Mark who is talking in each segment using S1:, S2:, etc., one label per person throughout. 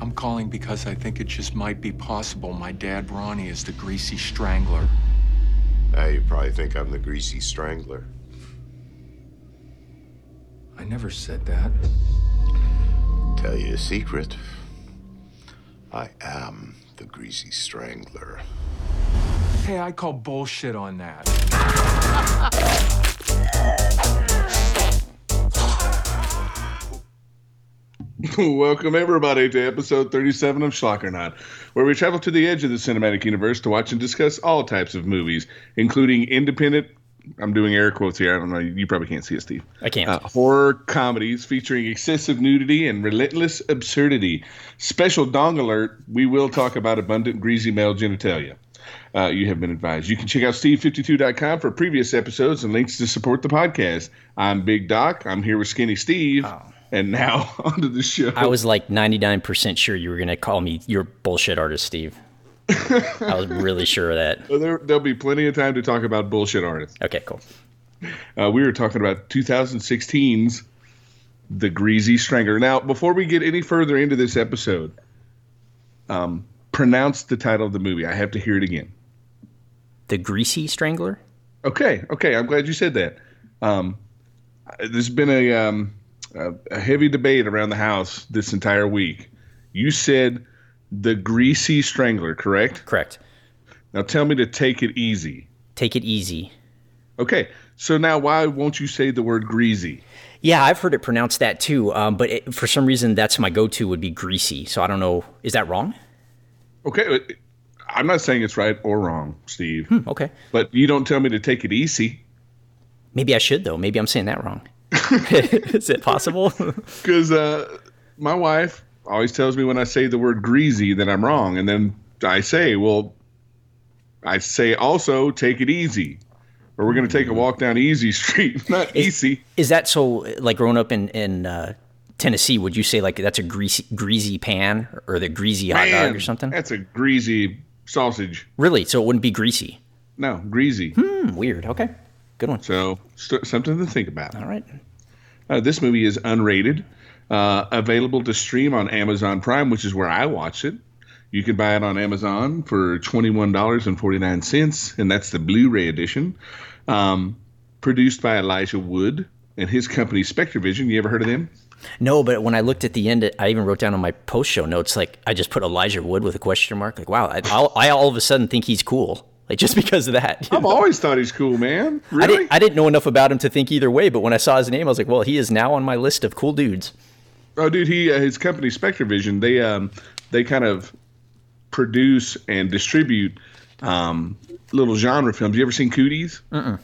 S1: I'm calling because I think it just might be possible my dad Ronnie is the greasy strangler.
S2: Now you probably think I'm the greasy strangler.
S1: I never said that.
S2: Tell you a secret. I am the greasy strangler.
S1: Hey, I call bullshit on that.
S3: Welcome, everybody, to episode 37 of Schlockernot, where we travel to the edge of the cinematic universe to watch and discuss all types of movies, including independent. I'm doing air quotes here. I don't know. You probably can't see it, Steve.
S4: I can't.
S3: Uh, horror comedies featuring excessive nudity and relentless absurdity. Special dong alert we will talk about abundant greasy male genitalia. Uh, you have been advised. You can check out steve52.com for previous episodes and links to support the podcast. I'm Big Doc. I'm here with Skinny Steve. And now onto the show.
S4: I was like 99% sure you were going to call me your bullshit artist, Steve. I was really sure of that.
S3: Well, there, there'll be plenty of time to talk about bullshit artists.
S4: Okay, cool.
S3: Uh, we were talking about 2016's The Greasy Strangler. Now, before we get any further into this episode, um, pronounce the title of the movie. I have to hear it again.
S4: The Greasy Strangler?
S3: Okay, okay. I'm glad you said that. Um, there's been a, um, a, a heavy debate around the house this entire week. You said The Greasy Strangler, correct?
S4: Correct.
S3: Now tell me to take it easy.
S4: Take it easy.
S3: Okay, so now why won't you say the word greasy?
S4: Yeah, I've heard it pronounced that too, um, but it, for some reason, that's my go to would be greasy. So I don't know. Is that wrong?
S3: Okay, uh, I'm not saying it's right or wrong, Steve,
S4: Okay.
S3: but you don't tell me to take it easy
S4: Maybe I should, though. Maybe I'm saying that wrong. Is it possible?
S3: because uh, my wife always tells me when I say the word greasy that I'm wrong, and then I say, well, I say also take it easy, or we're going to take a walk down Easy Street, not easy.
S4: Is that so, like growing up in, in uh, Tennessee, would you say like that's a greasy, greasy pan or the greasy hot dog or
S3: Man,
S4: something?
S3: That's a greasy sausage.
S4: Really? So it wouldn't be greasy?
S3: No, greasy.
S4: Hmm, weird. Okay. Good one.
S3: So st- something to think about.
S4: All right.
S3: Uh, this movie is unrated, uh, available to stream on Amazon Prime, which is where I watch it. You can buy it on Amazon for $21.49, and that's the Blu ray edition. Um, produced by Elijah Wood and his company, Spectre Vision. You ever heard of them?
S4: No, but when I looked at the end, I even wrote down on my post show notes, like I just put Elijah Wood with a question mark. Like, wow, I, I'll, I all of a sudden think he's cool, like just because of that.
S3: I've always thought he's cool, man.
S4: I,
S3: Oh, Really?
S4: didn't, I didn't know enough about him to think either way, but when I saw his name, I was like, well, he is now on my list of cool dudes.
S3: Oh, dude, he uh, his company Spectre Vision. They um they kind of produce and distribute um little genre films. You ever seen Cooties? Uh-uh.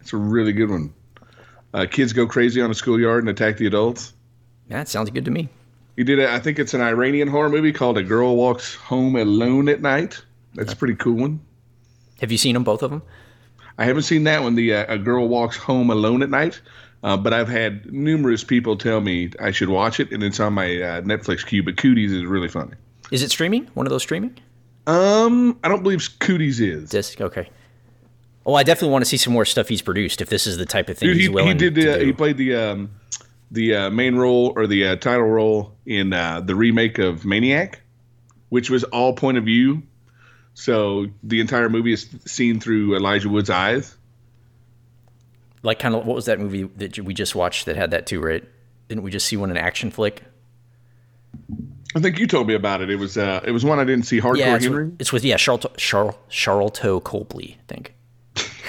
S3: It's a really good one. Uh, kids go crazy on a schoolyard and attack the adults.
S4: That sounds good to me.
S3: He did. A, I think it's an Iranian horror movie called "A Girl Walks Home Alone at Night." That's a pretty cool one.
S4: Have you seen them, both of them?
S3: I haven't seen that one. The uh, "A Girl Walks Home Alone at Night," uh, but I've had numerous people tell me I should watch it, and it's on my uh, Netflix queue. But Cooties is really funny.
S4: Is it streaming? One of those streaming?
S3: Um, I don't believe Cooties is.
S4: Disc? Okay. Well, I definitely want to see some more stuff he's produced if this is the type of thing
S3: Dude,
S4: he's
S3: he,
S4: willing
S3: he did
S4: to
S3: the,
S4: do.
S3: he played the um the uh, main role or the uh, title role in uh, the remake of Maniac, which was all point of view. So the entire movie is seen through Elijah Wood's eyes.
S4: like, kind of, what was that movie that we just watched that had that too, right? Didn't we just see one in action flick?
S3: I think you told me about it. It was uh, it was one I didn't see. Hardcore
S4: Yeah, it's
S3: Henry.
S4: with, it's with yeah, Charlotte Char- Charlotte Copley, I think.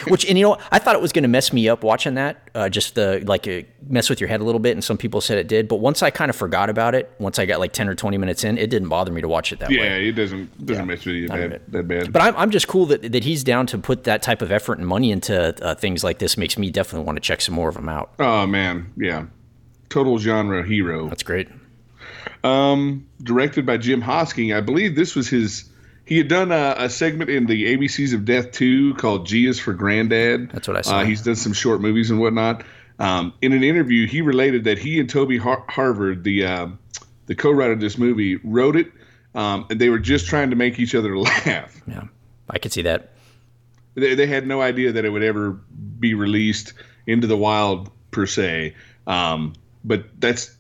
S4: Which and you know what? I thought it was going to mess me up watching that, uh, just the like uh, mess with your head a little bit, and some people said it did. But once I kind of forgot about it, once I got like ten or twenty minutes in, it didn't bother me to watch it that way.
S3: yeah, it doesn't doesn't mess with you
S4: I
S3: that,
S4: read
S3: that bad.
S4: But I'm, I'm just cool that, that he's down to put that type of effort and money into uh, things like this. Makes me definitely want to check some more of them out.
S3: oh man, yeah, total genre hero.
S4: That's great.
S3: um, directed by Jim Hosking. I believe this was his. He had done a, a segment in the ABCs of Death 2 called G is for Granddad.
S4: That's what I saw.
S3: Uh, he's done some short movies and whatnot. Um, in an interview, he related that he and Toby Har- Harvard, the uh, the co-writer of this movie, wrote it, um, and they were just trying to make each other laugh.
S4: Yeah, I could see that.
S3: They, they had no idea that it would ever be released into the wild per se. Um, but that's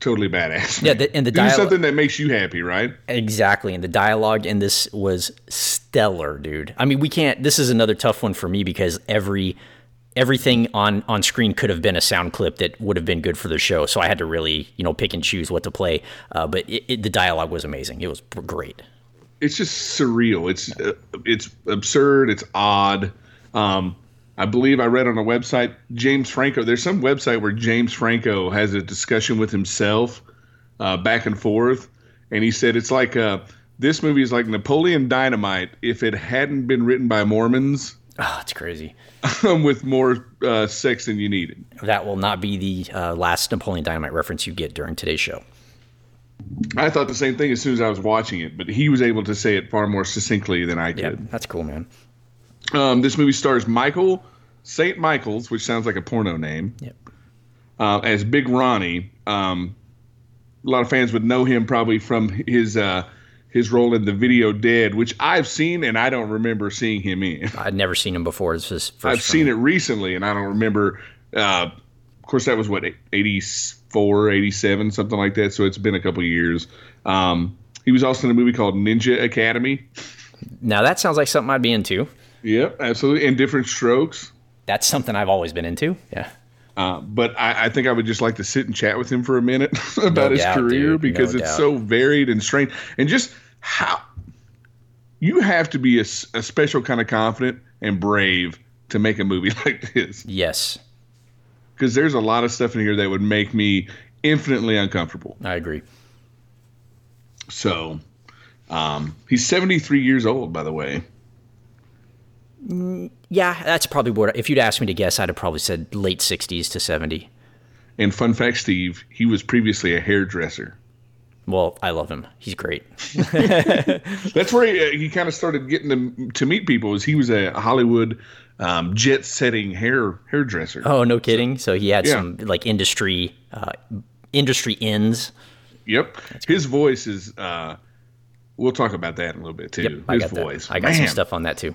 S3: totally badass.
S4: Yeah,
S3: man.
S4: the- and the
S3: do
S4: dialogue-
S3: something that makes you happy, right?
S4: Exactly. And the dialogue in this was stellar, dude. I mean, we can't this is another tough one for me because every everything on on screen could have been a sound clip that would have been good for the show. So I had to really, you know, pick and choose what to play. Uh, but it, it, the dialogue was amazing. It was pr- great.
S3: It's just surreal. It's uh, it's absurd. It's odd. Um, I believe I read on a website James Franco. There's some website where James Franco has a discussion with himself, uh, back and forth, and he said it's like uh, this movie is like Napoleon Dynamite if it hadn't been written by Mormons
S4: Oh, it's crazy.
S3: with more uh, sex than you needed.
S4: That will not be the uh, last Napoleon Dynamite reference you get during today's show.
S3: I thought the same thing as soon as I was watching it, but he was able to say it far more succinctly than I
S4: Yeah,
S3: could.
S4: that's cool, man.
S3: Um, this movie stars Michael St. Michael's, which sounds like a porno name,
S4: Yep.
S3: uh, as Big Ronnie. Um, a lot of fans would know him probably from his uh, his role in the video Dead, which I've seen and I don't remember seeing him in.
S4: I'd never seen him before. This is first
S3: I've seen it recently and I don't remember. Uh, of course, that was what, 84, 87, something like that. So it's been a couple years. Um, he was also in a movie called Ninja Academy.
S4: Now that sounds like something I'd be into.
S3: Yep, absolutely. And Different Strokes.
S4: That's something I've always been into. Yeah.
S3: Uh, but I, I think I would just like to sit and chat with him for a minute about his
S4: doubt,
S3: career
S4: dude.
S3: because
S4: No
S3: it's
S4: doubt.
S3: so varied and strange. And just how you have to be a, s- a special kind of confident and brave to make a movie like this
S4: Yes.
S3: because there's a lot of stuff in here that would make me infinitely uncomfortable.
S4: I agree.
S3: So um, he's 73 years old, by the way.
S4: Yeah, that's probably what. If you'd asked me to guess, I'd have probably said late sixties to seventy.
S3: And fun fact, Steve, he was previously a hairdresser.
S4: Well, I love him. He's great.
S3: That's where he, uh, he kind of started getting to, to meet people. Is he was a Hollywood um, jet setting hair hairdresser.
S4: Oh, no kidding. So he had
S3: Yeah.
S4: some like industry, uh, industry ends.
S3: Yep, his voice is. Uh, we'll talk about that in a little bit too.
S4: Yep,
S3: his
S4: I got
S3: voice.
S4: that. I got some
S3: Man.
S4: stuff on that too.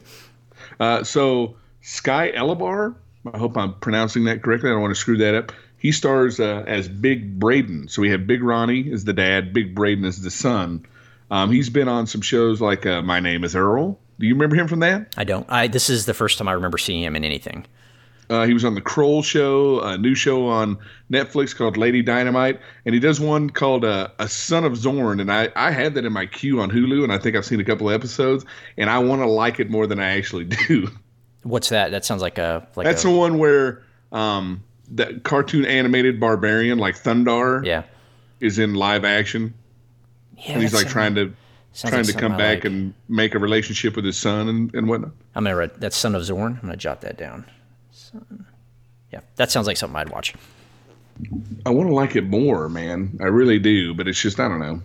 S3: Uh, so Sky Elabar, I hope I'm pronouncing that correctly. I don't want to screw that up. He stars uh, as Big Braden. So we have Big Ronnie is the dad, Big Braden is the son. Um, he's been on some shows like uh, My Name Is Earl. Do you remember him from that?
S4: I don't. I this is the first time I remember seeing him in anything.
S3: Uh, he was on the Kroll Show, a new show on Netflix called Lady Dynamite, and he does one called uh, A Son of Zorn. And I, I had that in my queue on Hulu, and I think I've seen a couple episodes, and I want to like it more than I actually do.
S4: What's that? That sounds like a like
S3: That's
S4: a,
S3: the one where um, that cartoon animated barbarian like Thundar
S4: yeah.
S3: is in live action,
S4: Yeah,
S3: and he's
S4: that
S3: like
S4: sound-
S3: trying to
S4: sounds
S3: trying
S4: like
S3: to come
S4: something I
S3: back
S4: like.
S3: and make a relationship with his son and, and whatnot.
S4: I'm gonna read that's Son of Zorn. I'm gonna jot that down. Son. Yeah, that sounds like something I'd watch.
S3: I want to like it more, man. I really do, but it's just I don't know.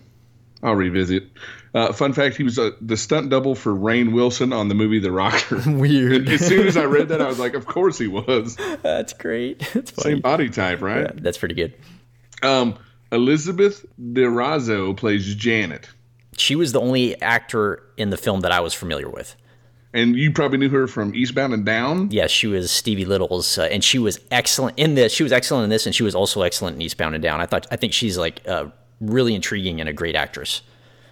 S3: I'll revisit. Uh, fun fact: He was uh, the stunt double for Rain Wilson on the movie The Rocker.
S4: Weird.
S3: as soon as I read that, I was like, "Of course he was."
S4: That's great. That's
S3: Same
S4: funny.
S3: body type, right?
S4: That's pretty good.
S3: Um, Elizabeth DeRazzo plays Janet,
S4: She was the only actor in the film that I was familiar with.
S3: and you probably knew her from Eastbound and Down.
S4: Yes, she was Stevie Little's, uh, and she was excellent in this. She was excellent in this, and she was also excellent in Eastbound and Down. I thought, I think she's like uh, really intriguing and a great actress.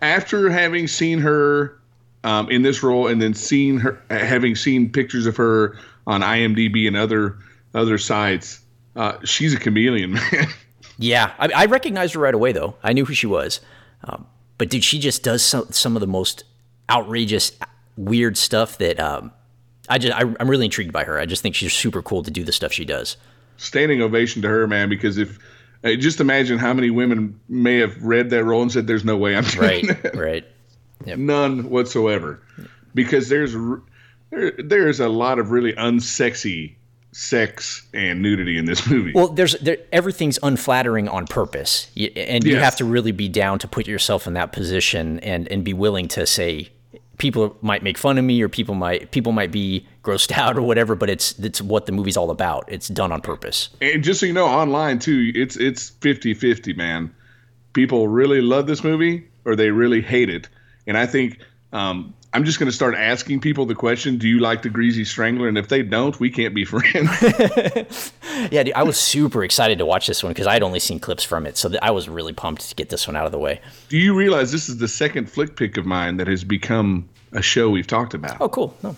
S3: after having seen her um, in this role and then seeing her having seen pictures of her on IMDb and other other sites, uh, she's a chameleon, man.
S4: Yeah, I, I recognized her right away though. I knew who she was, um, but dude, she just does some some of the most outrageous, weird stuff that um, I just I, I'm really intrigued by her. I just think she's super cool to do the stuff she does.
S3: Standing ovation to her, man, because if uh, just imagine how many women may have read that role and said, "There's no way I'm doing
S4: Right,
S3: that."
S4: right.
S3: none whatsoever," because there's r- there, there's a lot of really unsexy sex and nudity in this movie.
S4: Well, there's there, everything's unflattering on purpose, Y- and you
S3: Yes.
S4: have to really be down to put yourself in that position and and be willing to say people might make fun of me or people might people might be grossed out or whatever, but it's it's what the movie's all about. It's done on purpose.
S3: and just so you know online too it's it's 50-50 man people really love this movie or they really hate it and i think Um, I'm just going to start asking people the question, do you like the Greasy Strangler? And if they don't, we can't be friends.
S4: Yeah, dude, I was super excited to watch this one because I'd only seen clips from it, so th- I was really pumped to get this one out of the way.
S3: do you realize this is the second flick pick of mine that has become a show we've talked about?
S4: Oh, cool. No,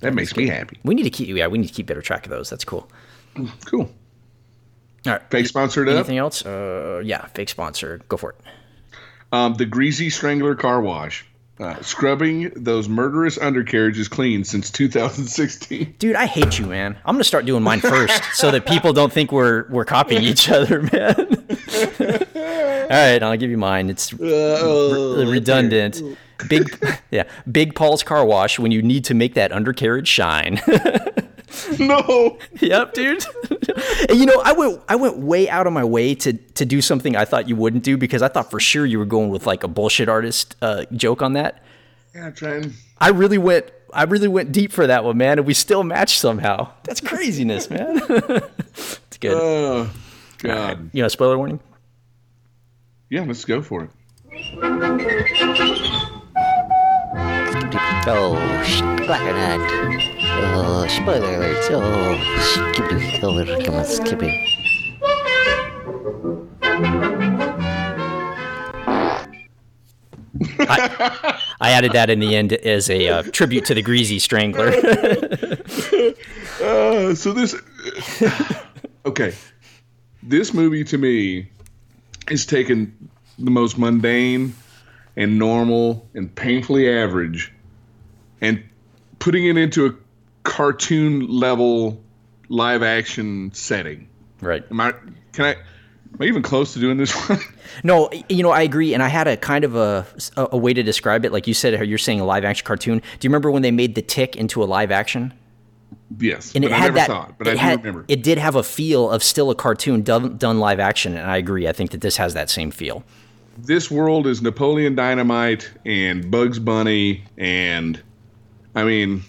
S3: that makes me happy.
S4: we need to keep. Yeah, we need to keep better track of those. That's cool.
S3: Cool.
S4: All right.
S3: Fake sponsored up.
S4: Anything else? Uh, yeah, fake sponsor. Go for it.
S3: Um, the Greasy Strangler Car Wash. Uh, scrubbing those murderous undercarriages clean since 2016.
S4: Dude, I hate you, man. I'm gonna start doing mine first so that people don't think we're we're copying each other, man. All right, I'll give you mine. It's re- redundant. Big, yeah, Big Paul's car wash when you need to make that undercarriage shine.
S3: no.
S4: yep, dude. and you know, I went I went way out of my way to to do something I thought you wouldn't do because I thought for sure you were going with like a bullshit artist uh, joke on that.
S3: Yeah, I'm trying.
S4: I really went I really went deep for that one, man, and we still matched somehow. That's craziness, man. it's good.
S3: Oh, God.
S4: you know, spoiler warning.
S3: Yeah, let's go for it.
S5: Oh, splatternut. Oh, spoiler alert. Oh, skippity. Oh, come on, skippity.
S4: I added that in the end as a uh, tribute to the Greasy Strangler.
S3: Uh, so this okay this movie to me is taking the most mundane and normal and painfully average and putting it into a cartoon level live action setting
S4: right.
S3: am i can i am i even close to doing this one
S4: No, y- you know, I agree, and I had a kind of a, a a way to describe it, like you said, how you're saying a live action cartoon. Do you remember when they made the Tick into a live action?
S3: yes
S4: And
S3: but
S4: it
S3: i
S4: had
S3: never
S4: that.
S3: saw it but
S4: it
S3: i do
S4: had-
S3: remember
S4: It did have a feel of still a cartoon done, done live action, and I agree. I think that this has that same feel.
S3: this world is Napoleon Dynamite and Bugs Bunny and I mean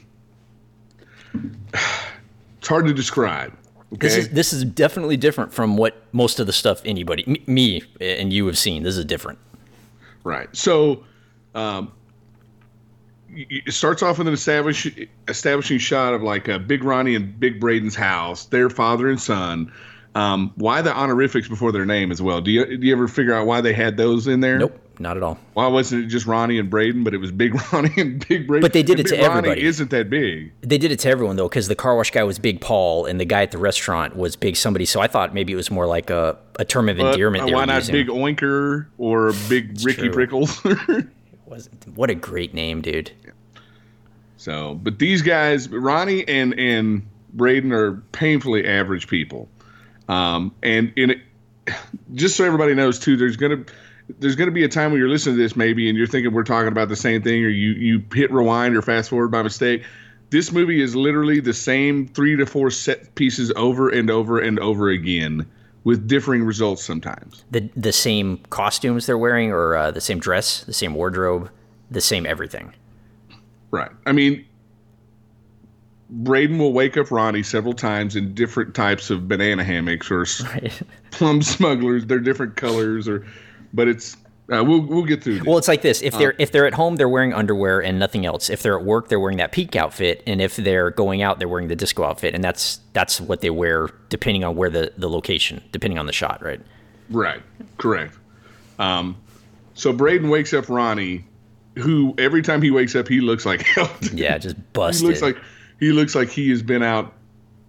S3: it's hard to describe. Okay.
S4: This is this is definitely different from what most of the stuff anybody, m- me and you have seen. This is different.
S3: right. So um y- y- it starts off with an establish, establishing shot of like uh, Big Ronnie and Big Braden's house, their father and son. Um, why the honorifics before their name as well? Do you do you ever figure out why they had those in there?
S4: Nope, not at all.
S3: Why wasn't it just Ronnie and Braden, but it was Big Ronnie and Big Braden?
S4: But they did
S3: And
S4: it to
S3: Big Ronnie
S4: everybody.
S3: Isn't that big?
S4: They did it to everyone though, because the car wash guy was Big Paul, and the guy at the restaurant was Big somebody. So I thought maybe it was more like a, a term of
S3: But,
S4: endearment.
S3: uh,
S4: they
S3: why
S4: were
S3: not
S4: using.
S3: Big Oinker or Big Ricky
S4: true.
S3: Prickles?
S4: Was- what a great name, dude.
S3: so, but these guys, Ronnie and and Braden, are painfully average people. Um, and in it, just so everybody knows too, there's gonna there's gonna be a time when you're listening to this maybe, and you're thinking we're talking about the same thing, or you you hit rewind or fast forward by mistake. This movie is literally the same three to four set pieces over and over and over again, with differing results sometimes.
S4: The the same costumes they're wearing, or uh, the same dress, the same wardrobe, the same everything.
S3: Right. I mean, Braden will wake up Ronnie several times in different types of banana hammocks or s plum smugglers. They're different colors, or but it's uh, we'll we'll get through. This.
S4: Well, it's like this: if they're if they're at home, they're wearing underwear and nothing else. If they're at work, they're wearing that peak outfit, and if they're going out, they're wearing the disco outfit, and that's that's what they wear depending on where the the location, depending on the shot, right?
S3: Right. Correct. Um, so Braden wakes up Ronnie, who every time he wakes up, he looks like hell.
S4: Yeah, just
S3: he
S4: busted.
S3: looks like he looks like he has been out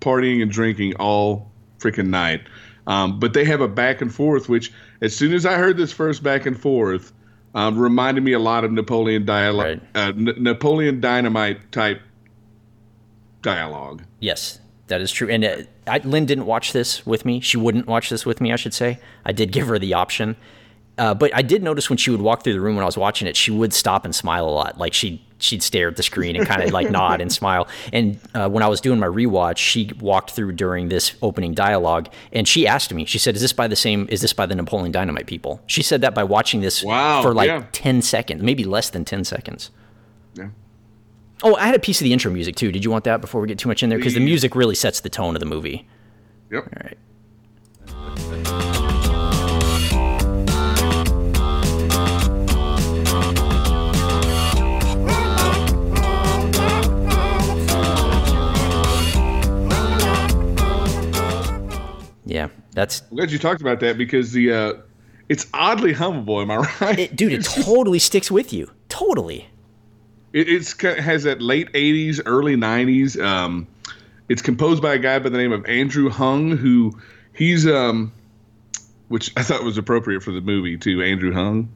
S3: partying and drinking all freaking night. Um, but they have a back and forth, which as soon as I heard this first back and forth, um, reminded me a lot of Napoleon dialogue,
S4: Right.
S3: uh, N- Napoleon Dynamite type dialogue.
S4: Yes, that is true. And uh, I, Lynn didn't watch this with me. She wouldn't watch this with me, I should say. I did give her the option. Uh, but I did notice when she would walk through the room when I was watching it, she would stop and smile a lot. Like she'd she'd stare at the screen and kind of like nod and smile. And uh, when I was doing my rewatch, she walked through during this opening dialogue, and she asked me. She said, "Is this by the same? Is this by the Napoleon Dynamite people?" She said that by watching this
S3: Wow,
S4: for like
S3: yeah.
S4: ten seconds, maybe less than ten seconds.
S3: Yeah.
S4: Oh, I had a piece of the intro music too. Did you want that before we get too much in there? Because the
S3: Please.
S4: music really sets the tone of the movie.
S3: Yep.
S4: All right. That's
S3: I'm glad you talked about that because the uh, it's oddly hummable. Am I right?
S4: it, dude. It totally sticks with you. Totally.
S3: It it's, ki- has that late '80s, early '90s. Um, it's composed by a guy by the name of Andrew Hung, who he's um, which I thought was appropriate for the movie too. Andrew Hung.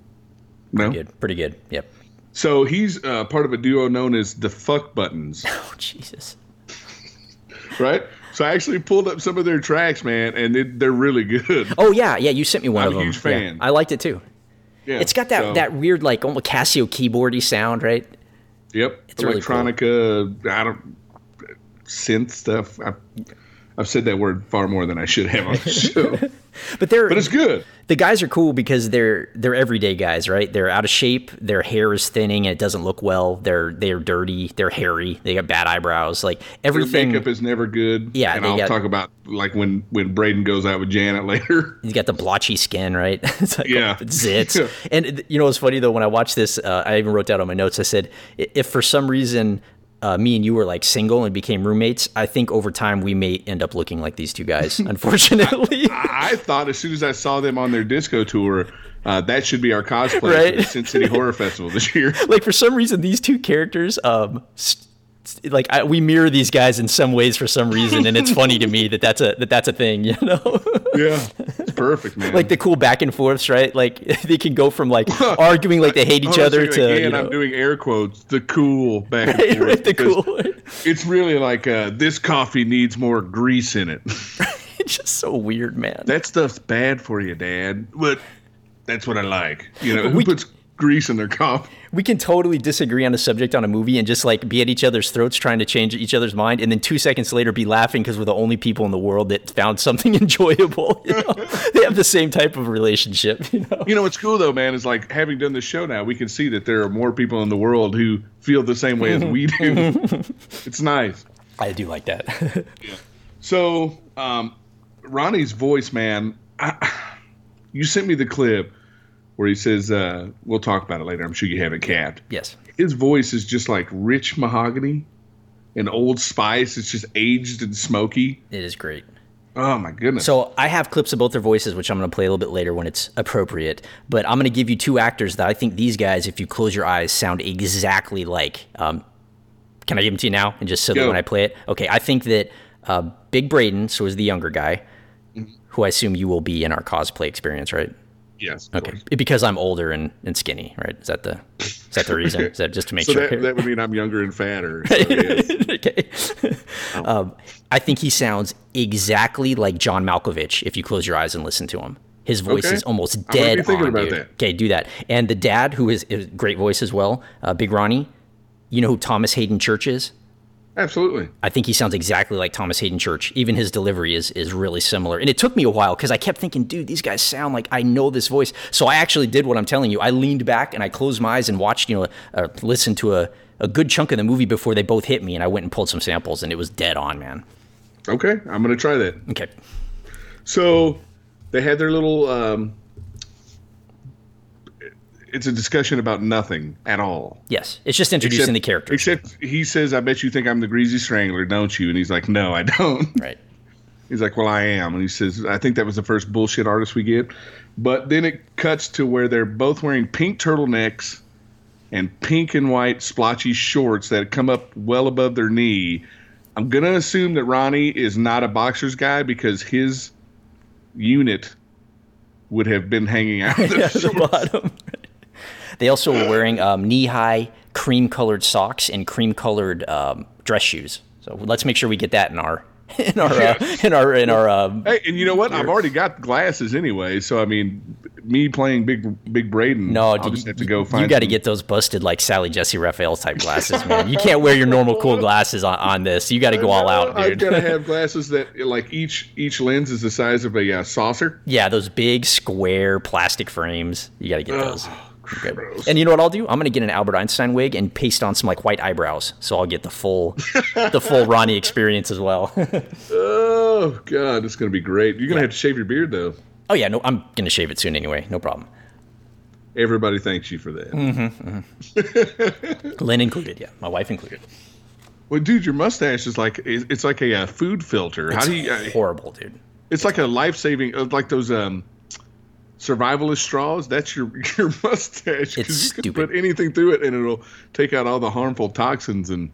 S3: No,
S4: Good. Pretty good. Yep.
S3: so he's uh, part of a duo known as the Fuck Buttons,
S4: Oh Jesus.
S3: right? So I actually pulled up some of their tracks, man, and it, they're really good.
S4: Oh yeah, yeah. You sent me one
S3: I'm
S4: of
S3: a
S4: them.
S3: huge
S4: Yeah,
S3: fan.
S4: I liked it too.
S3: Yeah,
S4: It's got that
S3: so-
S4: that weird like almost Casio keyboardy sound, right?
S3: Yep.
S4: really cool.
S3: Electronica, I don't synth stuff. I, I've said that word far more than I should have on the show,
S4: But they're
S3: but it's good.
S4: the guys are cool because they're they're everyday guys, right? They're out of shape, their hair is thinning and it doesn't look well. They're they're dirty, they're hairy, they got bad eyebrows, like
S3: Their
S4: everything.
S3: makeup is never good.
S4: Yeah,
S3: and
S4: they
S3: I'll
S4: got-
S3: talk about like when when Braden goes out with Janet later.
S4: you got the blotchy skin, right? it's like
S3: Yeah.
S4: oh, it's zits. And it- you know what's funny though? When I watched this, uh, I even wrote down on my notes. I said, "I- if for some reason uh, me and you were like single and became roommates, I think over time we may end up looking like these two guys. Unfortunately,
S3: I thought as soon as I saw them on their disco tour, uh, that should be our cosplay
S4: Right.
S3: for the Sin City Horror Festival this year.
S4: like for some reason these two characters, um, s- s- like I, we mirror these guys in some ways for some reason, and it's funny to me that that's a that that's a thing, you know.
S3: Yeah, it's perfect, man.
S4: Like the cool back and forths, right? Like they can go from like arguing like they hate each
S3: Hold on a
S4: other
S3: second,
S4: to
S3: again,
S4: you know,
S3: I'm doing air quotes. The cool back and forth.
S4: right, the
S3: because
S4: cool.
S3: It's really like uh, this coffee needs more grease in it.
S4: It's just so weird, man.
S3: that stuff's bad for you, Dad. But that's what I like. You know, who
S4: We-
S3: puts grease in their coffee?
S4: we can totally disagree on a subject on a movie and just like be at each other's throats trying to change each other's mind, and then two seconds later be laughing because we're the only people in the world that found something enjoyable. You know? they have the same type of relationship. You know,
S3: You know, what's cool though, man, is like having done the show now, we can see that there are more people in the world who feel the same way as we do. it's nice.
S4: I do like that.
S3: So, um, Ronnie's voice, man, I, you sent me the clip where he says, uh, we'll talk about it later. I'm sure you have it capped.
S4: yes,
S3: his voice is just like rich mahogany and old spice. It's just aged and smoky.
S4: it is great.
S3: Oh my goodness.
S4: So I have clips of both their voices, which I'm going to play a little bit later when it's appropriate. But I'm going to give you two actors that I think these guys, if you close your eyes, sound exactly like. Um, can I give them to you now? And just so that
S3: Go.
S4: when I play it, okay. I think that uh, Big Braden, so is the younger guy,
S3: Mm-hmm.
S4: who I assume you will be in our cosplay experience, right?
S3: yes.
S4: Okay. Because I'm older and, and skinny, right? Is that the is that the reason? Is that just to make
S3: So
S4: sure?
S3: that, that would mean I'm younger and fatter. So yes.
S4: okay.
S3: Oh.
S4: Um, I think he sounds exactly like John Malkovich if you close your eyes and listen to him. His voice
S3: Okay.
S4: is
S3: I'm
S4: almost
S3: gonna be
S4: dead
S3: thinking
S4: on,
S3: about
S4: dude.
S3: that.
S4: Okay, do that. And the dad, who is, is great voice as well, uh, Big Ronnie. You know who Thomas Hayden Church is?
S3: Absolutely.
S4: I think he sounds exactly like Thomas Hayden Church. Even his delivery is is really similar. And it took me a while because I kept thinking, dude, these guys sound like I know this voice. So I actually did what I'm telling you. I leaned back and I closed my eyes and watched, you know, uh, listened to a, a good chunk of the movie before they both hit me. And I went and pulled some samples and it was dead on, man.
S3: Okay. I'm going to try that.
S4: Okay.
S3: So they had their little. Um, it's a discussion about nothing at all.
S4: Yes. It's just introducing the character.
S3: Except he says, I bet you think I'm the Greasy Strangler, don't you? And he's like, No, I don't.
S4: right.
S3: He's like, "Well, I am," and he says, "I think that was the first bullshit artist we get." But then it cuts to where they're both wearing pink turtlenecks and pink and white splotchy shorts that come up well above their knee. I'm gonna assume that Ronnie is not a boxer's guy because his unit would have been hanging out. with
S4: Yeah,
S3: those
S4: the
S3: shorts.
S4: bottom. they also were wearing um, knee high cream colored socks and cream colored um, dress shoes. So let's make sure we get that in our. In our, uh, in our, in our, um,
S3: Hey, and you know what? I've already got glasses anyway, so I mean, me playing big, big Braden.
S4: No,
S3: I'll
S4: dude,
S3: just
S4: you-
S3: have to go
S4: you-
S3: find.
S4: You got to
S3: some-
S4: get those busted like Sally Jesse Raphael type glasses, man. You can't wear your normal cool glasses on, on this. You got to go all out,
S3: I've got to
S4: dude.
S3: have glasses that like each each lens is the size of a uh, saucer.
S4: yeah, those big square plastic frames. You got to get those. Okay. And you know what I'll do? I'm gonna get an Albert Einstein wig and paste on some like white eyebrows, so I'll get the full, the full Ronnie experience as well.
S3: Oh god, it's gonna be great. You're gonna have to shave your beard though.
S4: oh yeah, no, I'm gonna shave it soon anyway. No problem.
S3: Everybody thanks you for that.
S4: Hmm. Lynn included, yeah, my wife included.
S3: Well, dude, your mustache is like it's it's like a, uh food filter. How do you?
S4: Horrible, dude.
S3: It's like a life saving, like those um, survivalist straws. That's your your mustache. 'cause
S4: It's
S3: you can
S4: stupid.
S3: Put anything through it, and it'll take out all the harmful toxins and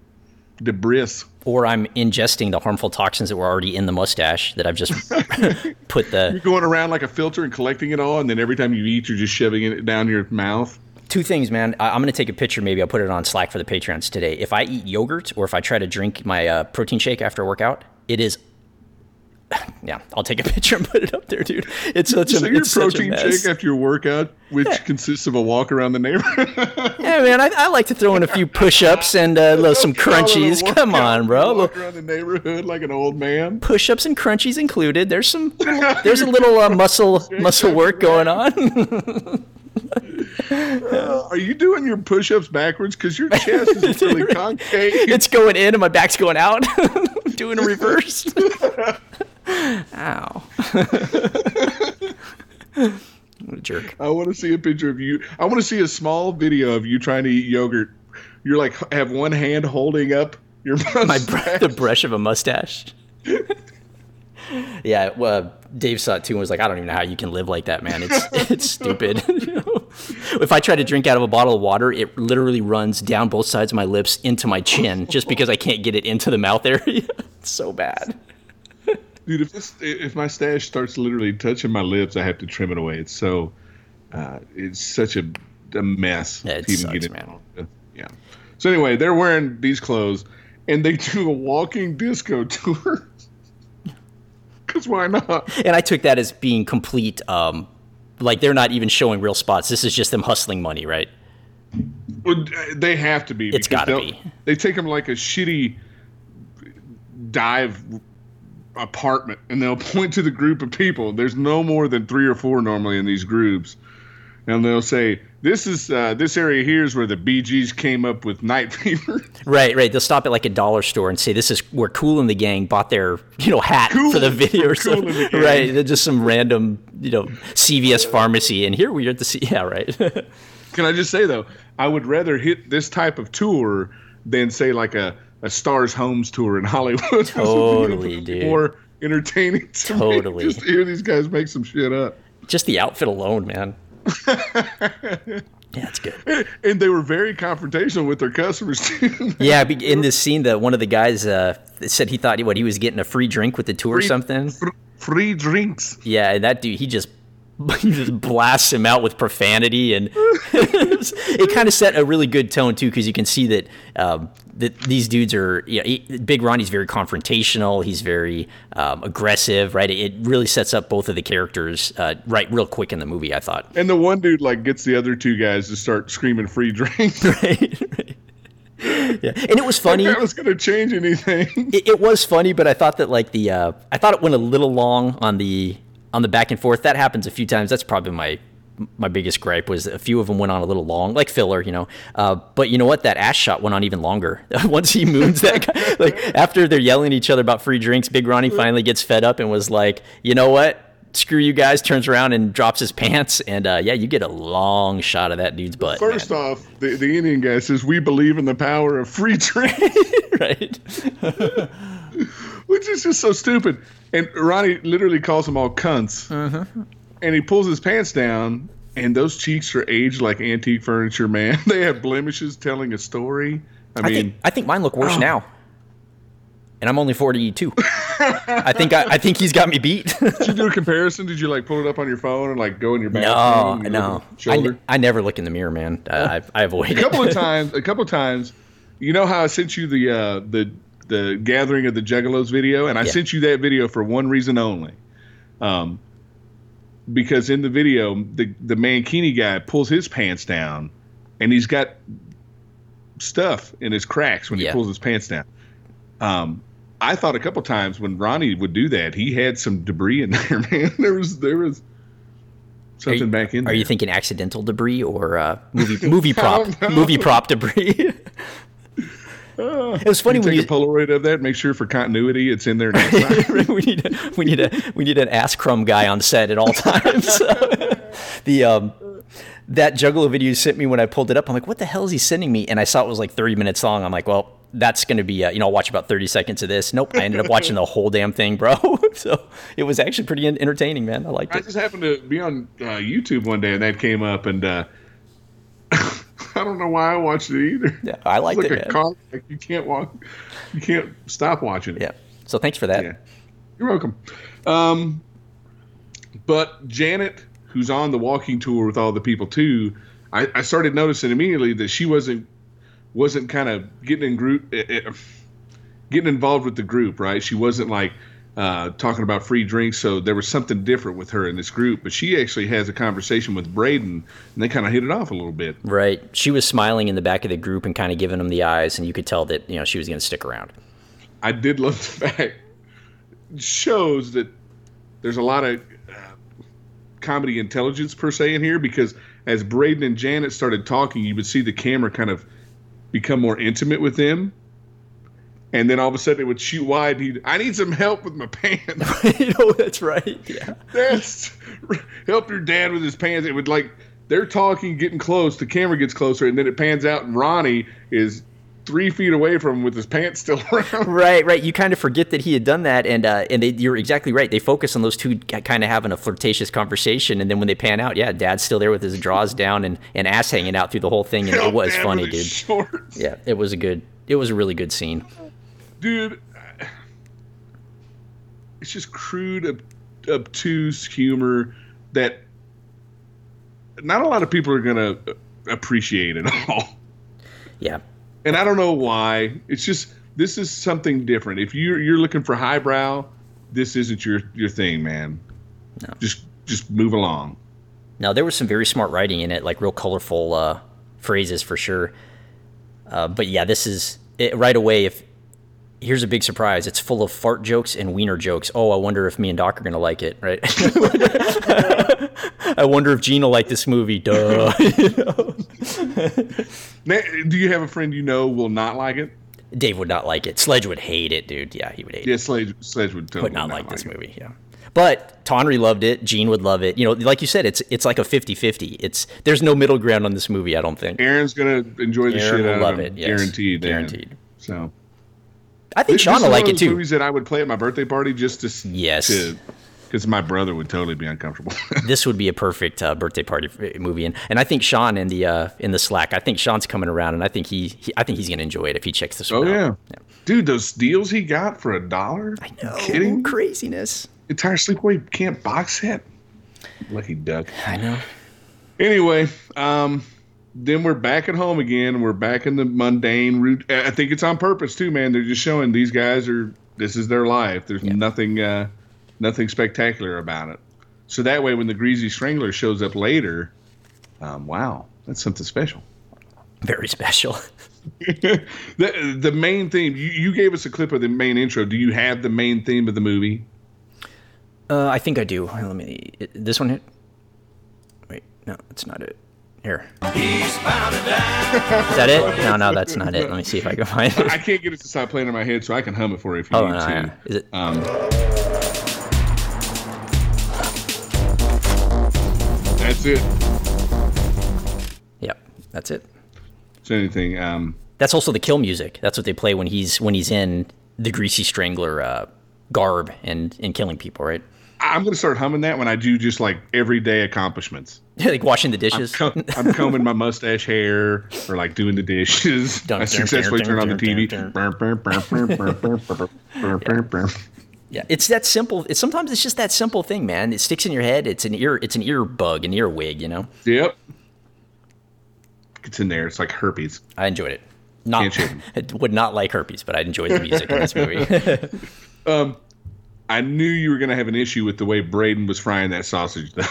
S3: debris.
S4: Or I'm ingesting the harmful toxins that were already in the mustache that I've just put the
S3: Going around like a filter and collecting it all, and then every time you eat, you're just shoving it down your mouth.
S4: two things, man. I, I'm gonna take a picture. Maybe I'll put it on Slack for the Patreons today. If I eat yogurt or if I try to drink my uh, protein shake after a workout, it is. Yeah, I'll take a picture and put it up there, dude. It's such a,
S3: So your
S4: it's such a
S3: protein
S4: mess.
S3: shake after your workout, which consists of a walk around the neighborhood.
S4: Yeah, man, I, I like to throw in a few push-ups and uh, little, some crunchies. Come on, bro. Little
S3: Walk around the neighborhood like an old man.
S4: Push-ups and crunchies included. There's some, there's a little uh, muscle muscle work going on.
S3: Are you doing your push-ups backwards? Because your chest is really concave.
S4: It's going in and my back's going out. I'm doing a reverse. Ow. what a jerk.
S3: I want to see a picture of you. I want to see a small video of you trying to eat yogurt. You're like have one hand holding up your mustache.
S4: My br- the brush of a mustache. yeah, well, Dave saw it too and was like, "I don't even know how you can live like that, man. It's it's stupid." You know? if I try to drink out of a bottle of water, it literally runs down both sides of my lips into my chin just because I can't get it into the mouth area. it's so bad.
S3: Dude, if this if my stash starts literally touching my lips, I have to trim it away. It's so uh, it's such a, a mess.
S4: Yeah, it
S3: to even
S4: sucks,
S3: get
S4: man.
S3: it. Yeah. So anyway, they're wearing these clothes and they do a walking disco tour. Cause why not?
S4: And I took that as being complete um like they're not even showing real spots. This is just them hustling money, right?
S3: Well, uh, They have to be.
S4: It's
S3: because
S4: gotta
S3: they'll-
S4: be.
S3: They take them like a shitty dive apartment, and they'll point to the group of people. There's no more than three or four normally in these groups, and they'll say, "This is uh, this area here is where the BGs came up with night fever."
S4: Right, right. They'll stop at like a dollar store and say, "This is where Cool and the gang bought their you know hat for the video or
S3: Cool and
S4: something."
S3: the Gang.
S4: Right, they're just some random you know CVS pharmacy, and here we are at the C- yeah, right.
S3: Can I just say though, I would rather hit this type of tour than say like a a Stars Homes tour in Hollywood.
S4: Totally,
S3: It'd be
S4: dude.
S3: More entertaining. To me,
S4: Totally.
S3: just to hear these guys make some shit up.
S4: just the outfit alone, man. yeah, it's good.
S3: and they were very confrontational with their customers too.
S4: Yeah, be- in this scene, that one of the guys uh, said he thought what he was getting a free drink with the tour or something.
S3: Fr- Free drinks.
S4: Yeah, and that dude, he just he just blasts him out with profanity, and it kind of set a really good tone too, because you can see that um, that these dudes are. You know, he, Big Ronnie's very confrontational. He's very um, aggressive, right? It, it really sets up both of the characters uh, right real quick in the movie. I thought.
S3: And the one dude like gets the other two guys to start screaming free drinks. That
S4: Yeah, and it was funny.
S3: was gonna change anything.
S4: it, it was funny, but I thought that like the uh, I thought it went a little long on the on the back and forth. That happens a few times. That's probably my my biggest gripe was a few of them went on a little long, like filler, you know. Uh, but you know what? That ass shot went on even longer. Once he moons that guy, like after they're yelling at each other about free drinks, Big Ronnie finally gets fed up and was like, you know what? Screw you guys! Turns around and drops his pants, and uh, yeah, you get a long shot of that dude's butt.
S3: First off, the, the Indian guy says we believe in the power of free drinks,
S4: man, right?
S3: which is just so stupid. And Ronnie literally calls them all cunts.
S4: Uh-huh.
S3: And he pulls his pants down, and those cheeks are aged like antique furniture, man. they have blemishes telling a story. I,
S4: I
S3: mean,
S4: think I think mine look worse now. And I'm only 42. I think I, I think he's got me beat.
S3: Did you do a comparison? Did you like pull it up on your phone and like go in your
S4: no,
S3: bathroom? and look
S4: no.
S3: at your
S4: Oh, I,
S3: Shoulder.
S4: n- I never look in the mirror, man. Uh, I, I, I avoid
S3: a couple
S4: it.
S3: of times. A couple of times. You know how I sent you the uh, the the gathering of the Juggalos video, and I
S4: Yeah.
S3: sent you that video for one reason only, um, because in the video the the mankini guy pulls his pants down, and he's got stuff in his cracks when he
S4: Yeah.
S3: pulls his pants down. Um, I thought a couple times when Ronnie would do that, he had some debris in there, man. There was there was something
S4: you-
S3: back in there.
S4: Are you thinking accidental debris or uh, movie movie prop
S3: know.
S4: movie prop debris? it was funny
S3: You
S4: when
S3: take
S4: you
S3: a Polaroid of that, make sure for continuity it's in there next time.
S4: we need a, we need a we need an ass crumb guy on set at all times. the um, that Juggalo video you sent me when I pulled it up, I'm like, what the hell is he sending me? And I saw it was like 30 minutes long. I'm like, well, that's going to be, uh, you know, I'll watch about 30 seconds of this. Nope. I ended up watching the whole damn thing, bro. so it was actually pretty en- entertaining, man. I liked
S3: I
S4: it.
S3: just happened to be on uh, YouTube one day and that came up, and uh, I don't know why I watched it either.
S4: Yeah, I liked
S3: it's
S4: it,
S3: like
S4: man.
S3: A con- like you can't walk, you can't stop watching it.
S4: Yeah. So thanks for that.
S3: Yeah. You're welcome. Um, but Janet, who's on the walking tour with all the people too, I, I started noticing immediately that she wasn't wasn't kind of getting in group, eh, eh, getting involved with the group, right? She wasn't like uh, talking about free drinks, so there was something different with her in this group. But she actually has a conversation with Braden, and they kind of hit it off a little bit.
S4: Right. She was smiling in the back of the group and kind of giving them the eyes, and you could tell that, you know, she was going to stick around.
S3: I did love the fact it shows that there's a lot of uh, comedy intelligence per se in here because as Braden and Janet started talking, you would see the camera kind of become more intimate with them. And then all of a sudden it would shoot wide. He'd, I need some help with my pants.
S4: you know, that's right. Yeah.
S3: That's help your dad with his pants. It would like they're talking, getting close. The camera gets closer, and then it pans out, and Ronnie is three feet away from him with his pants still around.
S4: Right, right. You kind of forget that he had done that, and uh, and they, you're exactly right. They focus on those two kind of having a flirtatious conversation, and then when they pan out, yeah, Dad's still there with his drawers down and, and ass hanging out through the whole thing, and it was
S3: Dad with
S4: funny,
S3: his
S4: dude.
S3: Shorts.
S4: Yeah, it was a good, it was a really good scene.
S3: dude I- it's just crude ob- obtuse humor that not a lot of people are gonna uh, appreciate at all
S4: Yeah,
S3: and i don't know why it's just this is something different if you're you're looking for highbrow this isn't your your thing man
S4: No.
S3: just just move along
S4: Now there was some very smart writing in it, like real colorful uh, phrases for sure. Uh, but yeah, this is it, right away. If here's a big surprise, it's full of fart jokes and wiener jokes. Oh, I wonder if me and Doc are gonna like it, right? I wonder if Gene will like this movie. Duh.
S3: Na- do you have a friend you know will not like it
S4: Dave would not like it. Sledge would hate it, dude. Yeah, he would hate it.
S3: yeah sledge, sledge would totally
S4: would not like this
S3: it.
S4: movie. Yeah. But Tonry loved it. Gene would love it. You know, like you said, it's it's like a 50-50. It's there's no middle ground on this movie, I don't think.
S3: Aaron's gonna enjoy the
S4: Aaron
S3: shit
S4: will
S3: out
S4: love
S3: of him,
S4: it, yes.
S3: guaranteed. man.
S4: Guaranteed.
S3: So
S4: I think
S3: This
S4: Sean
S3: is
S4: will
S3: one
S4: like
S3: of
S4: it
S3: those
S4: too.
S3: Movies that I would play at my birthday party just to s-
S4: Yes.
S3: to because my brother would totally be uncomfortable.
S4: this would be a perfect uh, birthday party f- movie, and, and I think Sean in the uh, in the Slack, I think Sean's coming around, and I think he, he I think he's gonna enjoy it if he checks this
S3: oh
S4: one out.
S3: yeah. dude, those deals he got for a dollar. I
S4: No
S3: kidding?
S4: craziness.
S3: Entire sleepaway camp box set. Lucky duck.
S4: I know.
S3: Anyway, um, then we're back at home again. We're back in the mundane route. I I think it's on purpose too, man. They're just showing these guys are this is their life. There's nothing uh, nothing spectacular about it. So that way, when the greasy strangler shows up later, um, wow, that's something special.
S4: Very special.
S3: the the main theme you, you gave us a clip of the main intro. Do you have the main theme of the movie?
S4: Uh, I think I do. Here, Let me. i- This one hit. Wait, no, that's not it. Here. Is that it? No, no, that's not it. Let me see if I can find it.
S3: I can't get it to stop playing in my head, so I can hum it for you if you
S4: Oh,
S3: need
S4: no,
S3: to.
S4: yeah. Is it?
S3: Um, that's it.
S4: Yep, that's it.
S3: So anything. Um,
S4: That's also the kill music. That's what they play when he's when he's in the greasy strangler uh, garb and and killing people, right?
S3: I- I'm gonna start humming that when I do just like everyday accomplishments.
S4: like washing the dishes.
S3: Co- I'm combing my mustache hair or like doing the dishes.
S4: Dun,
S3: I
S4: dun,
S3: successfully
S4: dun,
S3: turn on the
S4: dun,
S3: TV.
S4: dun,
S3: That's
S4: Yeah, it's that simple. It's sometimes it's just that simple thing, man. It sticks in your head. It's an ear. It's an ear bug, an earwig. You know.
S3: Yep. It's in there. It's like herpes.
S4: I enjoyed it.
S3: Can't
S4: Not
S3: shake 'em.
S4: I would not like herpes, but I enjoyed the music in this movie.
S3: I knew you were gonna have an issue with the way Braden was frying that sausage, though.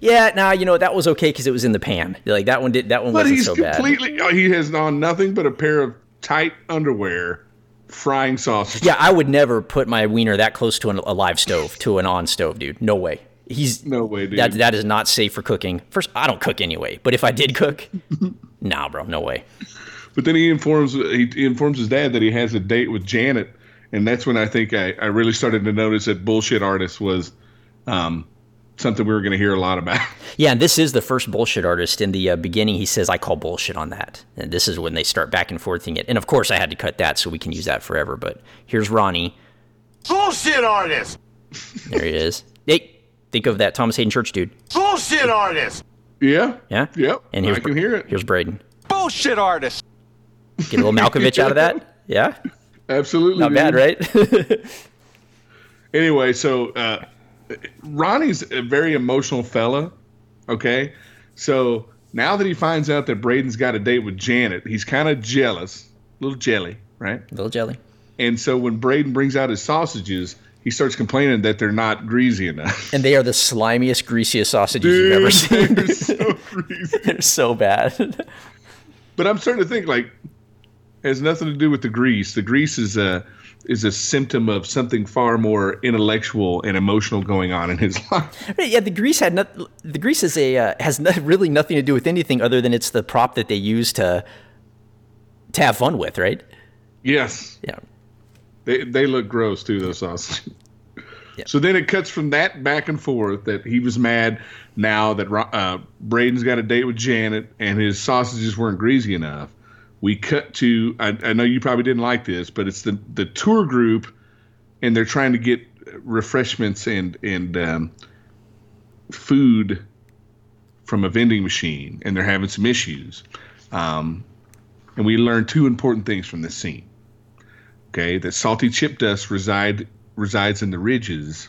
S4: yeah, nah, you know that was okay because it was in the pan. Like that one did. That one
S3: But
S4: wasn't
S3: he's
S4: so bad.
S3: completely. oh, He has on nothing but a pair of tight underwear, frying sausage.
S4: Yeah, I would never put my wiener that close to an, a live stove, to an on stove, dude. No way. He's
S3: No way, dude.
S4: that that is not safe for cooking. First, I don't cook anyway, but if I did cook, nah, bro, no way.
S3: But then he informs he, he informs his dad that he has a date with Janet, and that's when I think I, I really started to notice that bullshit artist was um, something we were going to hear a lot about.
S4: Yeah, and this is the first bullshit artist. In the uh, beginning, he says, I call bullshit on that. And this is when they start back and forthing it. And of course, I had to cut that so we can use that forever. But here's Ronnie.
S6: Bullshit artist!
S4: There he is. Hey, think of that Thomas Hayden Church dude.
S6: Bullshit artist!
S3: yeah.
S4: Yeah?
S3: Yep.
S4: And here's
S3: I can hear it.
S4: Here's Braden.
S6: Bullshit artist!
S4: Get a little Malkovich out of that. Yeah?
S3: Absolutely.
S4: Not bad,
S3: dude.
S4: right?
S3: anyway, so uh, Ronnie's a very emotional fella. Okay, so now that he finds out that Braden's got a date with Janet, he's kind of jealous, a little jelly, right?
S4: little jelly.
S3: And so when Braden brings out his sausages, he starts complaining that they're not greasy enough.
S4: And they are the slimiest, greasiest sausages you've ever seen.
S3: they're so greasy.
S4: They're so bad.
S3: But I'm starting to think like it has nothing to do with the grease. The grease is a is a symptom of something far more intellectual and emotional going on in his life.
S4: Yeah, the grease had not. The grease is a uh, has no, really nothing to do with anything other than it's the prop that they use to to have fun with, right?
S3: Yes.
S4: Yeah,
S3: They they look gross too, those sausages. So then it cuts from that back and forth that he was mad now that Ro- uh, Braden's got a date with Janet and his sausages weren't greasy enough. We cut to I, I know you probably didn't like this, but it's the the tour group and they're trying to get refreshments and and um, food from a vending machine and they're having some issues. Um, and we learn two important things from this scene okay, that salty chip dust reside resides in the ridges,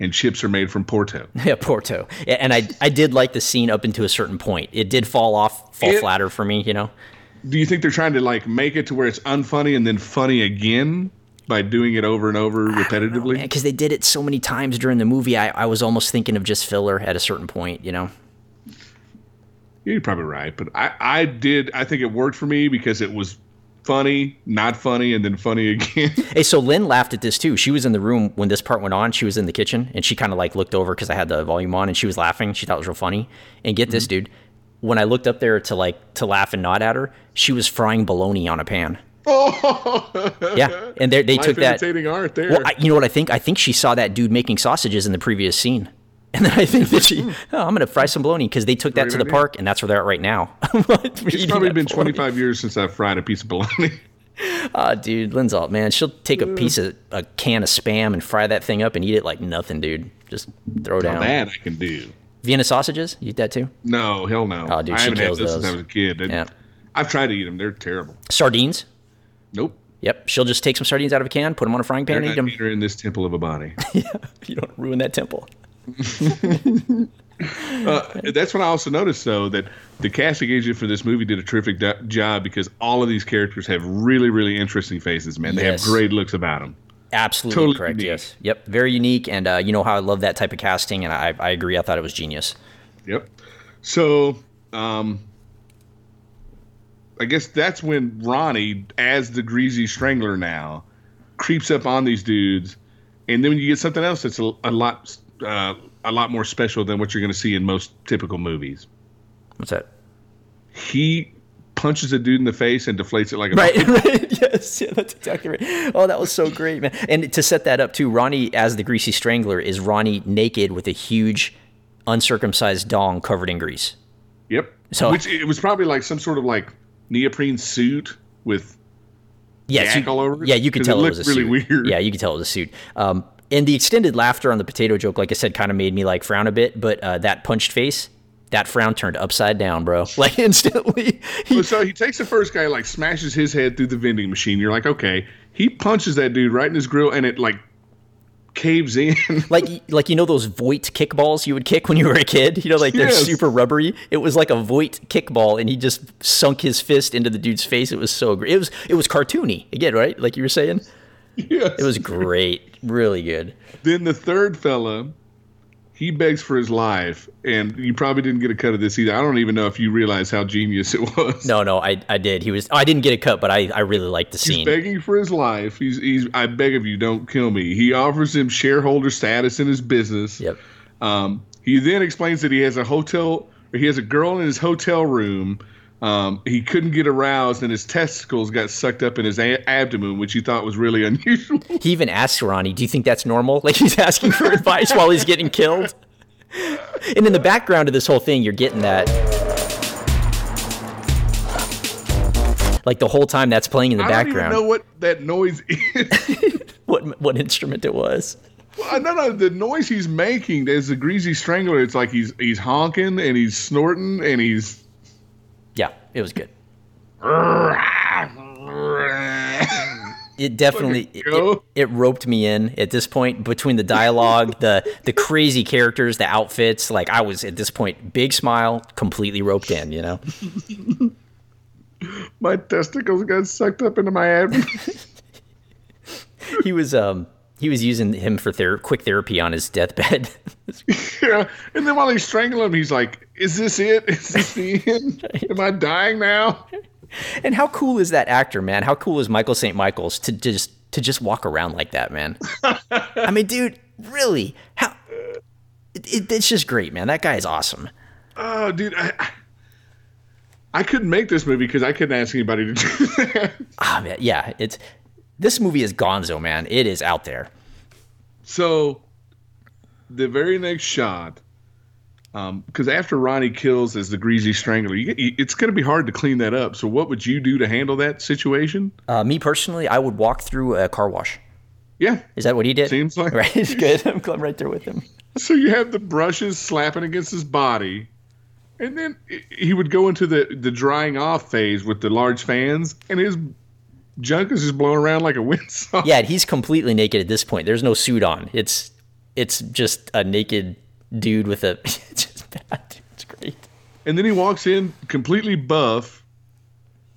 S3: and chips are made from Porto.
S4: yeah, Porto. Yeah, and I I did like the scene up into a certain point. It did fall off, fall
S3: It-
S4: flatter for me, you know.
S3: Do you think they're trying to like make it to where it's unfunny and then funny again by doing it over and over repetitively?
S4: Because Eh, they did it so many times during the movie, I, I was almost thinking of just filler at a certain point, you know.
S3: You're probably right, but I I did I think it worked for me because it was funny, not funny, and then funny again.
S4: Hey, so Lynn laughed at this too. She was in the room when this part went on. She was in the kitchen and she kind of like looked over because I had the volume on and she was laughing. She thought it was real funny. And get
S3: Mm-hmm.
S4: this, dude. When I looked up there to like to laugh and nod at her, she was frying bologna on a pan.
S3: Oh.
S4: Yeah, and they they
S3: Life
S4: took that.
S3: imitating art there.
S4: Well, I, you know what I think? I think she saw that dude making sausages in the previous scene. And then I think that she, oh, I'm gonna fry some bologna because they took that
S3: Great
S4: to the
S3: idea.
S4: park, and that's where they're at right now.
S3: it's probably been 25 years since I fried a piece of bologna.
S4: Ah, dude, Lindsalt, man, she'll take a piece of a can of spam and fry that thing up and eat it like nothing, dude. Just
S3: Oh,
S4: throw down.
S3: that I can do.
S4: Vienna sausages? You eat that too?
S3: No, hell no.
S4: Oh, dude,
S3: I
S4: she
S3: haven't had
S4: kills
S3: those since I
S4: those.
S3: was a kid.
S4: Yeah.
S3: I've tried to eat them. They're terrible.
S4: Sardines?
S3: Nope.
S4: Yep. She'll just take some sardines out of a can, put them on a frying pan,
S3: They're
S4: and eat
S3: not
S4: them.
S3: meaner in this temple of a body.
S4: You don't ruin that temple.
S3: That's when I also noticed, though, that the casting agent for this movie did a terrific do- job because all of these characters have really, really interesting faces, man. They
S4: Yes.
S3: have great looks about them.
S4: Absolutely
S3: Totally
S4: correct.
S3: unique.
S4: Yes. Yep. Very unique, and uh, you know how I love that type of casting, and I, I agree. I thought it was genius.
S3: Yep. So, um, I guess that's when Ronnie, as the greasy strangler now, creeps up on these dudes, and then you get something else that's a, a lot, uh, a lot more special than what you're going to see in most typical movies.
S4: What's that?
S3: He punches a dude in the face and deflates it like a
S4: Right, right. Yes, yeah, that's exactly right. Oh, that was so great, man. And to set that up too, Ronnie as the greasy strangler is Ronnie naked with a huge uncircumcised dong covered in grease.
S3: Yep.
S4: So-
S3: which it was probably like some sort of like neoprene suit with
S4: Yes,
S3: yak
S4: you,
S3: all over it?
S4: yeah, you could
S3: 'Cause
S4: tell
S3: it
S4: it,
S3: looked
S4: was a
S3: really
S4: suit.
S3: weird.
S4: Yeah, you could tell it was a suit. Um, and the extended laughter on the potato joke, like I said, kind of made me like frown a bit. But uh, that punched face, that frown turned upside down, bro. Like instantly. He,
S3: so he takes the first guy, like smashes his head through the vending machine. You're like, okay. He punches that dude right in his grill, and it like caves in.
S4: like like you know those Voight kickballs you would kick when you were a kid. You know, like they're
S3: Yes.
S4: super rubbery. It was like a Voight kickball, and he just sunk his fist into the dude's face. It was so great. It was it was cartoony again, right? Like you were saying,
S3: yes.
S4: it was great, really good.
S3: then the third fella, he begs for his life, and you probably didn't get a cut of this either. I don't even know if you realize how genius it was.
S4: No, no, I I did. He was. I didn't get a cut, but I I really liked the
S3: He's
S4: scene.
S3: begging for his life. He's, he's I beg of you, don't kill me. He offers him shareholder status in his business.
S4: Yep.
S3: Um, he then explains that he has a hotel, or he has a girl in his hotel room. Um, he couldn't get aroused, and his testicles got sucked up in his a- abdomen, which he thought was really unusual.
S4: He even asks Ronnie, "Do you think that's normal?" Like he's asking for advice while he's getting killed. And in the background of this whole thing, you're getting that. Like the whole time that's playing in the
S3: I don't even
S4: background.
S3: know what that noise is.
S4: what what instrument it was.
S3: Well, no, no, the noise he's making is a greasy strangler. It's like he's he's honking and he's snorting and he's.
S4: Yeah, it was good. It definitely it, it,
S3: go.
S4: it roped me in at this point between the dialogue, the the crazy characters, the outfits. Like I was at this point, big smile, completely roped in. You know,
S3: My testicles got sucked up into my abdomen.
S4: he was um he was using him for ther- quick therapy on his deathbed.
S3: Yeah. And then while he's strangling him, he's like, Is this it? Is this the end? Am I dying now?
S4: and how cool is that actor, man? How cool is Michael St. Michael's to just to just walk around like that, man? I mean, dude, really? How? It, it, it's just great, man. That guy is awesome.
S3: Oh, dude. I, I- I couldn't make this movie because I couldn't ask anybody to do that.
S4: Ah, man, yeah, it's this movie is Gonzo, man. It is out there.
S3: So the very next shot, because after Ronnie kills as the greasy strangler, you, you- it's going to be hard to clean that up. So what would you do to handle that situation?
S4: Uh, me personally, I would walk through a car wash.
S3: Yeah.
S4: Is that what he did?
S3: Seems like-
S4: right. Good. I'm, I'm right there with him.
S3: So you have the brushes slapping against his body, and then i- he would go into the the drying off phase with the large fans, and his junk is just blowing around like a windsock.
S4: Yeah, and he's completely naked at this point. There's no suit on. It's it's just a naked dude with a. It's just bad. It's great.
S3: And then he walks in completely buff,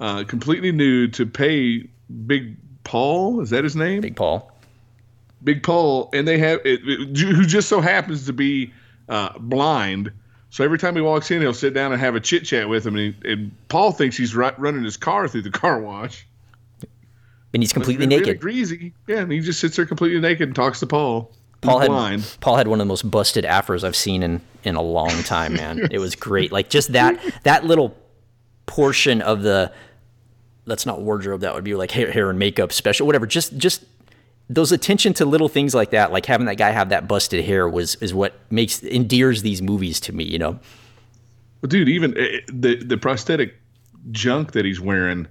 S3: uh, completely nude to pay Big Paul. Is that his name?
S4: Big Paul.
S3: Big Paul, and they have it, it- who just so happens to be uh, blind. So every time he walks in, he'll sit down and have a chit chat with him, and, he, and Paul thinks he's ri- running his car through the car wash.
S4: And he's completely
S3: They're
S4: naked.
S3: really greasy. Yeah, and he just sits there completely naked and talks to Paul.
S4: Paul
S3: He's
S4: had
S3: blind.
S4: Paul had one of the most busted afros I've seen in in a long time, man. It was great. Like just that that little portion of the that's not wardrobe. That would be like hair, hair and makeup special, whatever. Just just those attention to little things like that, like having that guy have that busted hair was is what makes endears these movies to me. You know,
S3: But dude, even uh, the the prosthetic junk that he's wearing,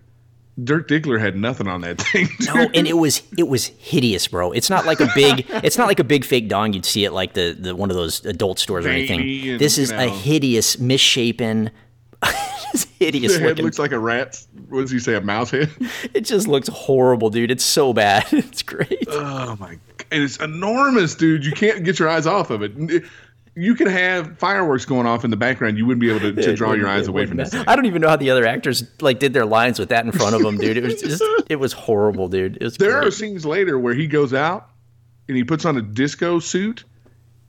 S3: Dirk Diggler had nothing on that thing. dude.
S4: no, Oh, and it was it was hideous, bro. It's not like a big it's not like a big fake dong you'd see at like the, the one of those adult stores or
S3: Veiny
S4: anything.
S3: and,
S4: This
S3: you
S4: is a
S3: know.
S4: hideous, misshapen, just hideous
S3: the head
S4: looking.
S3: looks like a rat's. What does he say? A mouse head.
S4: It just looks horrible, dude. It's so bad. It's great.
S3: Oh my! g- And it's enormous, dude. You can't get your eyes off of it. N- You could have fireworks going off in the background. You wouldn't be able to, to draw your eyes away from this thing.
S4: I don't even know how the other actors like did their lines with that in front of them, dude. It was just it was horrible, dude. It was
S3: There are
S4: great.
S3: scenes later where he goes out and he puts on a disco suit,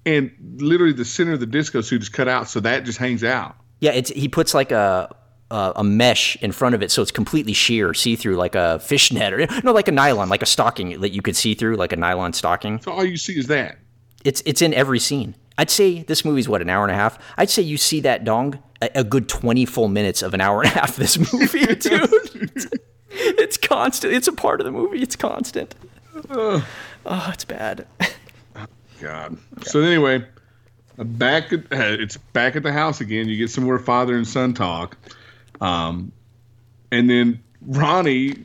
S3: and literally the center of the disco suit is cut out, so that just hangs out.
S4: Yeah, it's he puts like a a, a mesh in front of it so it's completely sheer, see through like a fishnet or no, like a nylon, like a stocking that you could see through, like a nylon stocking.
S3: So all you see is that.
S4: It's it's in every scene. I'd say this movie's what an hour and a half. I'd say you see that dong a, a good twenty full minutes of an hour and a half. of This movie, dude, it's, it's constant. It's a part of the movie. It's constant. Oh, it's bad.
S3: God. So anyway, back at, uh, it's back at the house again. You get some more father and son talk, um, and then Ronnie,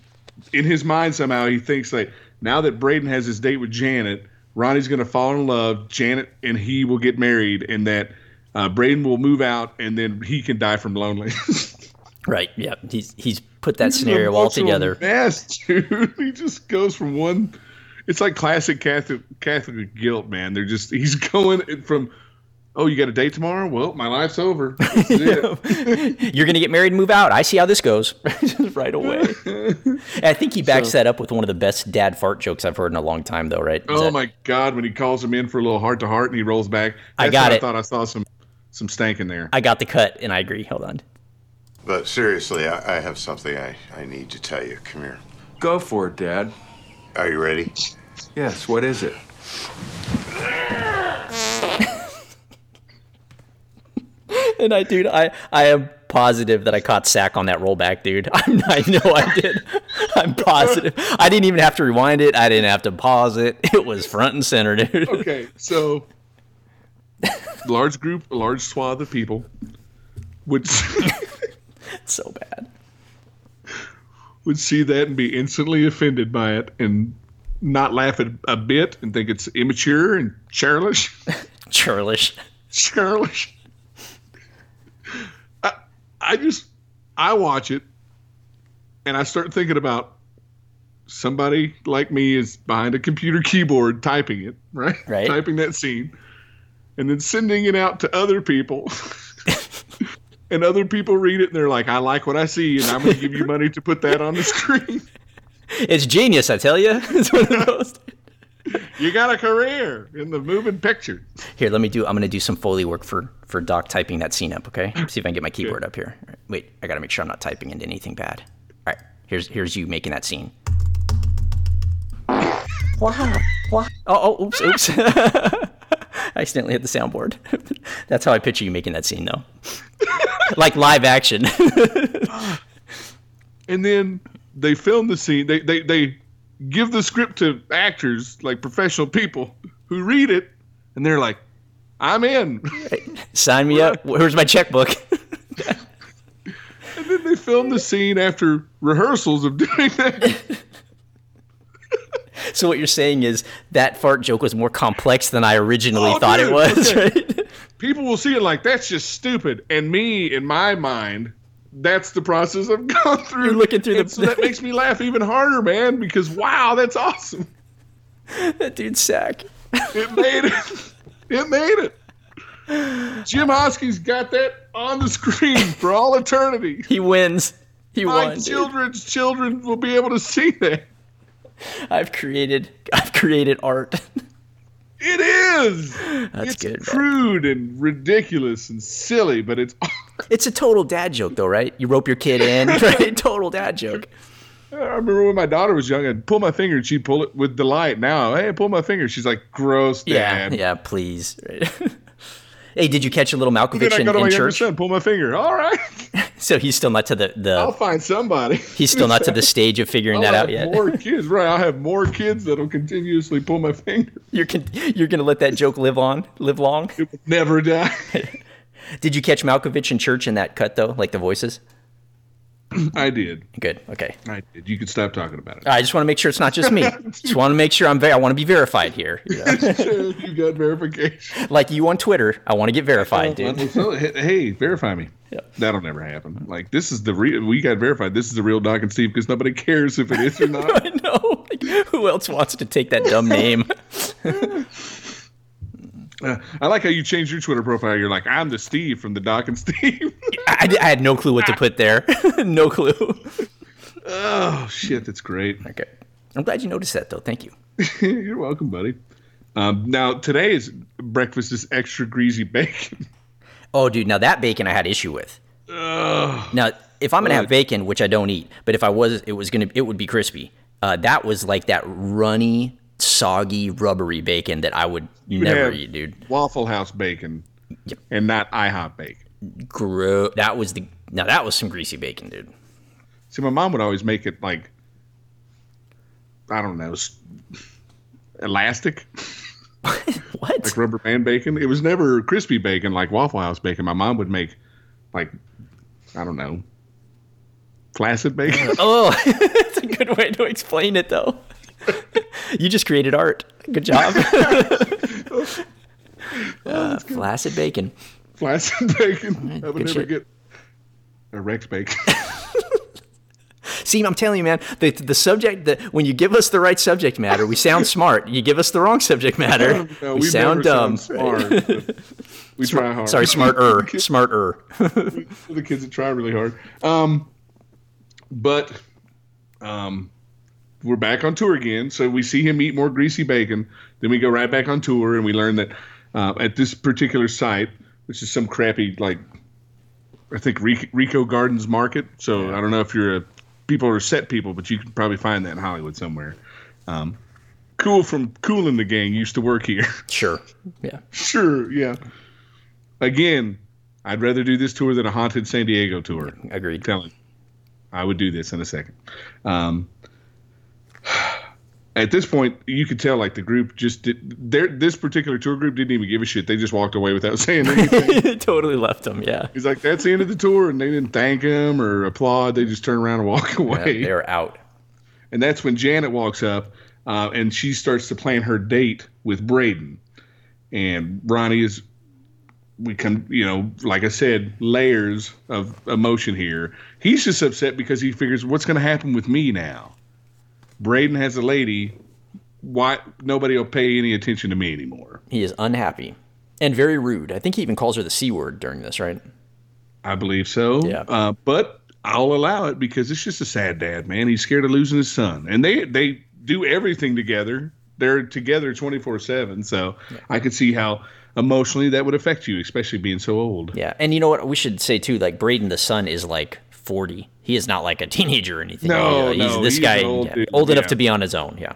S3: in his mind somehow he thinks like now that Braden has his date with Janet, Ronnie's going to fall in love. Janet and he will get married, and that uh, Braden will move out, and then he can die from loneliness.
S4: Right? Yeah. He's he's put that scenario all
S3: Emotional
S4: together.
S3: Mess, dude. He just goes from one. It's like classic Catholic Catholic guilt, man. They're just he's going from, oh, you got a date tomorrow? Well, my life's over. This is it.
S4: You're gonna get married and move out. I see how this goes. right away. And I think he backs that up with one of the best dad fart jokes I've heard in a long time, though. Right? Is
S3: oh
S4: that-
S3: my God! When he calls him in for a little heart to heart, and he rolls back.
S4: I
S3: That's
S4: got
S3: when
S4: it.
S3: I thought I saw some some stank in there.
S4: I got the cut, and I agree. Hold on.
S2: But seriously, I, I have something I, I need to tell you. Come here.
S1: Go for it, Dad.
S2: Are you ready?
S1: Yes, what is it?
S4: And I, dude, I, I am positive that I caught sack on that rollback, dude. I'm, I know I did. I'm positive. I didn't even have to rewind it. I didn't have to pause it. It was front and center, dude.
S3: okay, so large group, a large swath of people would see,
S4: It's so bad.
S3: would see that and be instantly offended by it and not laugh at a bit and think it's immature and churlish.
S4: Churlish.
S3: churlish. I, I just I watch it and I start thinking about somebody like me is behind a computer keyboard typing it, right?
S4: Right.
S3: Typing that scene and then sending it out to other people. and other people read it and they're like, I like what I see and I'm going to give you money to put that on the screen.
S4: It's genius, I tell you. It's one of those.
S3: You got a career in the moving picture.
S4: Here, let me do. I'm gonna do some foley work for for Doc typing that scene up. Okay, see if I can get my keyboard up here. All right, Wait, I gotta make sure I'm not typing into anything bad. All right, here's here's you making that scene. Wow! Wow! Oh, oh, oops, oops. I accidentally hit the soundboard. That's how I picture you making that scene, though. like live action.
S3: and then they film the scene. They they they give the script to actors like professional people who read it, and they're like, "I'm in."
S4: Sign me up. Where's my checkbook?
S3: and then they film the scene after rehearsals of doing that.
S4: so what you're saying is that fart joke was more complex than I originally
S3: Oh,
S4: thought it
S3: dude,
S4: was,
S3: okay.
S4: right?
S3: People will see it like that's just stupid, and me in my mind. That's the process I've gone through.
S4: You're looking through
S3: and
S4: the-
S3: so that makes me laugh even harder, man. Because wow, that's awesome.
S4: That dude's sack.
S3: It made it. It made it. Jim Hoskins got that on the screen for all eternity.
S4: He wins. He
S3: my
S4: won. dude.
S3: children's children will be able to see that.
S4: I've created. I've created art.
S3: It is.
S4: That's
S3: it's
S4: good. man.
S3: crude and ridiculous and silly, but it's
S4: It's a total dad joke, though, right? You rope your kid in, right? Total dad joke.
S3: I remember when my daughter was young, I'd pull my finger and she'd pull it with delight. Now, hey, pull my finger. She's like, gross,
S4: Yeah,
S3: dad.
S4: yeah. Please. Right? hey, did you catch a little
S3: Then
S4: Malkovich
S3: I
S4: in,
S3: go to my
S4: in
S3: younger
S4: church?
S3: son, pull my finger. All right.
S4: So he's still not to the
S3: I'll
S4: the.
S3: find somebody.
S4: He's still not to the stage of figuring that
S3: I'll
S4: out
S3: have
S4: yet.
S3: More kids, right? I'll have more kids that'll continuously pull my finger.
S4: You're con- you're gonna let that joke live on, live long.
S3: It will never die.
S4: Did you catch Malkovich in church in that cut though, like the voices?
S3: I did.
S4: Good. Okay.
S3: I did. You can stop talking about it.
S4: I just want to make sure it's not just me. just want to make sure I'm. Ver- I want to be verified here. you know?
S3: you got verification.
S4: like you on Twitter, I want to get verified,
S3: Well,
S4: dude.
S3: so, hey, hey, verify me. That'll never happen. Like this is the real. We got verified. This is the real Doc and Steve because nobody cares if it is or not.
S4: I know. Like, who else wants to take that dumb name?
S3: Uh, I like how you changed your Twitter profile. You're like, I'm the Steve from the Doc and Steve.
S4: I, I had no clue what to put there. no clue.
S3: oh shit, that's great.
S4: Okay. I'm glad you noticed that, though. Thank you.
S3: You're welcome, buddy. Um, now today's breakfast is extra greasy bacon.
S4: Oh, dude. Now that bacon I had issue with. now, if I'm gonna have bacon, which I don't eat, but if I was, it was gonna, it would be crispy. Uh, that was like that runny, soggy, rubbery bacon that I would
S3: would
S4: never
S3: have
S4: eat, dude.
S3: Waffle House bacon, and not IHOP bacon.
S4: Gro- that was the. Now that was some greasy bacon, dude.
S3: See, my mom would always make it like, I don't know, s- elastic.
S4: What?
S3: like rubber band bacon. It was never crispy bacon like Waffle House bacon. My mom would make like I don't know, flaccid bacon.
S4: Oh, it's a good way to explain it, though. you just created art. Good job.
S3: Oh,
S4: uh, flaccid bacon.
S3: flaccid bacon. I would
S4: good
S3: never
S4: shit.
S3: get erect bacon.
S4: See, I'm telling you, man, the, the subject that when you give us the right subject matter, we sound smart. You give us the wrong subject matter,
S3: No,
S4: we
S3: we've
S4: sound dumb.
S3: never sound smart, but we try hard.
S4: Sorry, smarter, smarter.
S3: the kids that try really hard. Um, but um, we're back on tour again, so we see him eat more greasy bacon. Then we go right back on tour, and we learn that uh, at this particular site, which is some crappy like, I think Rico, Rico Gardens Market. So I don't know if you're a people or set people, but you can probably find that in Hollywood somewhere. Um, cool from Cool in the Gang used to work here.
S4: Sure. Yeah.
S3: sure, yeah. Again, I'd rather do this tour than a haunted San Diego tour.
S4: Agreed.
S3: Telling, I would do this in a second. Um, At this point, you could tell like the group just did. Their, this particular tour group didn't even give a shit. They just walked away without saying anything.
S4: totally left them. Yeah.
S3: He's like, "That's the end of the tour," and they didn't thank him or applaud. They just turn around and walk
S4: Yeah,
S3: away.
S4: They're out.
S3: and that's when Janet walks up uh, and she starts to plan her date with Braden. And Ronnie is, we come, you know, like I said, layers of emotion here. He's just upset because he figures, what's going to happen with me now? Braden has a lady. Why nobody will pay any attention to me anymore?
S4: He is unhappy and very rude. I think he even calls her the c word during this, right?
S3: I believe so.
S4: Yeah.
S3: Uh, but I'll allow it because it's just a sad dad, man. He's scared of losing his son, and they they do everything together. They're together twenty four seven. So I could see how emotionally that would affect you, especially being so old.
S4: Yeah. And you know what? We should say too, like Braden the son is like 40. He is not like a teenager or anything.
S3: No,
S4: You know, he's
S3: no,
S4: this
S3: he's
S4: guy
S3: an old
S4: yeah,
S3: dude,
S4: old enough
S3: yeah.
S4: to be on his own. Yeah.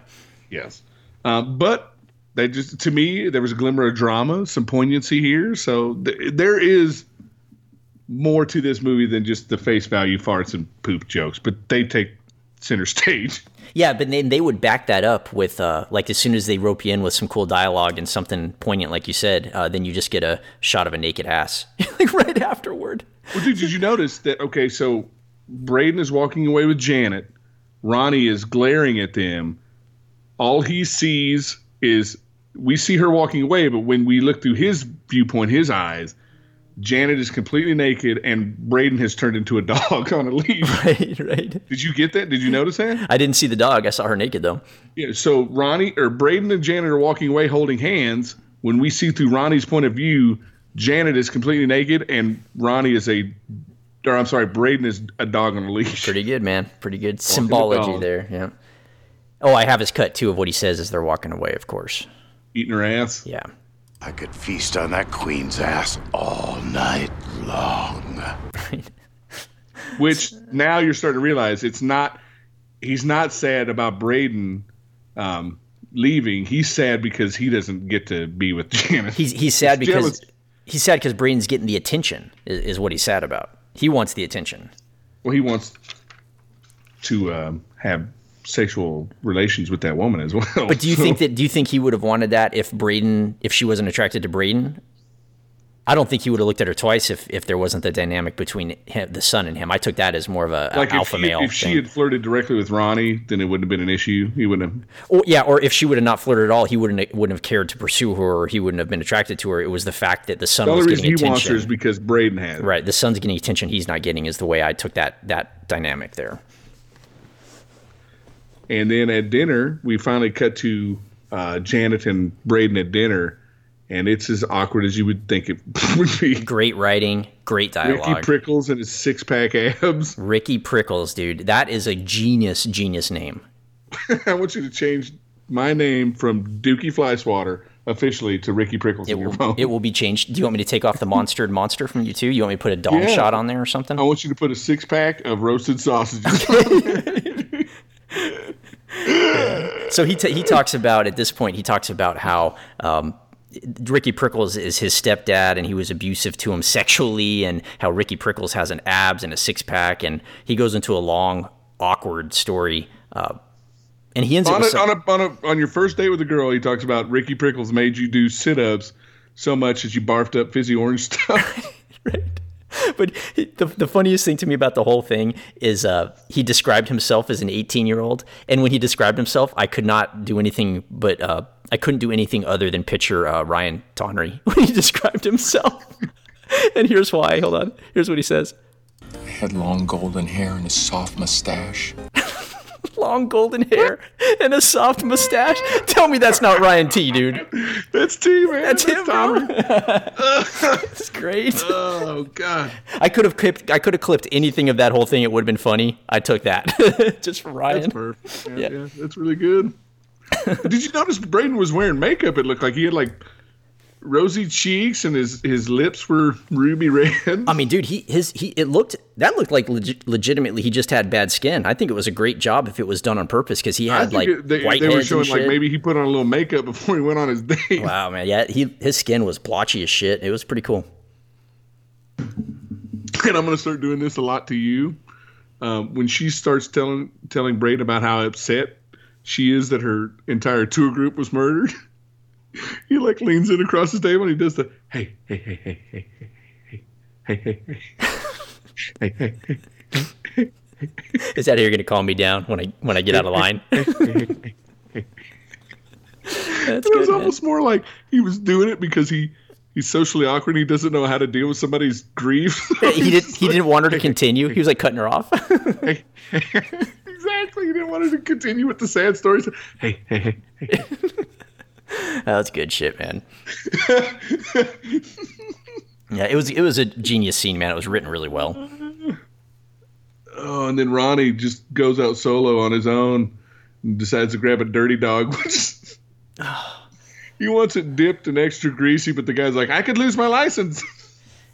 S3: Yes. Uh, but they just to me there was a glimmer of drama, some poignancy here. So th- there is more to this movie than just the face value farts and poop jokes, but they take center stage.
S4: Yeah, but then they would back that up with uh, like as soon as they rope you in with some cool dialogue and something poignant, like you said, uh, then you just get a shot of a naked ass like right afterward.
S3: Well, dude, did you notice that? Okay, so Braden is walking away with Janet. Ronnie is glaring at them. All he sees is we see her walking away, but when we look through his viewpoint, his eyes, Janet is completely naked, and Braden has turned into a dog on a leash.
S4: right, right.
S3: Did you get that? Did you notice that?
S4: I didn't see the dog. I saw her naked though.
S3: Yeah, so Ronnie or Braden and Janet are walking away holding hands. When we see through Ronnie's point of view, Janet is completely naked and Ronnie is a or I'm sorry, Braden is a dog on a leash.
S4: Pretty good, man. Pretty good
S3: the
S4: symbology
S3: dog.
S4: there. Yeah. Oh, I have his cut too of what he says as they're walking away. Of course.
S3: Eating her ass.
S4: Yeah.
S2: I could feast on that queen's ass all night long.
S3: Which now you're starting to realize it's not he's not sad about Braden um, leaving. He's sad because he doesn't get to be with Janet.
S4: He's he's sad because
S3: jealous.
S4: he's sad because Braden's getting the attention is, is what he's sad about. He wants the attention.
S3: well, he wants to um, have sexual relations with that woman as well.
S4: But do you think that do you think he would have wanted that if Braden if she wasn't attracted to Braden? I don't think he would have looked at her twice if, if there wasn't the dynamic between him, the son and him. I took that as more of a, a
S3: like
S4: alpha
S3: if, she-
S4: male
S3: If she
S4: thing.
S3: had flirted directly with Ronnie, then it wouldn't have been an issue. He wouldn't have.
S4: or, yeah, or if she would have not flirted at all, he wouldn't wouldn't have cared to pursue her, or he wouldn't have been attracted to her. It was the fact that the son
S3: The
S4: was
S3: only
S4: getting
S3: reason he wants
S4: attention.
S3: her is because Braden had. it.
S4: right, the son's getting attention he's not getting is the way I took that that dynamic there.
S3: And then at dinner, we finally cut to uh, Janet and Braden at dinner, and it's as awkward as you would think it would be.
S4: Great writing, great
S3: Ricky
S4: dialogue.
S3: Prickles and his six pack abs.
S4: Ricky Prickles, dude, that is a genius genius name.
S3: I want you to change my name from Dookie Flyswatter officially to Ricky Prickles
S4: It
S3: on your
S4: will,
S3: phone.
S4: it will be changed. Do you want me to take off the monstered monster from you too? You want me to put a dong
S3: Yeah. Oh.
S4: shot on there or something?
S3: I want you to put a six pack of roasted sausages.
S4: So he ta he talks about at this point he talks about how um, Ricky Prickles is his stepdad and he was abusive to him sexually and how Ricky Prickles has an abs and a six pack and he goes into a long awkward story. Uh, and he ends up
S3: on,
S4: with
S3: a,
S4: some-
S3: on, a, on, a, on your first date with a girl, he talks about Ricky Prickles made you do sit ups so much that you barfed up fizzy orange stuff.
S4: but the, the funniest thing to me about the whole thing is uh, he described himself as an 18 year old and when he described himself i could not do anything but uh, i couldn't do anything other than picture uh, ryan tonnery when he described himself and here's why hold on here's what he says
S1: Had long golden hair and a soft mustache.
S4: long golden hair and a soft mustache tell me that's not ryan t dude
S3: That's T, man.
S4: that's him bro.
S3: Tommy.
S4: it's great
S3: Oh, God.
S4: i could have clipped i could have clipped anything of that whole thing it would have been funny i took that just for ryan
S3: That's perfect. Yeah, yeah. that's really good. Did you notice Braden was wearing makeup? It looked like he had like rosy cheeks and his, his lips were ruby red.
S4: I mean, dude, he his he it looked that looked like legi- legitimately he just had bad skin. I think it was a great job if it was done on purpose because he
S3: I
S4: had
S3: think
S4: like
S3: it- they,
S4: white
S3: they were
S4: heads
S3: showing
S4: and
S3: like
S4: shit.
S3: maybe he put on a little makeup before he went on his date.
S4: Wow, man, yeah, he his skin was blotchy as shit. It was pretty cool.
S3: and I'm going to start doing this a lot to you. Um, when she starts telling telling Braden about how upset she is that her entire tour group was murdered. he like leans in across the table and he does the hey hey hey hey hey hey hey hey hey hey hey hey
S4: Is that how you're going to calm me down when I when I get out of line? That's
S3: It
S4: good.
S3: was
S4: man.
S3: almost more like he was doing it because he he's socially awkward and he doesn't know how to deal with somebody's grief.
S4: He didn't. He didn't want her to continue. He was like cutting her off.
S3: exactly. He didn't want her to continue with the sad stories. Hey, hey, hey.
S4: That's good shit, man. yeah, it was it was a genius scene, man. It was written really
S3: Mm-hmm.
S4: well.
S3: Oh, and then Ronnie just goes out solo on his own and decides to grab a dirty dog, which he wants it dipped and extra greasy, but the guy's like, I could lose my license.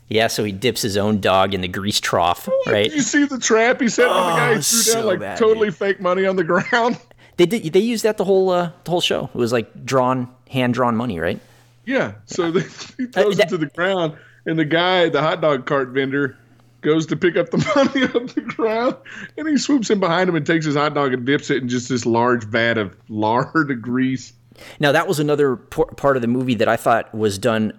S4: Yeah, so he dips his own dog in the grease trough,
S3: Oh,
S4: right?
S3: you see the trap he set on the guy
S4: Oh,
S3: who threw
S4: so
S3: down like
S4: bad,
S3: totally fake money on the ground.
S4: They did. They used that the whole uh, the whole show. It was like drawn, hand drawn money, right?
S3: Yeah. So they, he throws
S4: that-
S3: it to the ground, and the guy, the hot dog cart vendor, goes to pick up the money off the ground, and he swoops in behind him and takes his hot dog and dips it in just this large vat of lard and grease.
S4: Now that was another por- part of the movie that I thought was done.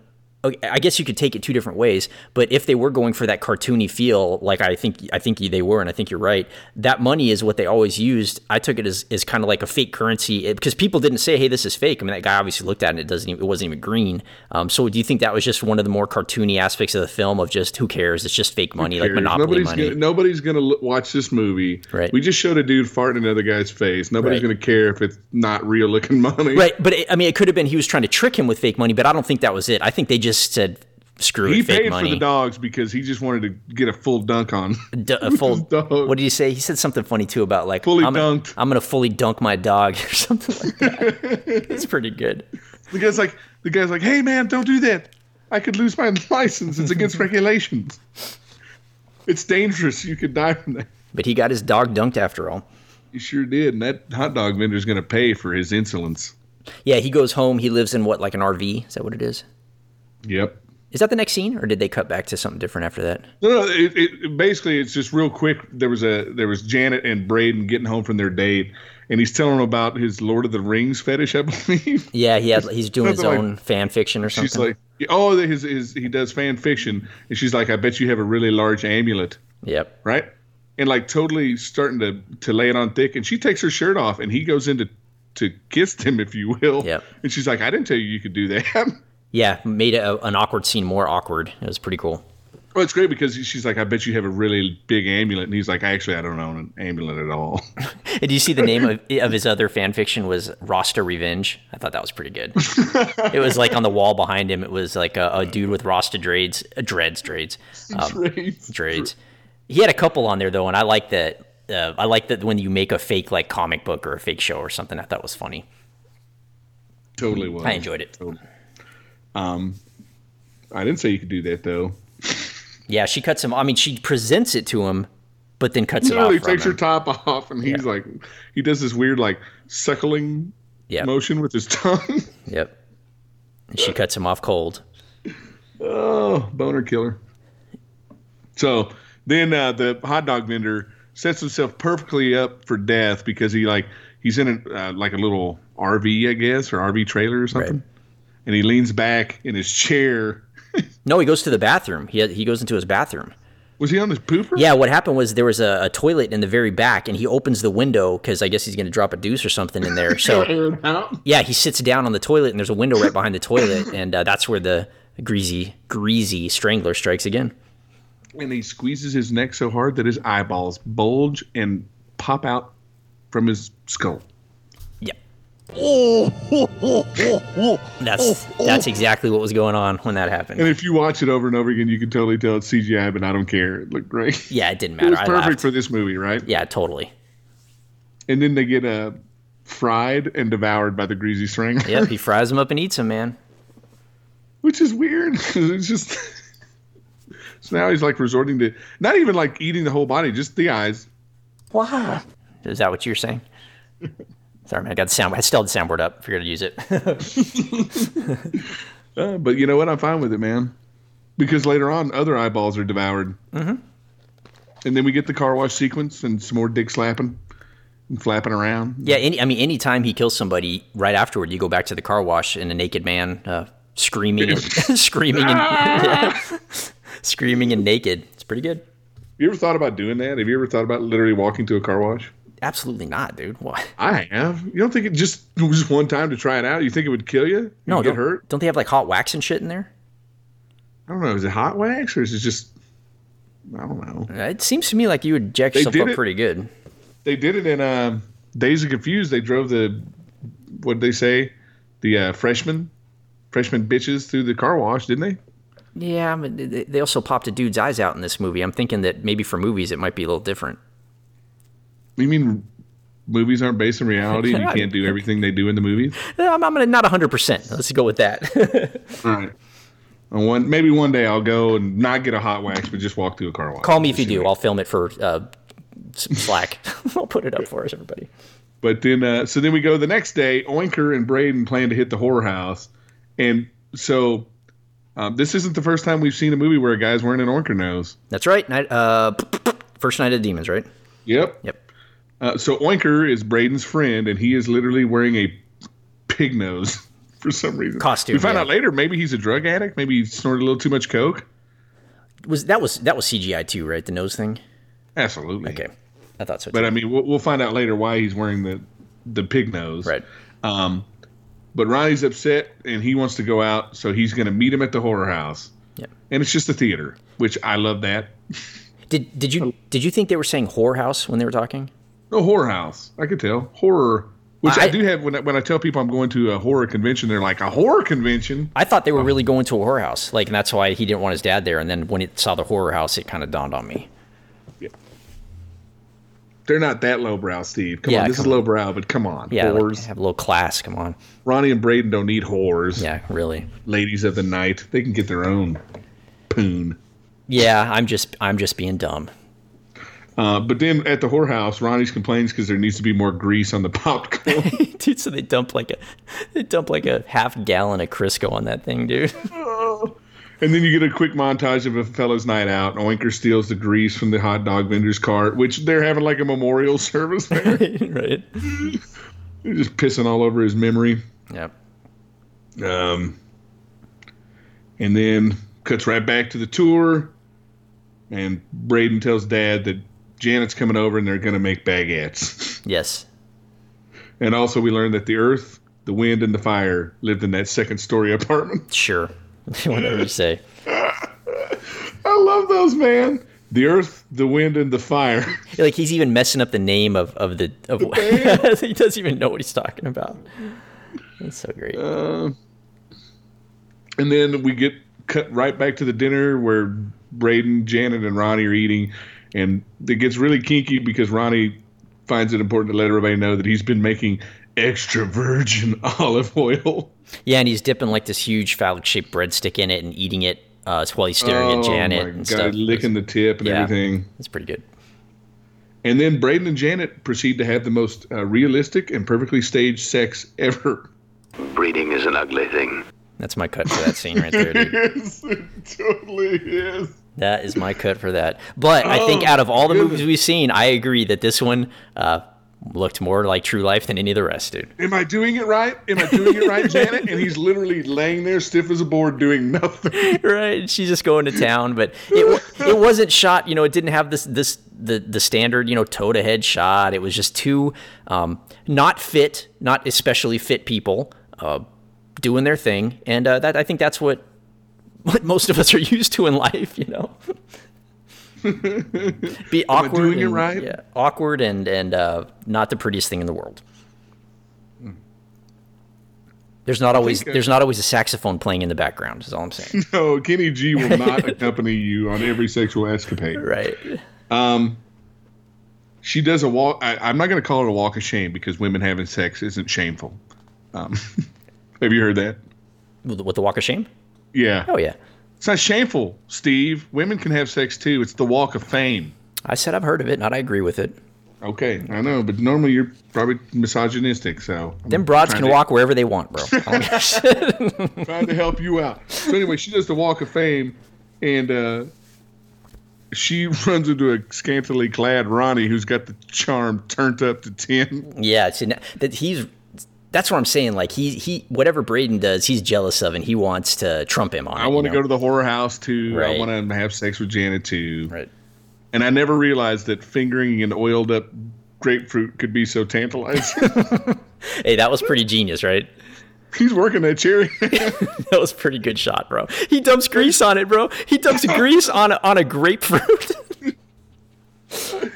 S4: okay, I guess you could take it two different ways, but if they were going for that cartoony feel, like I think I think they were, and I think you're right. That money is what they always used. I took it as, as kind of like a fake currency it- because people didn't say, "Hey, this is fake." I mean, that guy obviously looked at it; and it doesn't even, it wasn't even green. Um, so, do you think that was just one of the more cartoony aspects of the film of just who cares? It's just fake money, like
S3: cares?
S4: monopoly
S3: nobody's
S4: money.
S3: Gonna, nobody's gonna l- watch this movie.
S4: Right.
S3: We just showed a dude farting another guy's face. Nobody's
S4: Right.
S3: gonna care if it's not real looking money.
S4: Right, but it, I mean, it could have been he was trying to trick him with fake money, but I don't think that was it. I think they just said, "Screw
S3: He
S4: it, fake
S3: paid
S4: money."
S3: for the dogs because he just wanted to get a full dunk on.
S4: d- a full.
S3: dog.
S4: What did he say? He said something funny too about like
S3: Fully
S4: I'm
S3: dunked.
S4: Gonna, I'm gonna fully dunk my dog or something like that. it's pretty good.
S3: the guy's like, the guy's like, hey man, don't do that. I could lose my license. It's against regulations. It's dangerous. You could die from that.
S4: But he got his dog dunked after all.
S3: You sure did. And that hot dog vendor's gonna pay for his insolence.
S4: Yeah, he goes home. He lives in what like an RV? Is that what it is?
S3: Yep.
S4: Is that the next scene, or did they cut back to something different after that?
S3: No, no. It, it, basically, it's just real quick. There was a there was Janet and Braden getting home from their date, and he's telling him about his Lord of the Rings fetish, I believe.
S4: Yeah, he had he's doing his
S3: Something like-
S4: own fan fiction or something.
S3: She's like, oh, his, his he does fan fiction, and she's like, I bet you have a really large amulet,
S4: yep.
S3: right? And like totally starting to to lay it on thick, and she takes her shirt off, and he goes in to to kiss him, if you will.
S4: Yep.
S3: And she's like, I didn't tell you you could do that.
S4: Yeah, made a, an awkward scene more awkward. It was pretty cool.
S3: Well, it's great because she's like, I bet you have a really big amulet, and he's like, actually, I don't own an amulet at all.
S4: And do you see the name of, of his other fan fiction was Rasta Revenge? I thought that was pretty good. it was like on the wall behind him. It was like a, a dude with Rasta dreads, uh, dreads, dreads, um,
S3: Right.
S4: dreads. He had a couple on there though, and I like that. Uh, I like that when you make a fake like comic book or a fake show or something. I thought was funny.
S3: Totally was.
S4: I enjoyed it.
S3: I didn't say you could do that though.
S4: Yeah, she cuts him. I mean, she presents it to him, but then cuts it off.
S3: Literally
S4: from
S3: takes her
S4: him.
S3: top off, and he's like, he does this weird like suckling
S4: Yep.
S3: motion with his tongue.
S4: Yep. And she cuts him off cold.
S3: oh, boner killer. So then uh, the hot dog vendor sets himself perfectly up for death because he like he's in a, uh, like a little RV, I guess, or RV trailer or something, and he leans back in his chair.
S4: No, he goes to the bathroom. He he goes into his bathroom.
S3: Was he on his pooper?
S4: Yeah, what happened was there was a, a toilet in the very back, and he opens the window because I guess he's going to drop a deuce or something in there. So
S3: Aired out.
S4: yeah, he sits down on the toilet, and there's a window right behind the toilet, and uh, that's where the greasy, greasy strangler strikes again.
S3: and he squeezes his neck so hard that his eyeballs bulge and pop out from his skull.
S4: Yeah. that's that's exactly what was going on when that
S3: And
S4: happened.
S3: if you watch it over and over again, you can totally tell it's CGI, but I don't care. It looked great.
S4: Yeah, it didn't
S3: It
S4: matter.
S3: was
S4: I
S3: perfect
S4: laughed.
S3: for this movie, right?
S4: yeah, totally.
S3: And then they get uh, fried and devoured by the greasy strangler,
S4: Yep, he fries him up and eats him, man.
S3: which is weird. it's just so now he's like resorting to not even like eating the whole body, just the eyes.
S4: Is that what you're saying? Sorry, man. I got the sound. I still had the soundboard up. Forgot to use it.
S3: Uh, but you know what? I'm fine with it, man. Because later on, other eyeballs are devoured. Mm-hmm. And then we get the car wash sequence and some more dick slapping. and flapping around.
S4: Yeah, any, I mean, anytime he kills somebody, right afterward, you go back to the car wash and a naked man uh, screaming, and, screaming, and Ah. screaming and naked. It's pretty good.
S3: You ever thought about doing that? Have you ever thought about literally walking to a car wash?
S4: Absolutely not, dude. What?
S3: I have. You don't think it just it was just one time to try it out? You think it would kill you?
S4: No,
S3: You'd get
S4: don't,
S3: hurt.
S4: Don't they have like hot wax and shit in there?
S3: I don't know. Is it hot wax or is it just? I don't know.
S4: Uh, It seems to me like you would jack yourself
S3: did
S4: up
S3: it.
S4: pretty good.
S3: They did it in um, Days of Confused. They drove the what did they say? The uh, freshman, freshman bitches through the car wash, didn't they?
S4: Yeah, I mean, they- they also popped a dude's eyes out in this movie. I'm thinking that maybe for movies it might be a little different.
S3: You mean movies aren't based on reality and you can't do everything they do in the movies?
S4: Eh, I'm, I'm gonna not 100. percent Let's go with that.
S3: All right. And one maybe one day I'll go and not get a hot wax, but just walk through a car wash.
S4: Call me if you do. I'll film it for uh, s- Slack. I'll put it up for us, everybody.
S3: But then, uh, so then we go the next day. Oinker and Braden plan to hit the horror house, and so um, this isn't the first time we've seen a movie where a guy's wearing an Oinker nose.
S4: That's right. Night, uh, first night of the demons, right?
S3: Yep.
S4: Yep.
S3: Uh, so Oinker is Braden's friend, and he is literally wearing a pig nose for some reason.
S4: Costume,
S3: We find
S4: yeah.
S3: out later maybe he's a drug addict. Maybe he snorted a little too much coke.
S4: Was that was that was CGI too, right? The nose thing.
S3: Absolutely.
S4: Okay, I thought so. Too.
S3: But I mean, we'll, we'll find out later why he's wearing the the pig nose. Um,
S4: right.
S3: But Ronnie's upset and he wants to go out, so he's going to meet him at the horror house.
S4: Yep.
S3: And it's just a theater, which I love that.
S4: Did did you did you think they were saying whorehouse when they were talking?
S3: No horror house, I could tell horror. Which I,
S4: I-
S3: do have when I, when I tell people I'm going to a horror convention, they're like a horror convention.
S4: I thought they were really going to a whorehouse, like, and that's why he didn't want his dad there. And then when it saw the horror house, it kind of dawned on me.
S3: They're not that lowbrow, Steve. Come
S4: Yeah,
S3: on, this
S4: come
S3: is lowbrow, but come on,
S4: Yeah, like,
S3: whores.
S4: have a little class. Come on.
S3: Ronnie and Braden don't need whores.
S4: Yeah, really.
S3: Ladies of the night, they can get their own poon.
S4: Yeah, I'm just I'm just being dumb.
S3: Uh, but then at the whorehouse, Ronnie's complains because there needs to be more grease on the popcorn.
S4: dude. So they dump like a, they dump like a half gallon of Crisco on that thing, dude.
S3: And then you get a quick montage of a fellow's night out. Oinker steals the grease from the hot dog vendor's cart, which they're having like a memorial service there.
S4: right?
S3: they're just pissing all over his memory.
S4: Yeah.
S3: Um, and then cuts right back to the tour. And Braden tells Dad that Janet's coming over and they're going to make baguettes.
S4: Yes.
S3: and also, we learn that the earth, the wind, and the fire lived in that second story apartment.
S4: Sure. Whatever you say.
S3: I love those, man. The earth, the wind, and the fire.
S4: Like he's even messing up the name of of the of what he doesn't even know what he's talking about. That's so great.
S3: Uh. And then we get cut right back to the dinner where Braden, Janet, and Ronnie are eating. And it gets really kinky because Ronnie finds it important to let everybody know that he's been making extra virgin olive oil.
S4: Yeah, and he's dipping like this huge phallic shaped breadstick in it and eating it uh, while he's staring at Janet and stuff.
S3: Oh licking the tip and
S4: Yeah.
S3: everything.
S4: It's pretty good.
S3: And then Braden and Janet proceed to have the most uh, realistic and perfectly staged sex ever.
S7: Breeding is an ugly thing.
S4: That's my cut for that scene right there, dude.
S3: Yes, it totally is.
S4: That is my cut for that. But I think
S3: Oh,
S4: out of all the
S3: goodness.
S4: movies we've seen, I agree that this one uh, looked more like True Life than any of the rest, dude.
S3: Am I doing it right? Am I doing it right, Janet? And he's literally laying there stiff as a board doing nothing.
S4: Right? She's just going to town, but it wa- it wasn't shot. You know, it didn't have this this the the standard you know toe to head shot. It was just two um, not fit, not especially fit people uh, doing their thing, and uh, that I think that's what what most of us are used to in life. You know. Be awkward.
S3: doing it
S4: and-
S3: right?
S4: Yeah, awkward and and uh, not the prettiest thing in the world. There's not always
S3: Hmm. think, uh,
S4: there's not always a saxophone playing in the background. Is all I'm saying.
S3: No, Kenny G will not accompany you on every sexual escapade.
S4: Right.
S3: She does a walk. I, I'm not going to call it a walk of shame because women having sex isn't shameful. Um, have you heard that?
S4: With with the walk of shame?
S3: Yeah.
S4: Oh, yeah.
S3: It's not shameful, Steve. Women can have sex too. It's the walk of fame.
S4: I said I've heard of it, not I agree with it.
S3: Okay, I know, but normally you're probably misogynistic, so I'm
S4: Them broads
S3: trying
S4: can
S3: to-
S4: walk wherever they want, bro. Um, I don't-
S3: trying to help you out. So anyway, she does the walk of fame, and uh, she runs into a scantily clad Ronnie who's got the charm turned up to ten.
S4: Yeah, see, na- that he's that's what I'm saying. Like he he whatever Braden does, he's jealous of, and he wants to trump him on.
S3: I want to go to the horror house too.
S4: Right.
S3: I want to have sex with Janet too.
S4: Right.
S3: And I never realized that fingering an oiled up grapefruit could be so tantalizing.
S4: Hey, that was pretty genius, right?
S3: He's working that cherry.
S4: That was a pretty good shot, bro. He dumps grease on it, bro. He dumps grease on a, on a grapefruit.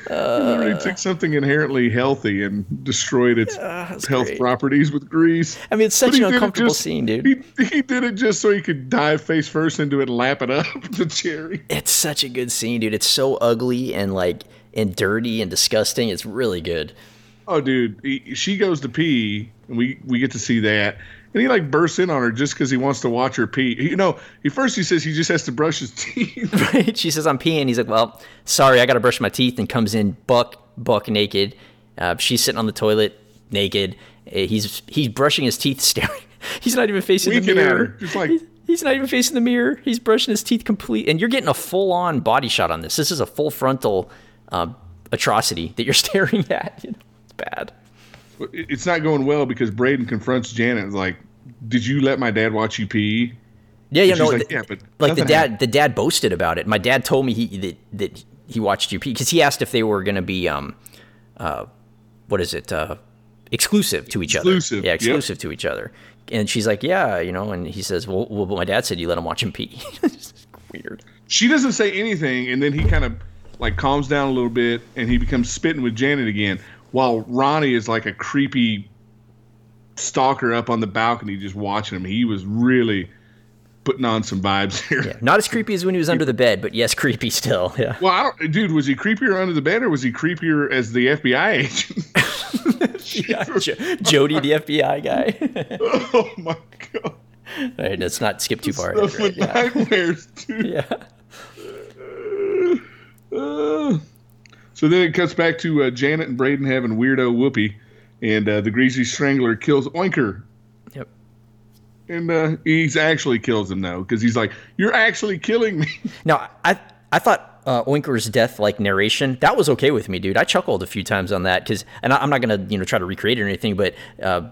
S4: Uh,
S3: He took something inherently healthy and destroyed its
S4: that's
S3: health
S4: great.
S3: properties with grease.
S4: I mean, it's
S3: But
S4: such
S3: he
S4: an
S3: did it
S4: uncomfortable
S3: just-
S4: scene, dude.
S3: He, he did it just so he could dive face first into it, and lap it up the cherry.
S4: it's such a good scene, dude. It's so ugly and like and dirty and disgusting. It's really good.
S3: Oh, dude, he, she goes to pee, and we we get to see that. And he like bursts in on her just because he wants to watch her pee. You know, he first he says he just has to brush his teeth.
S4: she says, "I'm peeing." He's like, "Well, sorry, I got to brush my teeth." And comes in buck buck naked. Uh, she's sitting on the toilet naked. Uh, He's he's brushing his teeth, staring. He's not even facing the
S3: Winking at
S4: mirror.
S3: her, just like-
S4: He's- He's not even facing the mirror. He's brushing his teeth complete, and you're getting a full on body shot on this. This is a full frontal um, atrocity that you're staring at. You know, it's bad.
S3: But it- it's not going well because Braden confronts Janet and is like, "Did you let my dad watch you pee?"
S4: Yeah, yeah,
S3: she's
S4: no,
S3: like,
S4: the-
S3: "Yeah, but
S4: like the
S3: nothing
S4: dad,
S3: happened."
S4: the dad boasted about it. My dad told me he that that he watched UP because he asked if they were going to be um, uh, what is it, uh, exclusive to each
S3: Exclusive,
S4: other? Yeah,
S3: yep.
S4: exclusive to each other. And she's like, yeah, you know, and he says, well, well but my dad said you let him watch him pee. It's Weird.
S3: She doesn't say anything, and then he kind of like calms down a little bit, and he becomes spitting with Janet again, while Ronnie is like a creepy stalker up on the balcony just watching him. He was really putting on some vibes here.
S4: Yeah, not as creepy as when he was under the bed, but yes, creepy still. Yeah,
S3: Well, I don't, dude, was he creepier under the bed or was he creepier as the FBI agent?
S4: yeah jo- Jody, the FBI guy.
S3: oh my god,
S4: All right, let's not skip too far.
S3: stuff
S4: ahead,
S3: with
S4: right? Yeah.
S3: nightmares, dude.
S4: yeah.
S3: Uh, so then it cuts back to uh, Janet and Braden having weirdo whoopee, and uh, the greasy strangler kills Oinker.
S4: Yep.
S3: And uh, he's actually kills him though, because he's like, "You're actually killing me."
S4: Now, I I thought uh, Oinker's death, like narration, that was okay with me, dude. I chuckled a few times on that because, and I, I'm not gonna you know try to recreate it or anything, but. Uh,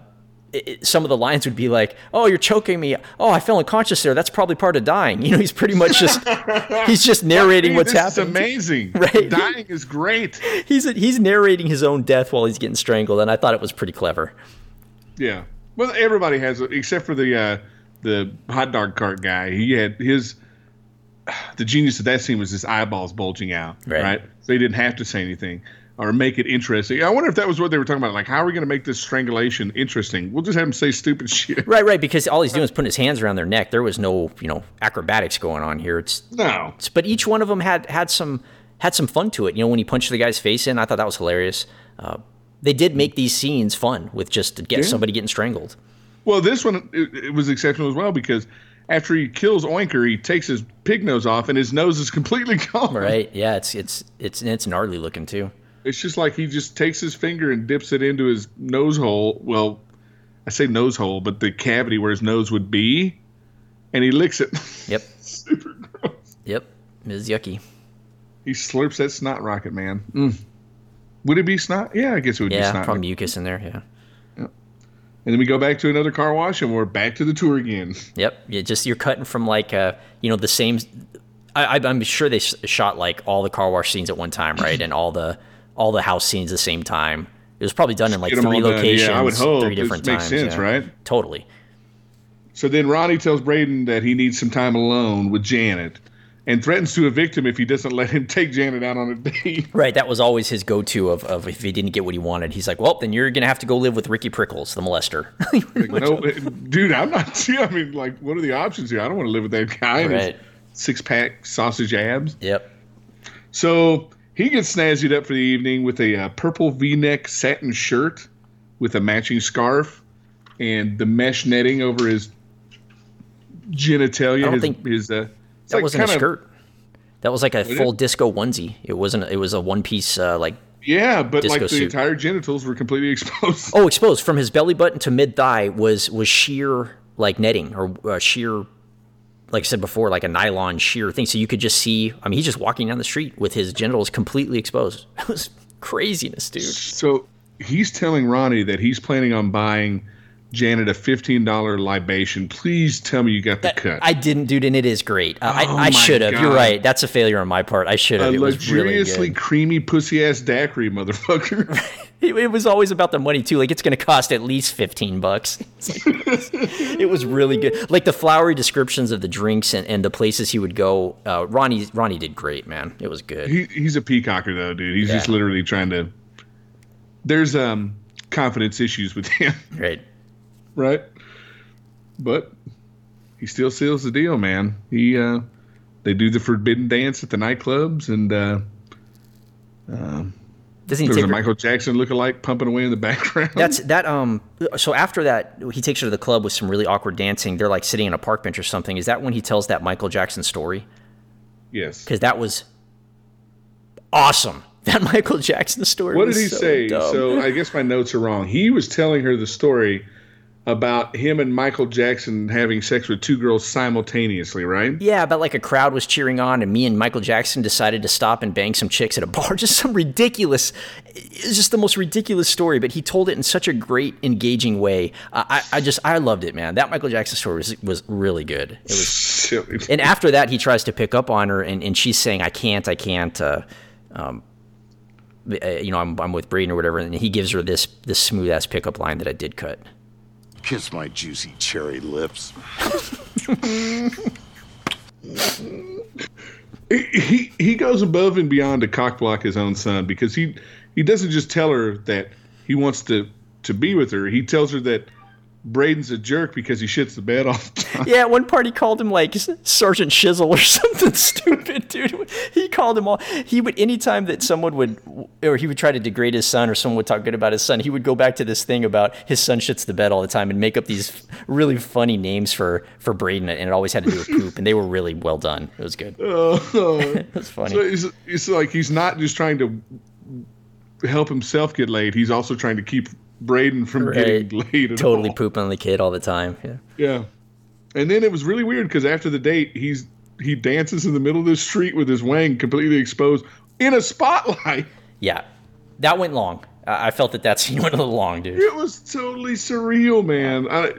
S4: it, it- some of the lines would be like, "Oh, you're choking me. Oh, I fell unconscious there. That's probably part of dying." You know, he's pretty much just he's just narrating
S3: Hey,
S4: what's
S3: this is
S4: happening.
S3: amazing.
S4: Right.
S3: Dying is great.
S4: He's he's narrating his own death while he's getting strangled, and I thought it was pretty clever.
S3: Yeah. Well, everybody has, it, except for the uh, the hot dog cart guy. He had his. The genius of that scene was his eyeballs bulging out,
S4: Right.
S3: right? So he didn't have to say anything or make it interesting. I wonder if that was what they were talking about. Like, how are we going to make this strangulation interesting? We'll just have him say stupid shit.
S4: Right, right, because all he's doing is putting his hands around their neck. There was no you know acrobatics going on here. It's
S3: No.
S4: s- but each one of them had had some had some fun to it. You know, when he punched the guy's face in, I thought that was hilarious. Uh, they did make these scenes fun with just to get somebody getting strangled.
S3: Well, this one it, it was exceptional as well because after he kills Oinker, he takes his pig nose off and his nose is completely gone.
S4: Right? Yeah, it's it's it's and it's gnarly looking too.
S3: It's just like he just takes his finger and dips it into his nose hole. Well, I say nose hole, but the cavity where his nose would be, and he licks it.
S4: Yep.
S3: Super gross.
S4: Yep. It was yucky.
S3: He slurps that snot rocket, man. Mm. Would it be snot? Yeah, I guess it would be
S4: Yeah,
S3: snot.
S4: probably mucus in there. Yeah.
S3: And then we go back to another car wash, and we're back to the tour again.
S4: Yep. Yeah, just you're cutting from like uh, you know, the same. I, I- I'm sure they s- shot like all the car wash scenes at one time, right? And all the all the house scenes at the same time. It was probably done in like
S3: Get 'em
S4: three
S3: all done. Yeah, I
S4: locations,
S3: would hope.
S4: three
S3: This
S4: different
S3: makes
S4: times.
S3: sense,
S4: yeah.
S3: right?
S4: Totally.
S3: So then Ronnie tells Braden that he needs some time alone with Janet, and threatens to evict him if he doesn't let him take Janet out on a date.
S4: Right, that was always his go-to of, of if he didn't get what he wanted, he's like, "Well, then you're gonna have to go live with Ricky Prickles, the molester."
S3: no, dude, I'm not. I mean, like, what are the options here? I don't want to live with that guy. and his
S4: Right.
S3: Six pack sausage abs.
S4: yep.
S3: So he gets snazzied up for the evening with a uh, purple V neck satin shirt with a matching scarf and the mesh netting over his genitalia.
S4: I don't
S3: his,
S4: think-
S3: his, uh, it's
S4: That
S3: like
S4: wasn't a
S3: kinda-
S4: skirt. That was like a full disco onesie. It wasn't. It was a one-piece, uh, like
S3: Yeah, but
S4: disco
S3: like the
S4: suit.
S3: entire genitals were completely exposed.
S4: oh, exposed from his belly button to mid thigh was was sheer like netting or uh, sheer like I said before, like a nylon sheer thing. So you could just see, I mean, he's just walking down the street with his genitals completely exposed. It was craziness, dude.
S3: So he's telling Ronnie that he's planning on buying Janet a fifteen dollar libation. Please tell me you got the cut.
S4: I didn't, dude, and it is great. Uh,
S3: Oh
S4: I, I
S3: my
S4: should have. You're
S3: God.
S4: right. That's a failure on my part. I should
S3: a
S4: have. It was really
S3: luxuriously
S4: good.
S3: creamy pussy ass daiquiri, motherfucker.
S4: It, it was always about the money too. Like it's going to cost at least fifteen bucks. It's like- it was really good. Like the flowery descriptions of the drinks and, and the places he would go. Uh, Ronnie, Ronnie did great, man. It was good.
S3: he, he's a peacocker though, dude. He's just
S4: Yeah.
S3: literally trying to. There's um confidence issues with him,
S4: Great.
S3: right? But he still seals the deal, man. He uh, they do the forbidden dance at the nightclubs, and uh,
S4: Doesn't he
S3: there's
S4: take
S3: a
S4: her-
S3: Michael Jackson lookalike pumping away in the background.
S4: That's that. Um. So after that, he takes her to the club with some really awkward dancing. They're like sitting on a park bench or something. Is that when he tells that Michael Jackson story?
S3: yes.
S4: Because that was awesome. That Michael Jackson story.
S3: What did
S4: was
S3: he
S4: so
S3: say?
S4: dumb.
S3: So I guess my notes are wrong. He was telling her the story about him and Michael Jackson having sex with two girls simultaneously, right?
S4: yeah, about like a crowd was cheering on, and me and Michael Jackson decided to stop and bang some chicks at a bar. Just some ridiculous. It's just the most ridiculous story, but he told it in such a great, engaging way. I, I I just, I loved it, man. That Michael Jackson story was was really good. It was
S3: Silly.
S4: and after that, he tries to pick up on her, and, and she's saying, "I can't, I can't." Uh, um, uh, you know, I'm, I'm with Braden or whatever, and he gives her this this smooth ass pickup line that I did cut.
S2: Kiss my juicy cherry lips.
S3: he he goes above and beyond to cockblock his own son because he he doesn't just tell her that he wants to to be with her. He tells her that Braden's a jerk because he shits the bed off. the time.
S4: Yeah, at one part he called him like Sergeant Shizzle or something stupid, dude. He called him all. He would anytime that someone would, or he would try to degrade his son, or someone would talk good about his son, he would go back to this thing about his son shits the bed all the time and make up these really funny names for for Braden, and it always had to do with poop, and they were really well done. It was good. That's funny.
S3: Oh, So it's, it's like he's not just trying to help himself get laid. He's also trying to keep Braden from
S4: Right.
S3: getting laid. At
S4: totally
S3: all.
S4: poop on the kid all the time. Yeah.
S3: Yeah. And then it was really weird because after the date, he's he dances in the middle of the street with his wang completely exposed in a spotlight.
S4: yeah, that went long. I I felt that that scene went a little long, dude.
S3: It was totally surreal, man. I,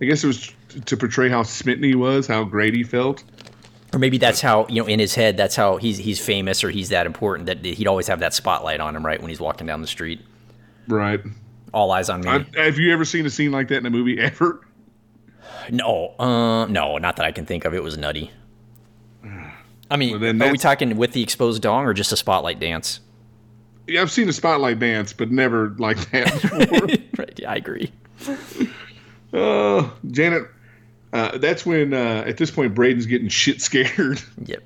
S3: I guess it was to portray how smitten he was, how great he felt.
S4: Or maybe that's how you know in his head that's how he's he's famous or he's that important that he'd always have that spotlight on him right when he's walking down the street,
S3: Right.
S4: all eyes on me.
S3: I, have you ever seen a scene like that in a movie ever?
S4: no, uh, no, not that I can think of. It was nutty. I mean,
S3: Well, then
S4: are we
S3: that's-
S4: talking with the exposed dong or just a spotlight dance?
S3: Yeah, I've seen a spotlight dance, but never like that.
S4: right, yeah, I agree.
S3: uh, Janet, uh, that's when uh, at this point Braden's getting shit scared.
S4: Yep.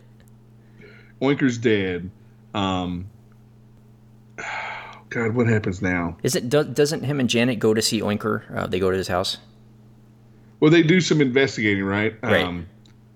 S3: Oinker's dead. Um, God, what happens now?
S4: Is it do, doesn't him and Janet go to see Oinker? Uh, they go to his house.
S3: Well, they do some investigating, right? Um,
S4: Right.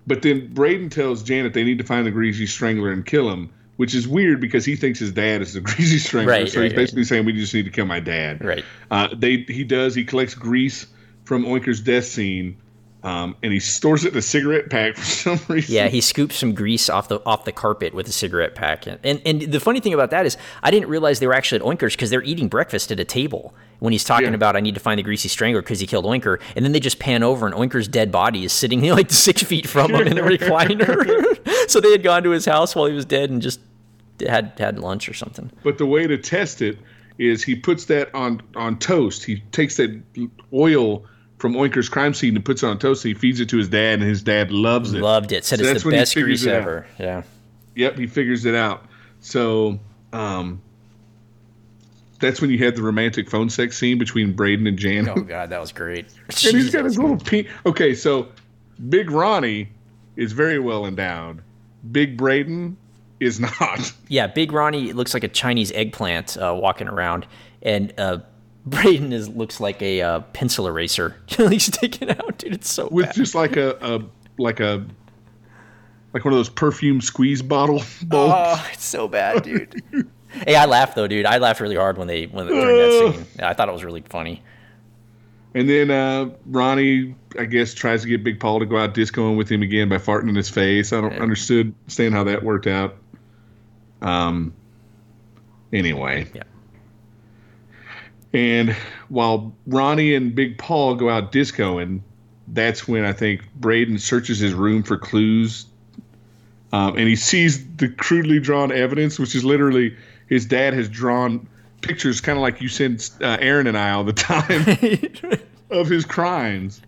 S3: but then Braden tells Janet they need to find the Greasy Strangler and kill him, which is weird because he thinks his dad is the Greasy Strangler.
S4: Right,
S3: so
S4: right,
S3: he's basically saying we just need to kill my dad.
S4: Right.
S3: Uh, they he does. He collects grease from Oinker's death scene, um, and he stores it in a cigarette pack for some reason.
S4: Yeah, he scooped some grease off the off the carpet with a cigarette pack. And and, and the funny thing about that is I didn't realize they were actually at Oinker's because they're eating breakfast at a table when he's talking
S3: Yeah.
S4: about I need to find the greasy strangler because he killed Oinker. And then they just pan over and Oinker's dead body is sitting like six feet from him in the recliner. so they had gone to his house while he was dead and just had had lunch or something.
S3: But the way to test it is he puts that on on toast. He takes that oil from Oinker's crime scene and puts it on toast. And he feeds it to his dad, and his dad loves it.
S4: Loved it. Said
S3: So
S4: it's
S3: that's
S4: the
S3: when he
S4: best
S3: figures
S4: grease
S3: it out.
S4: ever. Yeah.
S3: Yep, he figures it out. So um, that's when you had the romantic phone sex scene between Braden and Jan.
S4: Oh god, that was great.
S3: and he's got his little pink. Okay, so Big Ronnie is very well endowed. Big Braden is not.
S4: yeah, Big Ronnie looks like a Chinese eggplant uh, walking around, and uh, Braden is looks like a uh, pencil eraser. He's taken out, dude. It's so
S3: with
S4: bad.
S3: just like a, a like a like one of those perfume squeeze bottle bulbs.
S4: Oh, it's so bad, dude. hey, I laughed though, dude. I laughed really hard when they when during that scene. I thought it was really funny.
S3: And then uh, Ronnie, I guess, tries to get Big Paul to go out discoing with him again by farting in his face. I don't understood understand how that worked out. Um. Anyway.
S4: Yeah.
S3: And while Ronnie and Big Paul go out discoing, that's when I think Braden searches his room for clues. Um, and he sees the crudely drawn evidence, which is literally his dad has drawn pictures, kind of like you send uh, Aaron and I all the time of his crimes.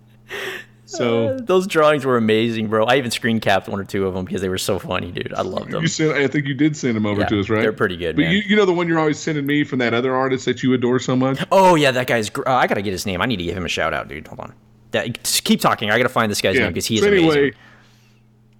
S3: So
S4: Those drawings were amazing, bro. I even screen capped one or two of them because they were so funny, dude. I loved them.
S3: you sent, I think you did send them over
S4: Yeah,
S3: to us, right?
S4: they're pretty good,
S3: But
S4: man.
S3: You, you know the one you're always sending me from that other artist that you adore so much.
S4: Oh yeah, that guy's. Gr- uh, I gotta get his name. I need to give him a shout out, dude. Hold on. That, just keep talking. I gotta find this guy's name because he is
S3: so anyway,
S4: amazing.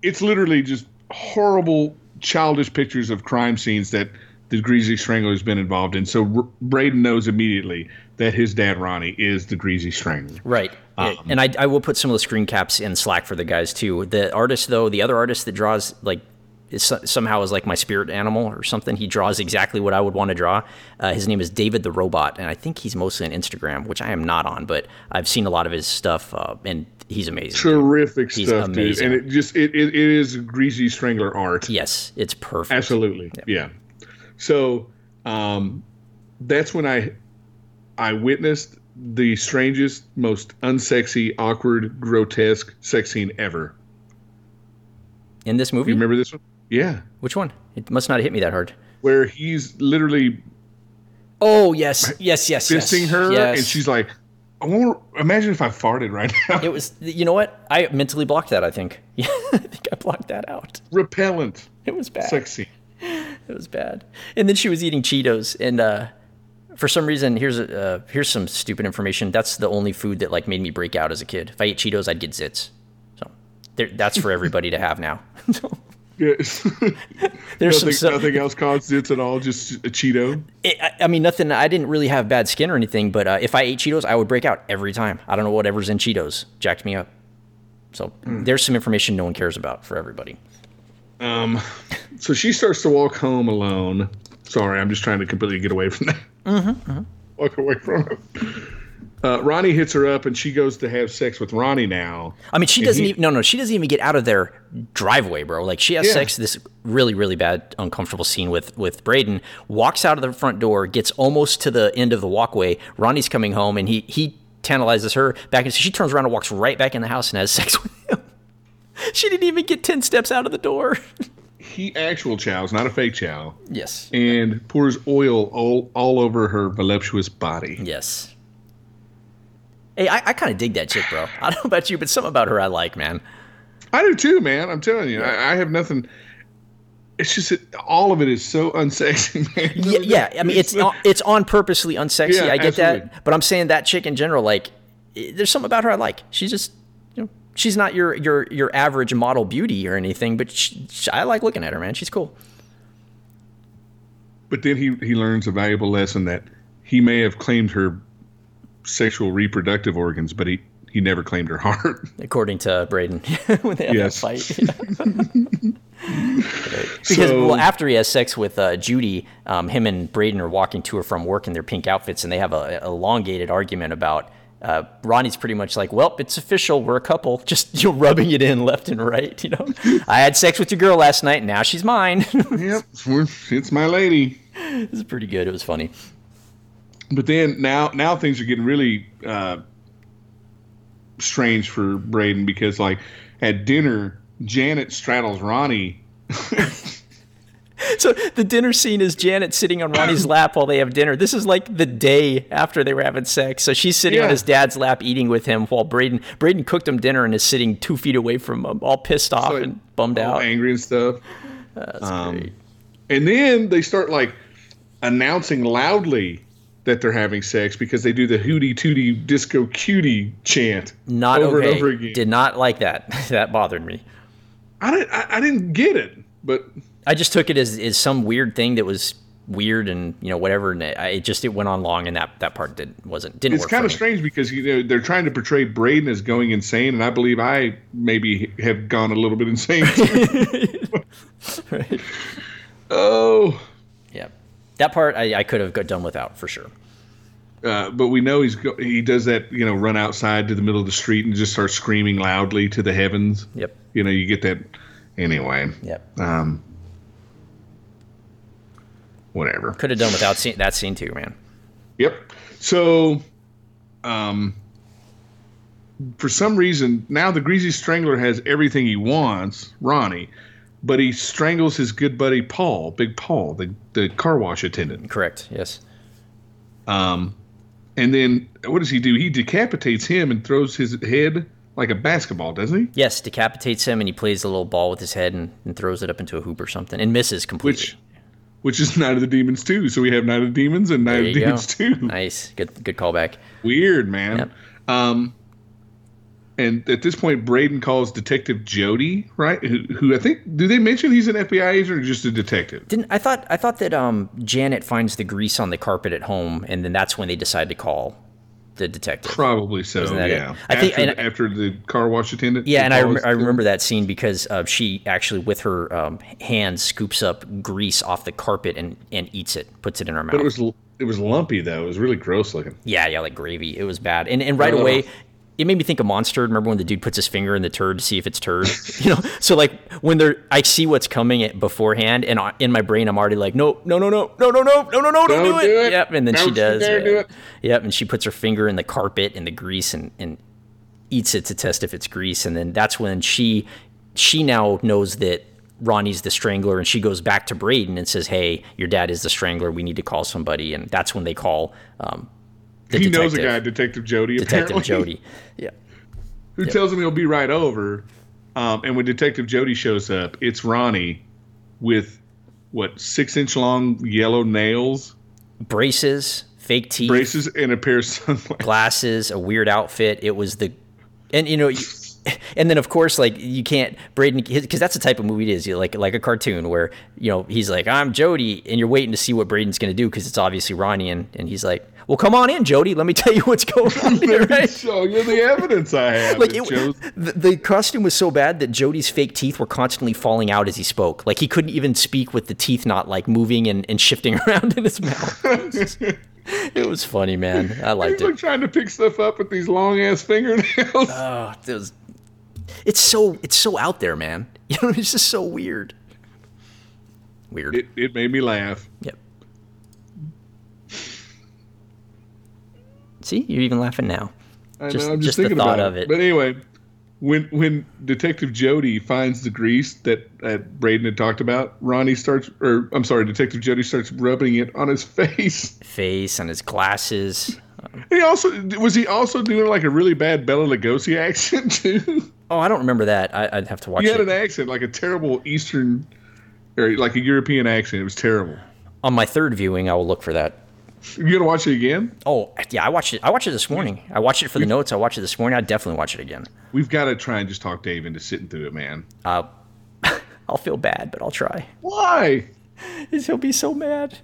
S3: it's literally just horrible, childish pictures of crime scenes that the Greasy Strangler's been involved in. So R- Braden knows immediately that his dad Ronnie is the Greasy Strangler.
S4: Right.
S3: Um,
S4: Yeah, and I, I will put some of the screen caps in Slack for the guys too. The artist though, the other artist that draws like is, so- somehow is like my spirit animal or something. He draws exactly what I would want to draw. Uh, his name is David the Robot, and I think he's mostly on Instagram, which I am not on, but I've seen a lot of his stuff, uh, and he's amazing.
S3: Terrific
S4: He's
S3: stuff,
S4: amazing.
S3: dude. And it just it, it, it is Greasy Strangler art.
S4: Yes, it's perfect.
S3: Absolutely. Yeah. So um, that's when I I witnessed the strangest, most unsexy, awkward, grotesque sex scene ever.
S4: In this movie,
S3: You remember this one? Yeah.
S4: which one? It must not have hit me that hard.
S3: Where he's literally
S4: Oh yes, yes, yes, yes.
S3: fisting her
S4: yes.
S3: and she's like, I won't imagine if I farted right now.
S4: It was. You know what? I mentally blocked that. I think. Yeah, I think I blocked that out.
S3: Repellent
S4: It was bad.
S3: sex scene.
S4: It was bad. And then she was eating Cheetos, and uh, for some reason, here's a, uh, here's some stupid information. That's the only food that like made me break out as a kid. If I ate Cheetos, I'd get zits. So there, that's for everybody to have now. So,
S3: Yes.
S4: There's
S3: nothing,
S4: some. stuff.
S3: nothing else caused it at all, just a Cheeto.
S4: it, I, I mean, nothing. I didn't really have bad skin or anything, but uh, if I ate Cheetos, I would break out every time. I don't know whatever's in Cheetos jacked me up. So
S3: Hmm.
S4: there's some information no one cares about for everybody.
S3: So she starts to walk home alone. Sorry, I'm just trying to completely get away from that.
S4: Mm-hmm,
S3: Walk away from it. Uh, Ronnie hits her up, and she goes to have sex with Ronnie now.
S4: I mean, she doesn't
S3: he-
S4: even. No, no, she doesn't even get out of their driveway, bro. Like she has
S3: Yeah.
S4: sex. This really, really bad, uncomfortable scene with with Braden. Walks out of the front door, gets almost to the end of the walkway. Ronnie's coming home, and he he tantalizes her back, and so she turns around and walks right back in the house and has sex with him. she didn't even get ten steps out of the door.
S3: He actual chows, not a fake chow,
S4: Yes.
S3: and pours oil all, all over her voluptuous body.
S4: Yes. Hey, I, I kind of dig that chick, bro. I don't know about you, but something about her I like, man.
S3: I do too, man. I'm telling you, I, I have nothing. It's just that all of it is so unsexy, man.
S4: yeah, yeah. I mean, it's on, it's on purposely unsexy.
S3: Yeah,
S4: I get
S3: absolutely.
S4: that, but I'm saying that chick in general, like, i- there's something about her I like. She's just, you know, she's not your your your average model beauty or anything, but she, she- I like looking at her, man. She's cool.
S3: But then he he learns a valuable lesson that he may have claimed her sexual reproductive organs, but he he never claimed her heart.
S4: According to Braden, when they have
S3: Yes.
S4: that fight, because
S3: So-
S4: well, after he has sex with uh, Judy, um, him and Braden are walking to or from work in their pink outfits, and they have a, a elongated argument about. Uh, Ronnie's pretty much like, well, it's official. We're a couple. Just you know, rubbing it in left and right. You know, I had sex with your girl last night. Now she's mine. it
S3: yep, we're- it's my lady.
S4: was pretty good. It was funny.
S3: But then now now things are getting really uh, strange for Braden because like at dinner, Janet straddles Ronnie.
S4: So the dinner scene is Janet sitting on Ronnie's lap while they have dinner. This is like the day after they were having sex. So she's sitting on
S3: Yeah.
S4: his dad's lap eating with him while Braden Braden cooked him dinner and is sitting two feet away from him, all pissed off
S3: like,
S4: and bummed
S3: all
S4: out.
S3: angry and stuff. Um, And then they start like announcing loudly that they're having sex because they do the hootie tootie disco cutie chant
S4: Not
S3: over
S4: okay.
S3: and over again.
S4: Did not like that. that bothered me.
S3: I didn't I, I didn't get it, but
S4: I just took it as, as some weird thing that was weird and you know whatever and it, I- it just it went on long and that that part did wasn't didn't
S3: it's
S4: work
S3: kind
S4: for
S3: of
S4: me.
S3: strange because you know they're trying to portray Braden as going insane, and I believe I maybe have gone a little bit insane.
S4: Right.
S3: oh,
S4: yeah that part I, I could have got done without for sure
S3: Uh, but we know he's go- he does that you know run outside to the middle of the street and just starts screaming loudly to the heavens.
S4: Yep.
S3: You know you get that anyway.
S4: Yep.
S3: Um, whatever.
S4: Could have done without scene, that scene too, man.
S3: Yep. So, um, for some reason, now the Greasy Strangler has everything he wants, Ronnie, but he strangles his good buddy Paul, Big Paul, the, the car wash attendant.
S4: Correct. Yes.
S3: Um, and then what does he do? He decapitates him and throws his head like a basketball, doesn't he?
S4: Yes. Decapitates him, and he plays the little ball with his head and, and throws it up into a hoop or something, and misses completely.
S3: Which, which is Night of the Demons too. So we have Night of the Demons and Night
S4: there
S3: of the
S4: you go.
S3: Demons too.
S4: Nice. Good. Good callback.
S3: Weird, man.
S4: Yep.
S3: Um, and at this point, Braden calls Detective Jody, right? Who, who I think do they mention he's an FBI agent or just a detective?
S4: Didn't I thought I thought that um, Janet finds the grease on the carpet at home, and then that's when they decide to call the detective.
S3: Probably so.
S4: Isn't that it?
S3: yeah.
S4: I think-
S3: after,
S4: and-
S3: after the car wash attendant.
S4: Yeah,
S3: who
S4: and I,
S3: calls-
S4: rem- I remember that scene because uh, she actually, with her um, hand, scoops up grease off the carpet and, and eats it, puts it in her mouth.
S3: But it was l- it was lumpy though. It was really gross looking.
S4: yeah, yeah, like gravy. It was bad. And and right away, it made me think of Monster. Remember when the dude puts his finger in the turd to see if it's turd? you know, so like when they're, I see what's coming at beforehand, and I- in my brain, I'm already like, no, no, no, no, no, no, no, no, no, no, don't do
S3: Don't
S4: it.
S3: do it.
S4: Yep, and then
S3: Don't
S4: she
S3: you
S4: does.
S3: dare
S4: yeah.
S3: do it.
S4: Yep, and she puts her finger in the carpet and the grease and and eats it to test if it's grease and then that's when she she now knows that Ronnie's the strangler and she goes back to Braden and says, "Hey, your dad is the strangler. We need to call somebody." And that's when they call um the
S3: he
S4: detective,
S3: knows a guy, Detective Jody,
S4: Detective
S3: apparently,
S4: Jody. Yeah.
S3: who tells him he'll be right over. Um, and when Detective Jody shows up, it's Ronnie with what six inch long yellow nails,
S4: Braces, fake teeth,
S3: braces, and a pair of sunglasses.
S4: glasses, a weird outfit. It was the and you know you- and then of course like you can't Braden because that's the type of movie it is you know, like like a cartoon where you know he's like I'm Jody and you're waiting to see what Braden's gonna do because it's obviously Ronnie and, and he's like well come on in Jody let me tell you what's going on here right
S3: show you the evidence I have.
S4: like
S3: It
S4: it,
S3: shows-
S4: the, the costume was so bad that Jody's fake teeth were constantly falling out as he spoke like he couldn't even speak with the teeth not like moving and, and shifting around in his mouth it was, it was funny man I liked
S3: he's
S4: it
S3: like trying to pick stuff up with these long ass fingernails.
S4: it was- it's so it's so out there, man. You know, it's just so weird. Weird.
S3: it, it made me laugh.
S4: yep. See, you're even laughing now.
S3: I
S4: Just-
S3: know, I'm
S4: just
S3: just,
S4: the
S3: thinking
S4: thought
S3: about
S4: of it.
S3: But anyway, when when Detective Jody finds the grease that that Braden had talked about, Ronnie starts, or I'm sorry, Detective Jody starts rubbing it on his face.
S4: Face and his glasses.
S3: He also was he also doing like a really bad Bella Lugosi accent too.
S4: Oh, I don't remember that. I, I'd have to watch
S3: he had
S4: it.
S3: an accent like a terrible Eastern, or like a European accent. It was terrible.
S4: On my third viewing, I will look for that.
S3: You gonna watch it again?
S4: Oh, yeah, I watched it. I watched it this morning. I watched it for the notes. I watched it this morning. I'd definitely watch it again.
S3: We've got to try and just talk Dave into sitting through it, man.
S4: I'll feel bad, but I'll try.
S3: Why?
S4: He'll be so mad.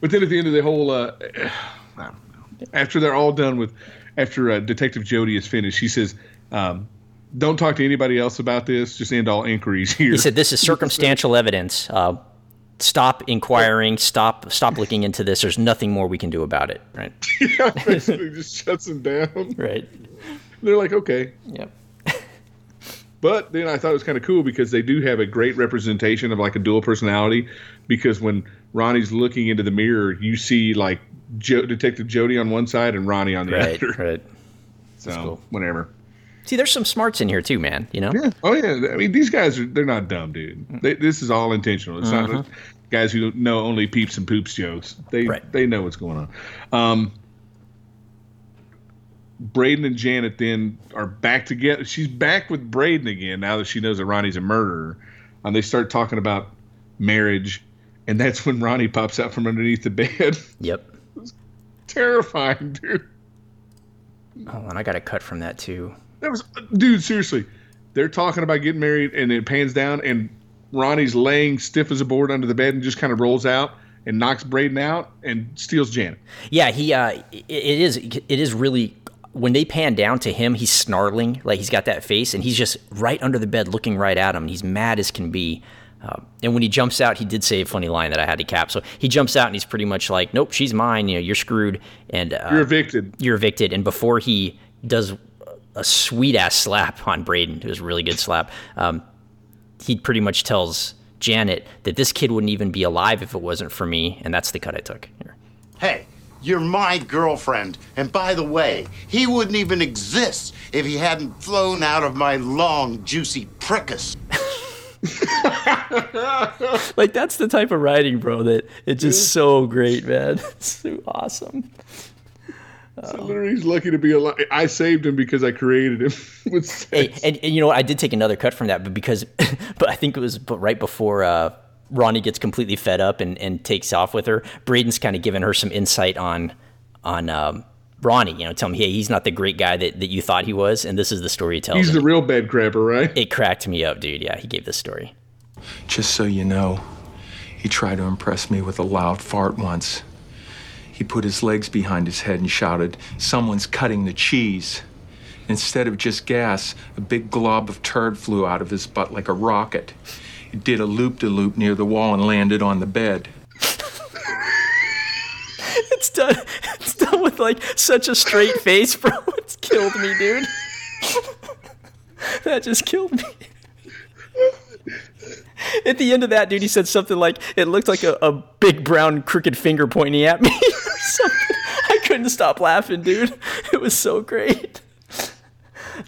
S3: But then at the end of the whole, uh, I don't know. After they're all done with, after uh, Detective Jody is finished, she says, um, "Don't talk to anybody else about this. Just end all inquiries here."
S4: He said, "This is circumstantial evidence. Uh, stop inquiring. Stop. Stop looking into this. There's nothing more we can do about it." Right.
S3: Basically just shuts them down.
S4: Right.
S3: They're like, "Okay."
S4: Yep.
S3: But then I thought it was kind of cool because they do have a great representation of like a dual personality. Because when Ronnie's looking into the mirror, you see like jo- Detective Jody on one side and Ronnie on the
S4: Right.
S3: other.
S4: Right.
S3: So
S4: cool.
S3: whatever.
S4: See, there's some smarts in here too, man. You know.
S3: Yeah. Oh yeah. I mean, these guys are—they're not dumb, dude. They, this is all intentional. It's not like guys who know only peeps and poops jokes. They
S4: Right.
S3: they know what's going on. Um, Braden and Janet then are back together. She's back with Braden again now that she knows that Ronnie's a murderer. And they start talking about marriage, and that's when Ronnie pops out from underneath the bed.
S4: Yep.
S3: Terrifying, dude.
S4: Oh, and I got a cut from that too.
S3: That was, dude. Seriously, they're talking about getting married, and it pans down, and Ronnie's laying stiff as a board under the bed, and just kind of rolls out and knocks Braden out and steals Janet.
S4: Yeah, he. Uh, i- it is. It is really. When they pan down to him, he's snarling like he's got that face, and he's just right under the bed, looking right at him. and He's mad as can be. Um, and when he jumps out, he did say a funny line that I had to cap. So he jumps out and he's pretty much like, "Nope, she's mine. You know, you're screwed." And uh,
S3: You're evicted.
S4: you're evicted. And before he does a sweet ass slap on Braden, it was a really good slap. Um, he pretty much tells Janet that this kid wouldn't even be alive if it wasn't for me, and that's the cut I took. Here.
S8: Hey, you're my girlfriend. And by the way, he wouldn't even exist if he hadn't flown out of my long, juicy prickus.
S4: Like that's the type of writing, bro. That it's just so great, man. It's so awesome.
S3: So literally, he's lucky to be alive. I saved him because I created him. with
S4: Hey,
S3: sex.
S4: and, and you know what? I did take another cut from that, but because, but I think it was b- right before uh, Ronnie gets completely fed up and, and takes off with her. Braden's kind of giving her some insight on on um, Ronnie. You know, telling him, hey, he's not the great guy that, that you thought he was, and this is the story he tells.
S3: He's
S4: And
S3: the real bed crabber, right?
S4: it cracked me up, dude. Yeah, he gave this story.
S1: Just so you know, he tried to impress me with a loud fart once. He put his legs behind his head and shouted, Someone's cutting the cheese. Instead of just gas, a big glob of turd flew out of his butt like a rocket. It did a loop de loop near the wall and landed on the bed.
S4: It's done. It's done with like such a straight face, bro. It's killed me, dude. that just killed me. At the end of that, dude, he said something like, "It looked like a, a big brown crooked finger pointing at me." or something. I couldn't stop laughing, dude. It was so great.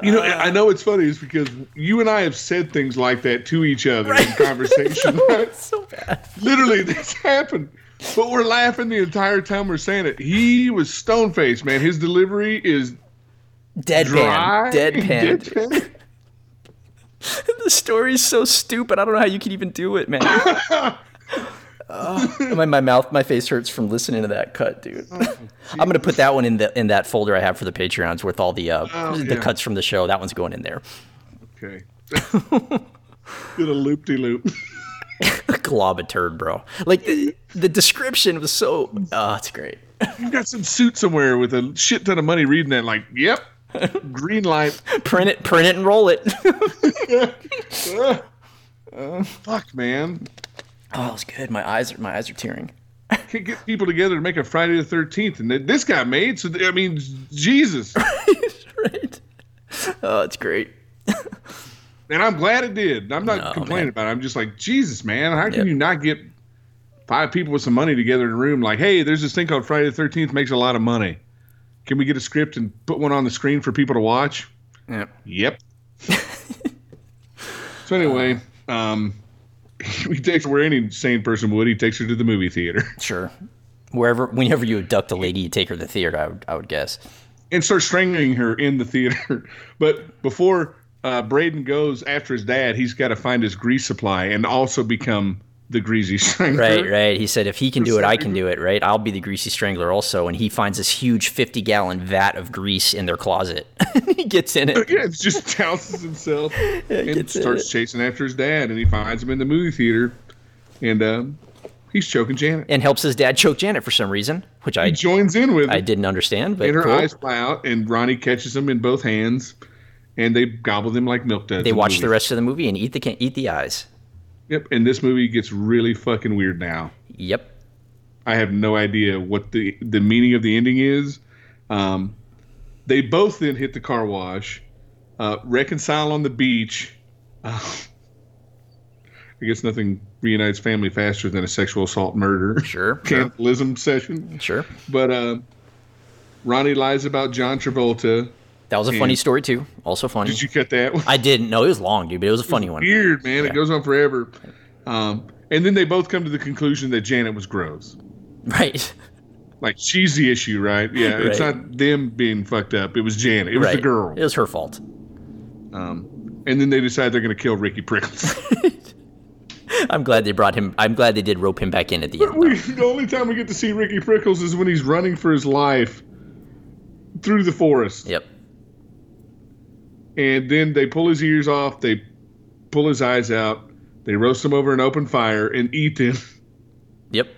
S3: You know, I know it's funny is because you and I have said things like that to each other in conversation. right?
S4: So bad.
S3: Literally, this happened. But we're laughing the entire time we're saying it. He was stone faced, man. His delivery is
S4: Deadpan.
S3: dry.
S4: Deadpan. dude.
S3: deadpan.
S4: The story's so stupid. I don't know how you can even do it, man. Oh, my, my mouth, my face hurts from listening to that cut, dude. I'm gonna put that one in the in that folder I have for the Patreons with all the uh, the
S3: yeah.
S4: cuts from the show. That one's going in there.
S3: Okay. Did a loop de loop.
S4: Glob a turd, bro. Like the, the description was so. Oh, it's great.
S3: You got some suit somewhere with a shit ton of money reading that, like, yep, green light.
S4: Print it, print it, and roll it.
S3: Fuck, man.
S4: oh, it's good. My eyes are my eyes are tearing.
S3: Can't get people together to make a Friday the 13th. And th- this got made. So, th- I mean, Jesus.
S4: Right. Oh, it's great.
S3: And I'm glad it did. I'm not
S4: No,
S3: complaining
S4: man.
S3: about it. I'm just like, Jesus, man, how can
S4: Yep.
S3: you not get five people with some money together in a room? Like, hey, there's this thing called Friday the 13th, makes a lot of money. Can we get a script and put one on the screen for people to watch?
S4: Yep.
S3: Yep. so anyway,
S4: Uh.
S3: um, he takes where any sane person would. He takes her to the movie theater
S4: Sure. Wherever, whenever you abduct a lady, you take her to the theater. I would, I would guess.
S3: and starts strangling her in the theater. But before uh, Braden goes after his dad, he's got to find his grease supply and also become the greasy strangler.
S4: Right, right. He said, if he can do it, I can do it, right? I'll be the greasy strangler also. And he finds this huge 50 gallon vat of grease in their closet. he gets in it.
S3: Yeah, it's just douses himself and
S4: gets in
S3: starts chasing after his dad, and he finds him in the movie theater, and um, he's choking Janet.
S4: And helps his dad choke Janet for some reason, which I
S3: He joins in with.
S4: I
S3: him.
S4: didn't understand, but
S3: and her
S4: cool.
S3: eyes fly out, and Ronnie catches them in both hands, and they gobble them like milk does.
S4: they
S3: in
S4: watch the
S3: movies.
S4: rest of the movie and eat the can- eat the eyes.
S3: Yep, and this movie gets really fucking weird now.
S4: Yep.
S3: I have no idea what the the meaning of the ending is. Um, they both then hit the car wash, uh, reconcile on the beach. Uh, I guess nothing reunites family faster than a sexual assault murder
S4: Sure. Sure.
S3: cannibalism session.
S4: sure.
S3: But uh, Ronnie lies about John Travolta.
S4: That was a funny story too. Also funny.
S3: Did you cut that one?
S4: I didn't know it was long, dude, but it was a funny one.
S3: weird, man. It goes on forever. Um, and then they both come to the conclusion that Janet was gross.
S4: Right.
S3: Like she's the issue, right? Yeah, it's
S4: Right.
S3: not them being fucked up. It was Janet. It was
S4: right.
S3: the girl.
S4: It was her fault.
S3: And then they decide they're going to kill Ricky Prickles.
S4: I'm glad they brought him. I'm glad they did rope him back in at the end.
S3: we, the only time we get to see Ricky Prickles is when he's running for his life through the forest.
S4: Yep.
S3: And then they pull his ears off. They pull his eyes out. They roast him over an open fire and eat them.
S4: Yep.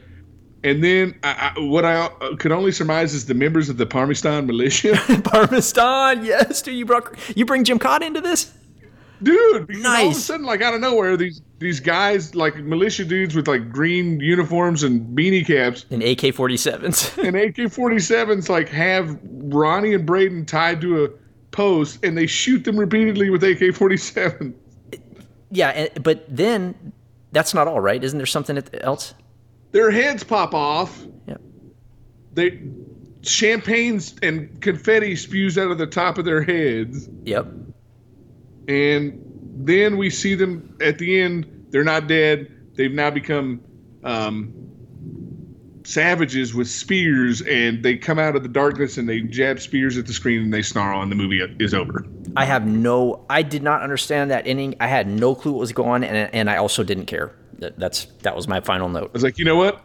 S3: And then I, I, what I uh, could only surmise is the members of the Parmistan militia
S4: Parmesan, yes, dude. You brought you bring Jim Cod into this?
S3: dude. because All of a
S4: Nice.
S3: sudden, like out of nowhere, these these guys, like militia dudes with like green uniforms and beanie caps
S4: in AK 47s.
S3: and AK-47s, like have Ronnie and Braden tied to a post, and they shoot them repeatedly with AK-47.
S4: yeah, and, but then that's not all, right? Isn't there something at- else?
S3: Their heads pop off.
S4: Yep.
S3: They champagnes and confetti spews out of the top of their heads.
S4: Yep.
S3: and then we see them at the end. They're not dead. They've now become um, savages with spears, and they come out of the darkness and they jab spears at the screen and they snarl, and the movie is over.
S4: I have no. I did not understand that inning. I had no clue what was going on, and and I also didn't care. That, that's that was my final
S3: I
S4: note.
S3: was like, you know what?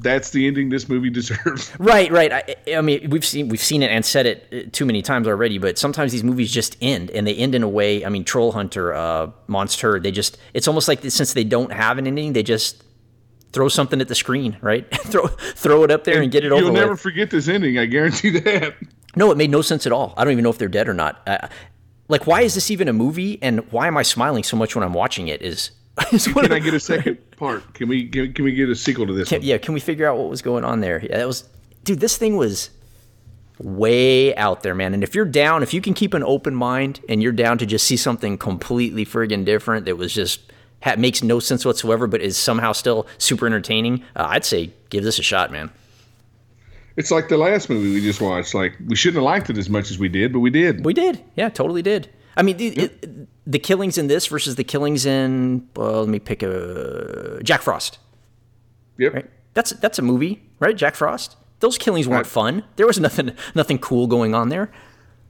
S3: That's the ending this movie deserves.
S4: Right, right. I, I mean, we've seen we've seen it and said it uh, too many times already. But sometimes these movies just end, and they end in a way. I mean, Troll Hunter, uh, Monster. They just. It's almost like this, since they don't have an ending, they just throw something at the screen, right? throw throw it up there and, get it over.
S3: You'll
S4: with.
S3: never forget this ending. I guarantee that.
S4: No, it made no sense at all. I don't even know if they're dead or not. Uh, like, why is this even a movie? And why am I smiling so much when I'm watching it? Is, is what
S3: Can I get a second part? Can we can, can we get a sequel to this?
S4: Can-
S3: one?
S4: yeah, can we figure out what was going on there? Yeah, that was, dude. This thing was way out there, man. And if you're down, if you can keep an open mind, and you're down to just see something completely friggin' different that was just ha- makes no sense whatsoever, but is somehow still super entertaining, uh, I'd say give this a shot, man.
S3: It's like the last movie we just watched. Like we shouldn't have liked it as much as we did, but we did.
S4: We did. Yeah, totally did. I mean, the, it, the killings in this versus the killings in, well, let me pick a Jack Frost.
S3: Yep.
S4: That's that's a movie, right? Jack Frost. Those killings weren't
S3: Right.
S4: fun. There was nothing nothing cool going on there.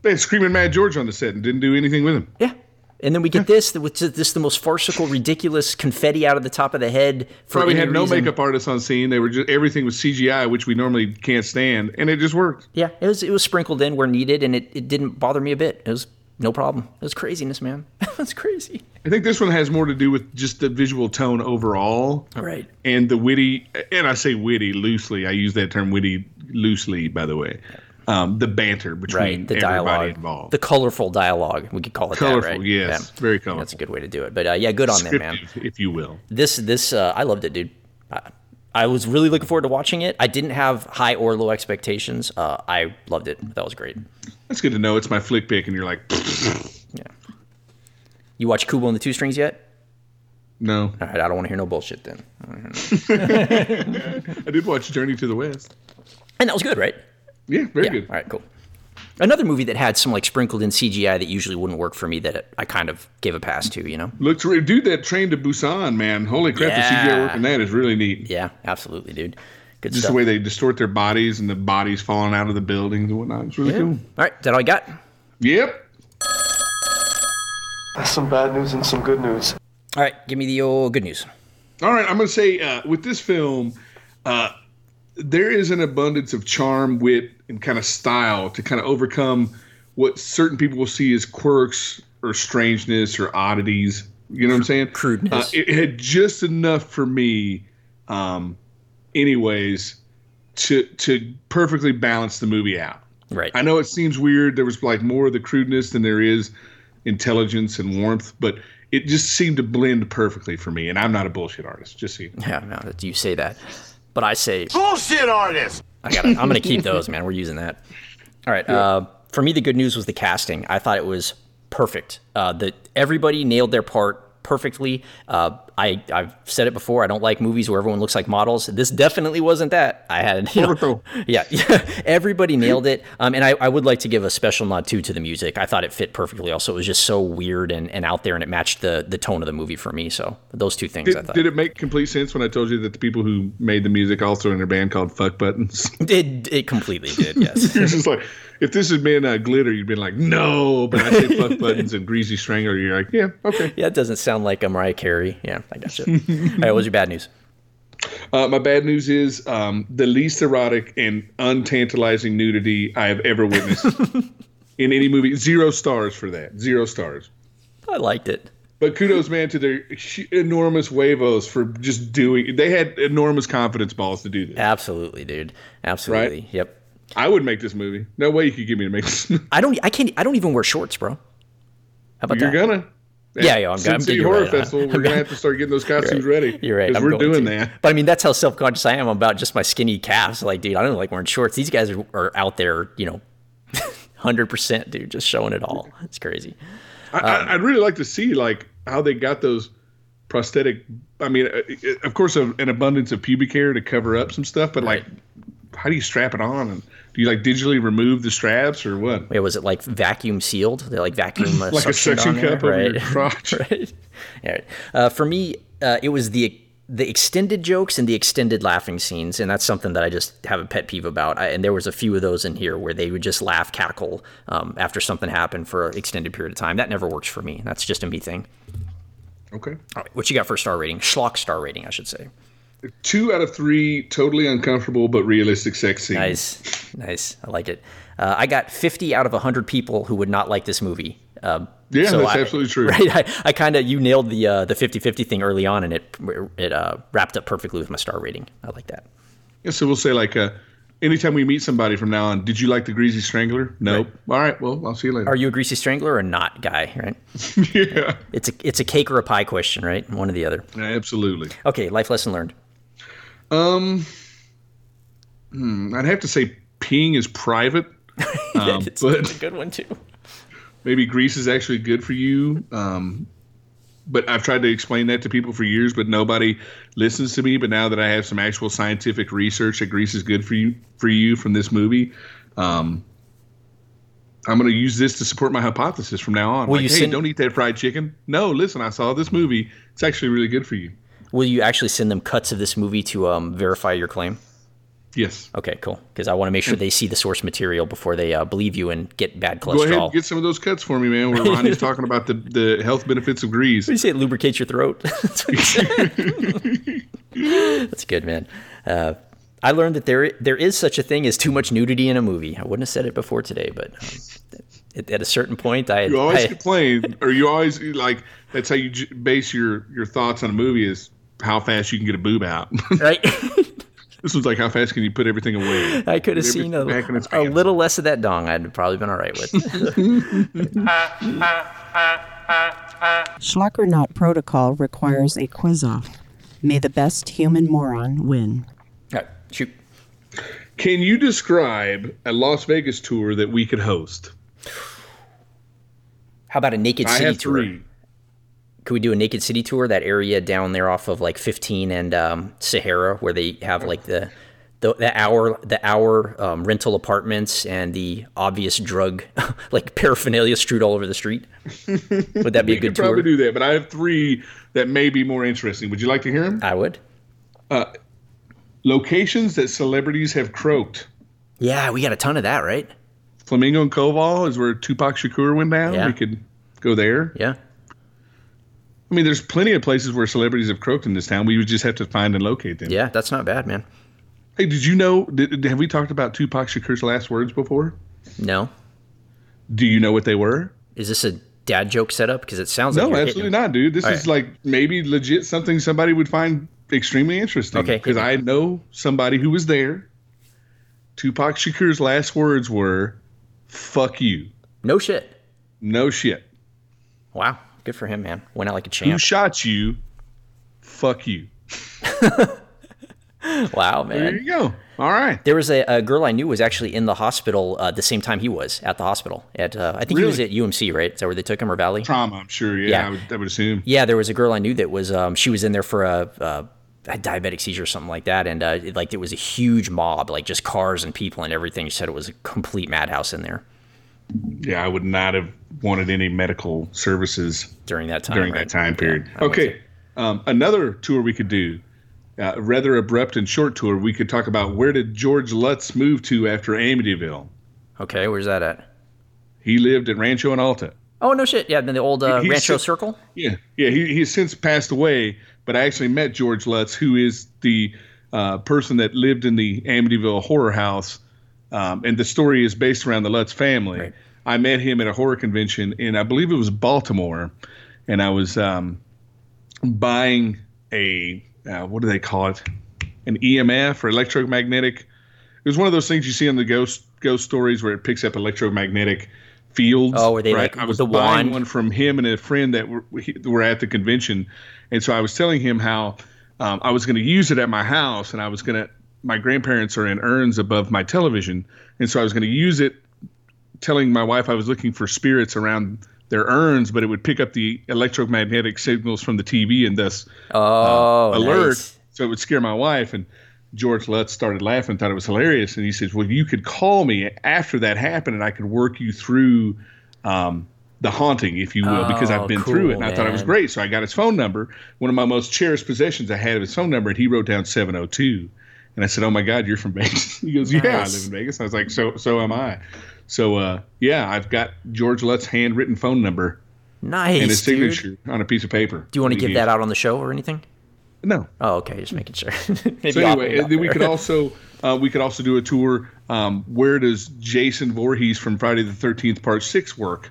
S3: They had Screaming Mad George on the set and didn't do anything with him.
S4: Yeah. And then we get this, which is this the most farcical, ridiculous confetti out of the top of the head. For
S3: Probably
S4: any
S3: had no
S4: reason.
S3: makeup artists on scene. They were just everything was CGI, which we normally can't stand, and it just worked.
S4: Yeah, it was it was sprinkled in where needed, and it, it didn't bother me a bit. It was no problem. It was craziness, man. it was crazy.
S3: I think this one has more to do with just the visual tone overall,
S4: All right.
S3: and the witty. And I say witty loosely. I use that term witty loosely, by the way. Um, the banter between
S4: right the
S3: everybody
S4: dialogue
S3: involved.
S4: the colorful dialogue we could call it
S3: Colorful,
S4: that right
S3: yes,
S4: Yeah.
S3: very
S4: I think that's
S3: colorful.
S4: a good way to do it but uh, yeah good on that man
S3: Descriptive, if you will.
S4: this this uh, i loved it dude I, I was really looking forward to watching it i didn't have high or low expectations uh, i loved it that was great
S3: That's good to know. It's my flick pick, and you're like,
S4: you watch kubo and the two strings yet
S3: no.
S4: all right i don't want to hear no bullshit then
S3: I did watch Journey to the West.
S4: and that was good right
S3: Yeah, very
S4: yeah
S3: good.
S4: all right cool another movie that had some like sprinkled in cgi that usually wouldn't work for me that i kind of gave a pass to you know
S3: Looked re- dude that train to Busan, man. Holy crap, the CGI
S4: Yeah.
S3: work in that is really neat.
S4: yeah absolutely dude good
S3: Just
S4: stuff
S3: the way they distort their bodies and the bodies falling out of the buildings and whatnot. It's really
S4: Yeah. all
S3: cool.
S4: right is that all i got
S3: Yep.
S9: That's some bad news and some good news.
S4: all right give me the old good news
S3: All right, I'm going to say uh, with this film, uh, there is an abundance of charm, wit, and kind of style to kind of overcome what certain people will see as quirks or strangeness or oddities. You know what I'm saying?
S4: Crudeness.
S3: Uh, it had just enough for me, um, anyways, to to perfectly balance the movie out.
S4: right
S3: I know it seems weird. There was like more of the crudeness than there is intelligence and warmth, but it just seemed to blend perfectly for me. And I'm not a bullshit artist. Just see.
S4: Yeah, no, that- you say that, but I say
S6: Bullshit artist!
S4: I gotta, I'm gonna keep those, man. We're using that. All right. Uh, for me, the good news was the casting. I thought it was perfect. Uh, that everybody nailed their part perfectly. Uh, I I've said it before. I don't like movies where everyone looks like models. This definitely wasn't that. I had you know, yeah, Everybody nailed it. Um, and I, I would like to give a special nod too to the music. I thought it fit perfectly. Also, it was just so weird and, and out there, and it matched the the tone of the movie for me. So those two things I
S3: Did,
S4: thought.
S3: did it make complete sense when I told you that the people who made the music also in their band called Fuck Buttons?
S4: it it completely did. Yes.
S3: It's just like, if this had been uh, Glitter, you'd been like, no. But I said Fuck Buttons and Greasy Strangler, you're like, yeah, okay.
S4: Yeah, it doesn't sound like a Mariah Carey. Yeah, I gotcha. All right, what was your bad news?
S3: Uh, my bad news is um, the least erotic and untantalizing nudity I have ever witnessed in any movie. Zero stars for that. Zero stars.
S4: I liked it.
S3: But kudos, man, to their hu- enormous huevos for just doing. They had enormous confidence balls to do this.
S4: Absolutely, dude. Absolutely.
S3: Right?
S4: Yep.
S3: I would make this movie. No way you could get me to make this. movie.
S4: I don't. I can't. I don't even wear shorts, bro. How about
S3: You're
S4: that?
S3: gonna.
S4: Yeah, yeah, I'm, I'm,
S3: Sin City
S4: you're
S3: Horror
S4: right.
S3: Festival. We're gonna have to start getting those costumes ready.
S4: You're right.
S3: 'cause
S4: I'm
S3: We're
S4: going
S3: doing
S4: to.
S3: that.
S4: But I mean, that's how self conscious I am about just my skinny calves. Like, dude, I don't like wearing shorts. These guys are, are out there, you know, 100%, dude, just showing it all. It's crazy. Um,
S3: I, I- I'd really like to see like how they got those prosthetic. I mean, uh, uh, of course, a, an abundance of pubic hair to cover up some stuff, but like, how do you strap it on? And do you like digitally remove the straps or what?
S4: Wait, was it like vacuum sealed? They like vacuum uh,
S3: Like a suction
S4: on there,
S3: cup over your
S4: right?
S3: crotch.
S4: right. All right. Uh, for me, uh, it was the the extended jokes and the extended laughing scenes, and that's something that I just have a pet peeve about. I, and there was a few of those in here where they would just laugh, cackle um, after something happened for an extended period of time. That never works for me. That's just a me thing.
S3: Okay.
S4: All right, what you got for a star rating? Schlock star rating, I should say.
S3: Two out of three totally uncomfortable but realistic sex scenes.
S4: Nice, nice. I like it. Uh, I got 50 out of 100 people who would not like this movie. Um,
S3: Yeah,
S4: so
S3: that's
S4: I-
S3: absolutely true.
S4: Right. I, I kind of you nailed the uh, the 50-50 thing early on, and it it uh, wrapped up perfectly with my star rating. I like that.
S3: Yeah, so we'll say like, uh, anytime we meet somebody from now on, did you like the Greasy Strangler? Nope. All right. Well, I'll see you later.
S4: Are you a greasy strangler or not, guy? Right.
S3: yeah.
S4: It's a it's a cake or a pie question, right? One or the other.
S3: Yeah, Absolutely.
S4: Okay. Life lesson learned.
S3: Um, hmm, I'd have to say peeing is private. Um,
S4: it's,
S3: but
S4: it's a good one too.
S3: maybe grease is actually good for you. Um, but I've tried to explain that to people for years, but nobody listens to me. But now that I have some actual scientific research that grease is good for you for you from this movie, um, I'm going to use this to support my hypothesis from now on.
S4: Will
S3: like,
S4: you
S3: hey,
S4: send-
S3: don't eat that fried chicken. No, listen, I saw this movie. It's actually really good for you.
S4: Will you actually send them cuts of this movie to um, verify your claim?
S3: Yes.
S4: Okay, cool. Because I want to make sure they see the source material before they uh, believe you and get bad
S3: Go ahead and
S4: cholesterol.
S3: get some of those cuts for me, man. Where Ronnie's talking about the, the health benefits of grease.
S4: What do you say? It lubricates your throat. That's what he said. That's good, man. Uh, I learned that there there is such a thing as too much nudity in a movie. I wouldn't have said it before today, but um, at, at a certain point, I,
S3: You always
S4: I-
S3: complain, or you always like. That's how you j- base your your thoughts on a movie is how fast you can get a boob out.
S4: right.
S3: this was like how fast can you put everything away?
S4: I could have
S3: Maybe
S4: seen a,
S3: back in its
S4: a
S3: pants.
S4: little less of that dong. I'd probably been all right with.
S10: Schlockernot protocol requires a quiz off. May the best human moron win.
S4: All right, shoot.
S3: Can you describe a Las Vegas tour that we could host?
S4: How about a naked
S3: I
S4: city
S3: have
S4: tour?
S3: three.
S4: Could we do a naked city tour? That area down there off of like 15 and um, Sahara, where they have like the the, the hour the hour um, rental apartments and the obvious drug like paraphernalia strewed all over the street. Would that be a
S3: You could
S4: good tour?
S3: probably do that, but I have three that may be more interesting. Would you like to hear them?
S4: I would.
S3: Locations that celebrities have croaked.
S4: Yeah, we got a ton of that, right?
S3: Flamingo and Koval is where Tupac Shakur went down.
S4: Yeah.
S3: We could go there.
S4: Yeah.
S3: I mean, there's plenty of places where celebrities have croaked in this town. We would just have to find and locate them.
S4: Yeah, that's not bad, man.
S3: Hey, did you know? Did, have we talked about Tupac Shakur's last words before?
S4: No.
S3: Do you know what they were?
S4: Is this a dad joke setup? Because it sounds like
S3: No,
S4: you're hitting-
S3: absolutely not, dude. This
S4: All
S3: is like maybe legit something somebody would find extremely interesting.
S4: Okay.
S3: Because I know somebody who was there. Tupac Shakur's last words were, fuck you.
S4: No shit.
S3: No shit.
S4: Wow. Good for him, man. Went out like a
S3: Who
S4: champ.
S3: shot you? Fuck you.
S4: Wow,
S3: There
S4: man.
S3: you go. All right.
S4: There was a, a girl I knew was actually in the hospital uh, the same time he was at the hospital. At uh, I think he was
S3: Really?
S4: at UMC, right? Is that where they took him or Valley?
S3: Trauma, I'm sure. Yeah,
S4: Yeah.
S3: I, would, I would assume.
S4: Yeah, there was a girl I knew that was um, she was in there for a, a, a diabetic seizure or something like that, and uh, it, like it was a huge mob, like just cars and people and everything. She said it was a complete madhouse in there
S3: Yeah, I would not have wanted any medical services
S4: during that time.
S3: during
S4: right?
S3: that time period.
S4: Yeah, I'm with
S3: okay, um, another tour we could do, uh, rather abrupt and short tour. We could talk about where did George Lutz move to after Amityville?
S4: you. Okay, where's that at?
S3: He lived at Rancho and Alta.
S4: Oh no shit! Yeah, then the old uh,
S3: He- he's
S4: Rancho
S3: si-
S4: Circle.
S3: Yeah, yeah. He he's since passed away, but I actually met George Lutz, who is the uh, person that lived in the Amityville horror house, um, and the story is based around the Lutz family.
S4: Right.
S3: I met him at a horror convention in I believe it was Baltimore, and I was um, buying a uh, what do they call it? An EMF or electromagnetic. It was one of those things you see in the ghost ghost stories where it picks up electromagnetic Fields.
S4: Oh, were they like
S3: I was
S4: the
S3: buying
S4: wand?
S3: one from him and a friend that were, we were at the convention, and so I was telling him how um, I was going to use it at my house, and I was going to. My grandparents are in urns above my television, and so I was going to use it. Telling my wife I was looking for spirits around their urns, but it would pick up the electromagnetic signals from the TV and thus
S4: Oh,
S3: alert.
S4: nice.
S3: So it would scare my wife. And George Lutz started laughing, thought it was hilarious. And he says, Well, you could call me after that happened and I could work you through um, the haunting, if you will, because
S4: Oh,
S3: I've been through it.
S4: cool,
S3: And I thought it was
S4: man.
S3: great. So I got his phone number, one of my most cherished possessions I had of his phone number, and he wrote down 702. And I said, "Oh my God, you're from Vegas." He goes, "Yeah, I
S4: Nice.
S3: live in Vegas." I was like, "So, so am I." So, uh, yeah, I've got George Lutz's handwritten phone number
S4: Nice.
S3: and his
S4: dude.
S3: signature on a piece of paper.
S4: Do you want to
S3: He
S4: give
S3: used.
S4: that out on the show or anything?
S3: No,
S4: Oh, okay. Just making sure. Maybe
S3: so
S4: I'll
S3: anyway,
S4: put it
S3: and then
S4: out
S3: we could
S4: there.
S3: also uh, we could also do a tour. Um, where does Jason Voorhees from Friday the Thirteenth Part Six work?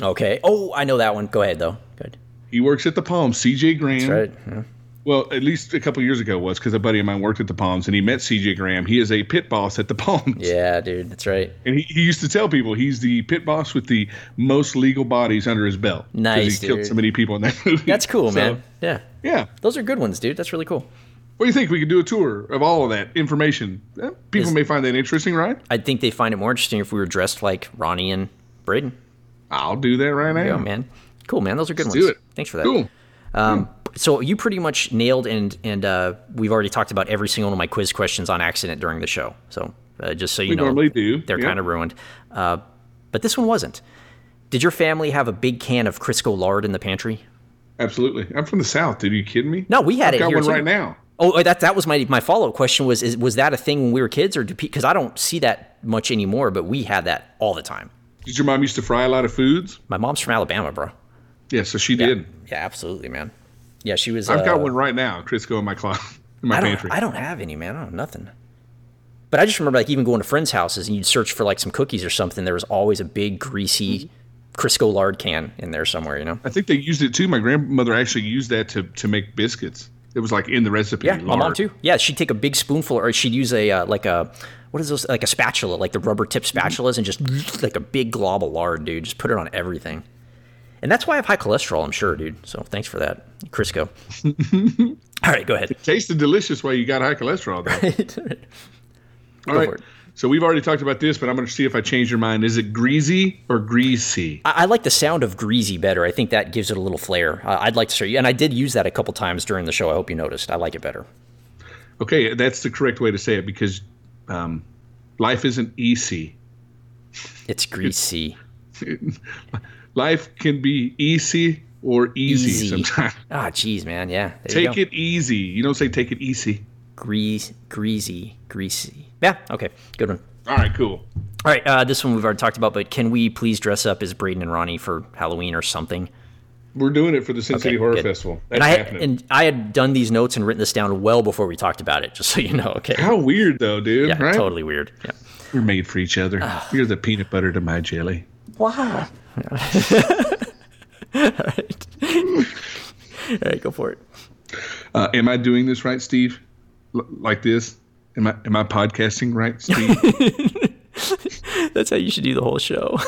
S4: Okay. Oh, I know that one. Go ahead though. Good.
S3: He works at the Palms. C.J. Graham.
S4: That's right. Yeah.
S3: Well, at least a couple years ago was because a buddy of mine worked at the Palms and he met C.J. Graham. He is a pit boss at the Palms.
S4: Yeah, dude. That's right.
S3: And he, he used to tell people he's the pit boss with the most legal bodies under his belt. 'Cause
S4: Nice,
S3: He
S4: dude.
S3: killed so many people in that movie.
S4: That's cool,
S3: So,
S4: man. Yeah.
S3: Yeah.
S4: Those are good ones, dude. That's really cool.
S3: What do you think? We could do a tour of all of that information. Eh, People
S4: Is-
S3: may find that interesting, right?
S4: I think they find it more interesting if we were dressed like Ronnie and Braden.
S3: I'll do that right now.
S4: Yeah, man. Cool, man. Those are good
S3: Hmm. Let's
S4: ones.
S3: do it.
S4: Thanks for that.
S3: Cool.
S4: Um, so you pretty much nailed and and uh, we've already talked about every single one of my quiz questions on accident during the show. So uh, just so you
S3: We
S4: know,
S3: normally do,
S4: They're
S3: yeah.
S4: kind of ruined, uh, but this one wasn't. Did your family have a big can of Crisco lard in the pantry?
S3: Absolutely. I'm from the South, dude. Are you kidding me?
S4: No, we had
S3: I've
S4: it
S3: got
S4: here
S3: one
S4: too.
S3: right now.
S4: Oh, that that was my my follow up question was is, was that a thing when we were kids or do because I don't see that much anymore, but we had that all the time.
S3: Did your mom used to fry a lot of foods?
S4: My mom's from Alabama, bro.
S3: Yeah, so she did.
S4: Yeah, absolutely, man. Yeah, she was.
S3: I've
S4: uh,
S3: got one right now, Crisco, in my closet, in my
S4: I don't,
S3: pantry.
S4: I don't have any, man. I don't have nothing. But I just remember like even going to friends' houses and you'd search for like some cookies or something. There was always a big
S3: Mm-hmm.
S4: greasy Crisco lard can in there somewhere, you know.
S3: I think they used it too. My grandmother actually used that to, to make biscuits. It was like in the recipe.
S4: Yeah, my mom
S3: lard.
S4: too. Yeah, she'd take a big spoonful or she'd use a uh, like a what is those like a spatula, like the rubber tip spatulas, and just like a big glob of lard, dude. Just put it on everything. And that's why I have high cholesterol, I'm sure, dude. So thanks for that, Crisco. All right, go ahead.
S3: Tasted delicious while you got high cholesterol, though. All right.
S4: for it.
S3: So we've already talked about this, but I'm going to see if I change your mind. Is it greasy or greasy?
S4: I, I like the sound of greasy better. I think that gives it a little flair. Uh, I'd like to show you, and I did use that a couple times during the show. I hope you noticed. I like it better.
S3: Okay, that's the correct way to say it because um, life isn't easy.
S4: It's greasy.
S3: Life can be easy or easy,
S4: Easy.
S3: sometimes.
S4: Ah, jeez, man. Yeah, there you
S3: Take
S4: go.
S3: it easy. You don't say take it easy.
S4: Grease, greasy, greasy. Yeah. Okay. Good one.
S3: All right, cool.
S4: All right, uh, this one we've already talked about, but can we please dress up as Braden and Ronnie for Halloween or something?
S3: We're doing it for the Sin City Horror
S4: good.
S3: Festival. That's
S4: And I, had,
S3: happening.
S4: and I had done these notes and written this down well before we talked about it, just so you know. Okay.
S3: How weird, though, dude.
S4: Yeah,
S3: right?
S4: totally weird. Yeah.
S3: We're made for each other. You're the peanut butter to my jelly.
S4: Wow. All right. All right, go for it.
S3: Uh, am I doing this right, Steve? L- like this? Am I am I podcasting right, Steve?
S4: That's how you should do the whole show.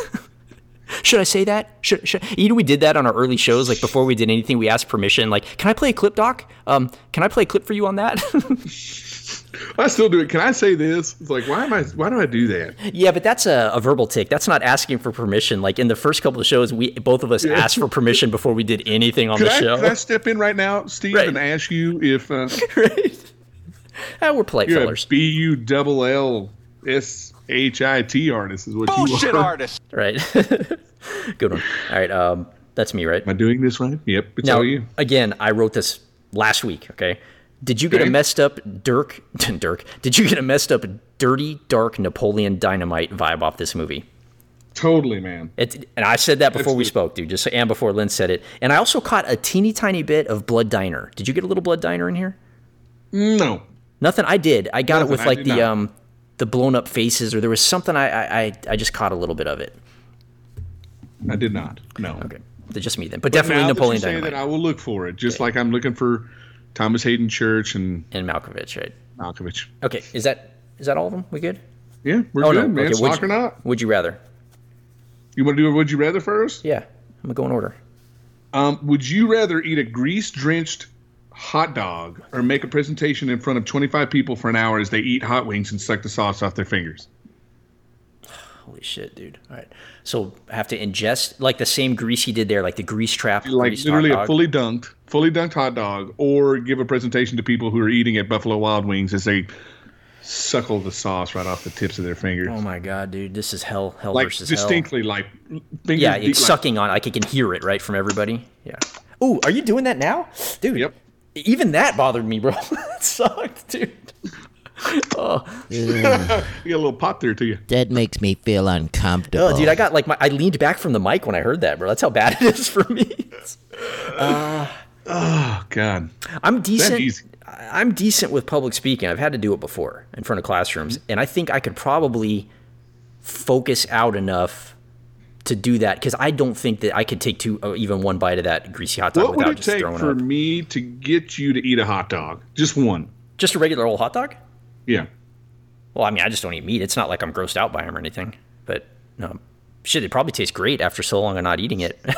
S4: should I say that? Should, should you know we did that on our early shows? Like before we did anything, we asked permission. Like, can I play a clip, Doc? Um, can I play a clip for you on that?
S3: I still do it. Can I say this? It's like why am I? Why do I do that?
S4: Yeah, but that's a, a verbal tick. That's not asking for permission. Like in the first couple of shows, we both of us asked for permission before we did anything on
S3: Could
S4: the
S3: I,
S4: show.
S3: could I step in right now, Steve,
S4: Right.
S3: and ask you if uh,
S4: Right? Ah, we're polite
S3: you're
S4: fellers,
S3: a B U double L S H I T artist? Is what you
S6: Bullshit
S3: are.
S6: artist.
S4: right? Good one. All right, um, that's me, right?
S3: Am I doing this right? Yep, it's
S4: Now,
S3: all you.
S4: again, I wrote this last week. Okay, did you get a
S3: Okay.
S4: messed up Dirk? Dirk, did you get a messed up, dirty, dark Napoleon Dynamite vibe off this movie?
S3: Totally, man.
S4: It, and I said that before we spoke, dude. Just so, and before Lynn said it, and I also caught a teeny tiny bit of Blood Diner. Did you get a little Blood Diner in here?
S3: No,
S4: Nothing. I did. I got it
S3: Nothing,
S4: with
S3: I
S4: like
S3: did
S4: the
S3: not.
S4: um the blown up faces, or there was something I I I- I just caught a little bit of it.
S3: I did not. No.
S4: Okay, They're just me then, but
S3: Now
S4: definitely
S3: that you
S4: Napoleon
S3: say that,
S4: Dynamite
S3: I will look for it, just like I'm looking for Thomas Hayden Church and
S4: and Malkovich, right?
S3: Malkovich.
S4: Okay, is that is that all of them? We good?
S3: Yeah, we're
S4: Oh
S3: good,
S4: no,
S3: man.
S4: okay,
S3: Sock
S4: would,
S3: or
S4: you,
S3: not?
S4: would you rather?
S3: You want to do a would you rather first?
S4: Yeah, I'm gonna go in order.
S3: Um, would you rather eat a grease drenched hot dog or make a presentation in front of 25 people for an hour as they eat hot wings and suck the sauce off their fingers?
S4: Holy shit, dude! All right, so I have to ingest like the same grease he did there, like the grease trap.
S3: Like
S4: greased hot
S3: literally a
S4: dog.
S3: fully dunked, fully dunked hot dog, or give a presentation to people who are eating at Buffalo Wild Wings as they suckle the sauce right off the tips of their fingers.
S4: Oh my god, dude! This is hell, hell
S3: like
S4: versus
S3: distinctly, like
S4: hell.
S3: fingers
S4: Yeah,
S3: deep,
S4: it's
S3: like-
S4: sucking on. Like I can hear it right from everybody. Yeah. Ooh, are you doing that now, dude?
S3: Yep.
S4: Even that bothered me, bro. that sucked, dude. Oh,
S3: You got a little pot there to you.
S5: That makes me feel uncomfortable.
S4: Oh, dude, I got like my I leaned back from the mic when I heard that, bro. That's how bad it is for me.
S3: Oh God.
S4: I'm
S3: easy.
S4: decent. I- I'm decent with public speaking. I've had to do it before in front of classrooms, and I think I could probably focus out enough to do that because I don't think that I could take two, uh, even one bite of that greasy hot dog
S3: What would
S4: without
S3: it
S4: just
S3: take
S4: throwing
S3: for
S4: up.
S3: me to get you to eat a hot dog? Just one.
S4: Just a regular old hot dog.
S3: Yeah.
S4: Well, I mean, I just don't eat meat. It's not like I'm grossed out by him or anything. But no, shit, it probably tastes great after so long of not eating it.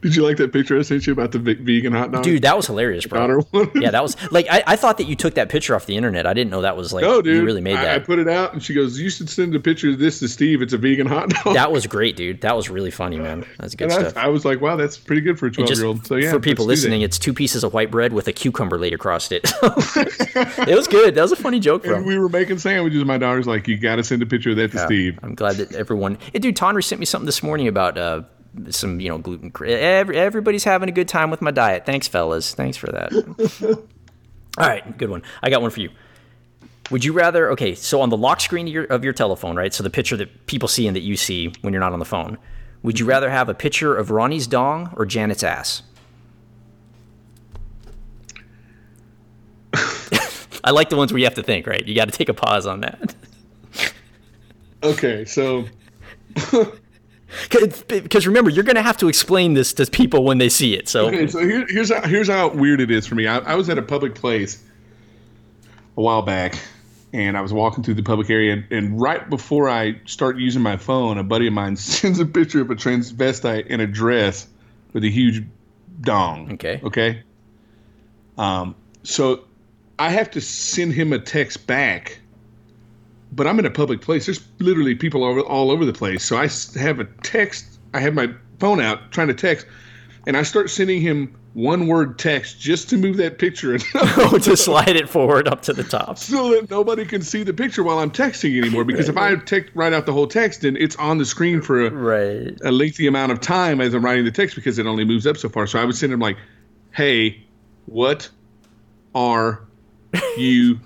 S3: Did you like that picture I sent you about the ve- vegan hot dog?
S4: dude, that was hilarious, bro.
S3: daughter wanted-
S4: yeah, that was like I, I thought that you took that picture off the internet. I didn't know that was like
S3: No, dude.
S4: you really made
S3: I-
S4: that.
S3: I, put it out, and she goes, "You should send a picture of this to Steve. It's a vegan hot dog."
S4: that was great, dude. That was really funny, man. That's
S3: and
S4: good stuff.
S3: I, I was like, "Wow, that's pretty good for a
S4: And just
S3: twelve-year-old." So yeah,
S4: for people
S3: let's do that.
S4: listening, it's two pieces of white bread with a cucumber laid across it. it was good. That was a funny joke, bro.
S3: And we were making sandwiches. and My daughter's like, "You got to send a picture of that to Steve."
S4: I'm glad that everyone. Hey, dude, Tonry sent me something this morning about uh, some, you know, gluten. cra- Every, everybody's having a good time with my diet. Thanks, fellas. Thanks for that. All right, good one. I got one for you. Would you rather? Okay, so on the lock screen of your, of your telephone, right? So the picture that people see and that you see when you're not on the phone. Would you rather have a picture of Ronnie's dong or Janet's ass? I like the ones where you have to think, right? You got to take a pause on that.
S3: Okay, so
S4: Because remember, you're going to have to explain this to people when they see it. So
S3: Okay, so here, here's how, here's how weird it is for me. I, I was at a public place a while back, and I was walking through the public area, and, and right before I start using my phone, a buddy of mine sends a picture of a transvestite in a dress with a huge dong.
S4: Okay.
S3: Okay. Um. So I have to send him a text back. But I'm in a public place. There's literally people all, all over the place. So I s- have a text. I have my phone out trying to text and I start sending him one word text just to move that picture enough
S4: to slide it forward up to the top.
S3: so that nobody can see the picture while I'm texting anymore. Because if I text right out the whole text, then it's on the screen for a,
S4: Right.
S3: a lengthy amount of time as I'm writing the text because it only moves up so far. So I would send him like, "Hey, what are you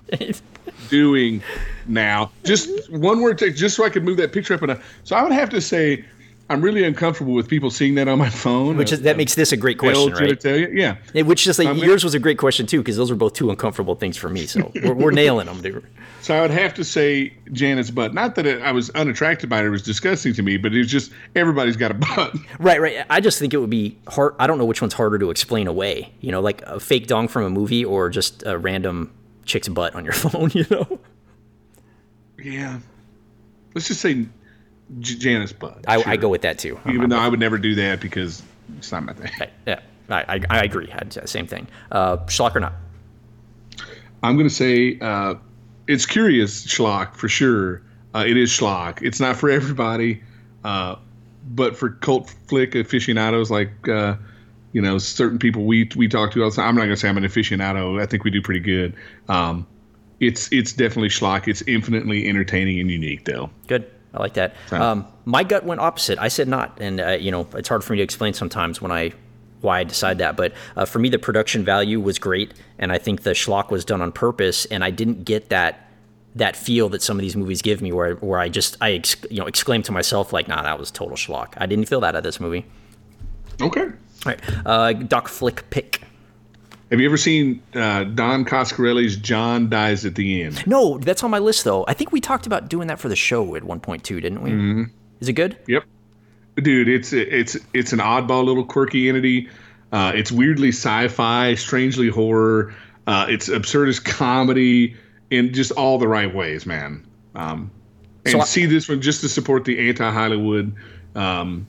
S3: doing now?" Just one word text, just so I could move that picture up enough. So I would have to say. I'm really uncomfortable with people seeing that on my phone.
S4: Which is, that makes this a great question, right?
S3: genitalia. Yeah.
S4: Yeah, Which just like
S3: I'm gonna-
S4: yours was a great question too, because those were both two uncomfortable things for me. So we're, we're nailing them, dude.
S3: So I would have to say Janet's butt. Not that it, I was unattracted by it; it was disgusting to me. But it's just everybody's got a butt.
S4: Right, right. I just think it would be hard. I don't know which one's harder to explain away. You know, like a fake dong from a movie or just a random chick's butt on your phone. You know,
S3: yeah. Let's just say J- Janet's butt.
S4: I,
S3: sure.
S4: I go with that too. I'm-
S3: Even though I would never do that because it's not my thing.
S4: I'm- yeah, I, I, I agree. I'd say Same thing. Uh, schlock or not?
S3: I'm gonna say uh, it's curious schlock for sure. Uh, it is schlock. It's not for everybody, uh, but for cult flick aficionados like uh, you know certain people we we talk to all the time. I'm not gonna say I'm an aficionado. I think we do pretty good. Um, it's it's definitely schlock. It's infinitely entertaining and unique though.
S4: Good. I like that. Um, my gut went opposite. I said not, and uh, you know it's hard for me to explain sometimes when I why I decide that. But uh, for me, the production value was great, and I think the schlock was done on purpose, and I didn't get that that feel that some of these movies give me, where where I just I ex- you know exclaim to myself like, nah, that was total schlock. I didn't feel that at this movie.
S3: Okay.
S4: All right, uh, Doc Flick pick.
S3: Have you ever seen uh, Don Coscarelli's John Dies at the End?
S4: No, that's on my list though. I think we talked about doing that for the show at one point too, didn't we? Is it good?
S3: Yep. Dude, it's it's it's an oddball little quirky entity. Uh, it's weirdly sci-fi, strangely horror. Uh, it's absurdist comedy in just all the right ways, man. Um, and
S4: So I-
S3: see this one just to support the anti Hollywood um,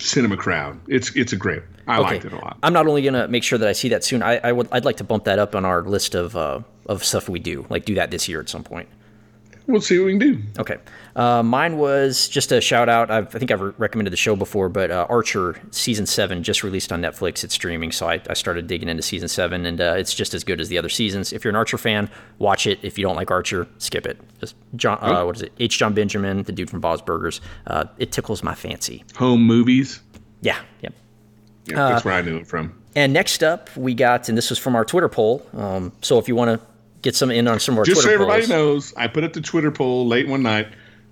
S3: cinema crowd. It's it's a great. one. I liked it a lot.
S4: I'm not only gonna make sure that I see that soon. I, I would I'd like to bump that up on our list of uh, of stuff we do. Like do that this year at some point.
S3: We'll see what we can do.
S4: Okay. Uh, mine was just a shout out. I've, I think I've re- recommended the show before, but uh, Archer season seven just released on Netflix. It's streaming, so I, I started digging into season seven, and uh, it's just as good as the other seasons. If you're an Archer fan, watch it. If you don't like Archer, skip it. Just John, uh, what is it? H. John Benjamin, the dude from Bob's Burgers. Uh, it tickles my fancy.
S3: Home movies.
S4: Yeah. Yep.
S3: Yeah,
S4: Uh,
S3: that's where I knew it from.
S4: And next up, we got, and this was from our Twitter poll. Um, so if you want to get some in on some of our
S3: Just so
S4: Twitter
S3: everybody
S4: polls,
S3: knows, I put up the Twitter poll late one night,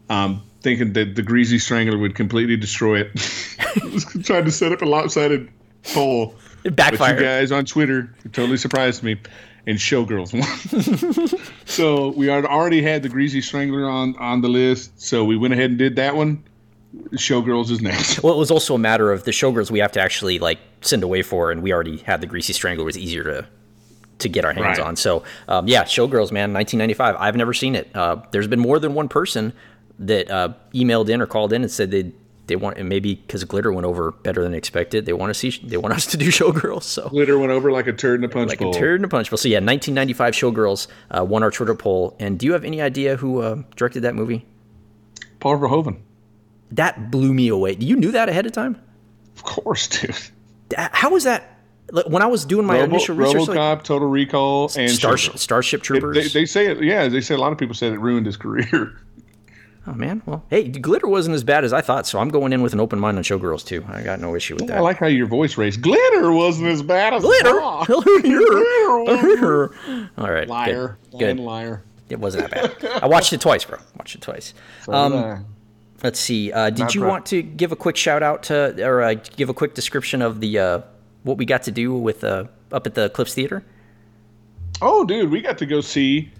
S3: um, thinking that the Greasy Strangler would completely destroy it. Trying to set up a lopsided poll.
S4: it
S3: But
S4: backfired.
S3: you guys on Twitter totally surprised me. And Showgirls won. so we had already had the Greasy Strangler on on the list. So we went ahead and did that one. Showgirls is next.
S4: well, it was also a matter of the showgirls we have to actually like send away for, and we already had the Greasy Strangler was easier to to get our hands
S3: Right.
S4: on. So um, yeah, showgirls, man, 1995. I've never seen it. Uh, there's been more than one person that uh, emailed in or called in and said they they want, and maybe because glitter went over better than expected, they want to see they want us to do showgirls. So
S3: Glitter went over like a turd in a punch
S4: like
S3: bowl.
S4: a turd in a punch bowl. So yeah, 1995 Showgirls uh, won our Twitter poll. And do you have any idea who uh, directed that movie?
S3: Paul Verhoeven.
S4: That blew me away. You knew that ahead of time?
S3: Of course, dude.
S4: That- How was that? like, When I was doing my
S3: Robo,
S4: initial research,
S3: RoboCop,
S4: like,
S3: Total Recall, and
S4: Starship,
S3: Showgirls.
S4: Starship
S3: It-
S4: Troopers.
S3: they, they say it. Yeah, they say a lot of people said it ruined his career.
S4: oh man, well, hey, glitter wasn't as bad as I thought, so I'm going in with an open mind on Showgirls too. I got no issue with that.
S3: I like how your voice raised. Glitter wasn't as bad as
S4: glitter.
S3: rock.
S4: Glitter. All right, good,
S3: liar,
S4: Good.
S3: Lying liar.
S4: It wasn't that bad. I watched it twice, bro. Watched it twice. um,
S3: Uh,
S4: Let's see. Uh, did
S3: Not
S4: you
S3: bad.
S4: want to give a quick shout out to, or uh, give a quick description of the uh, what we got to do with uh, up at the Clips Theater?
S3: Oh, dude, we got to go see.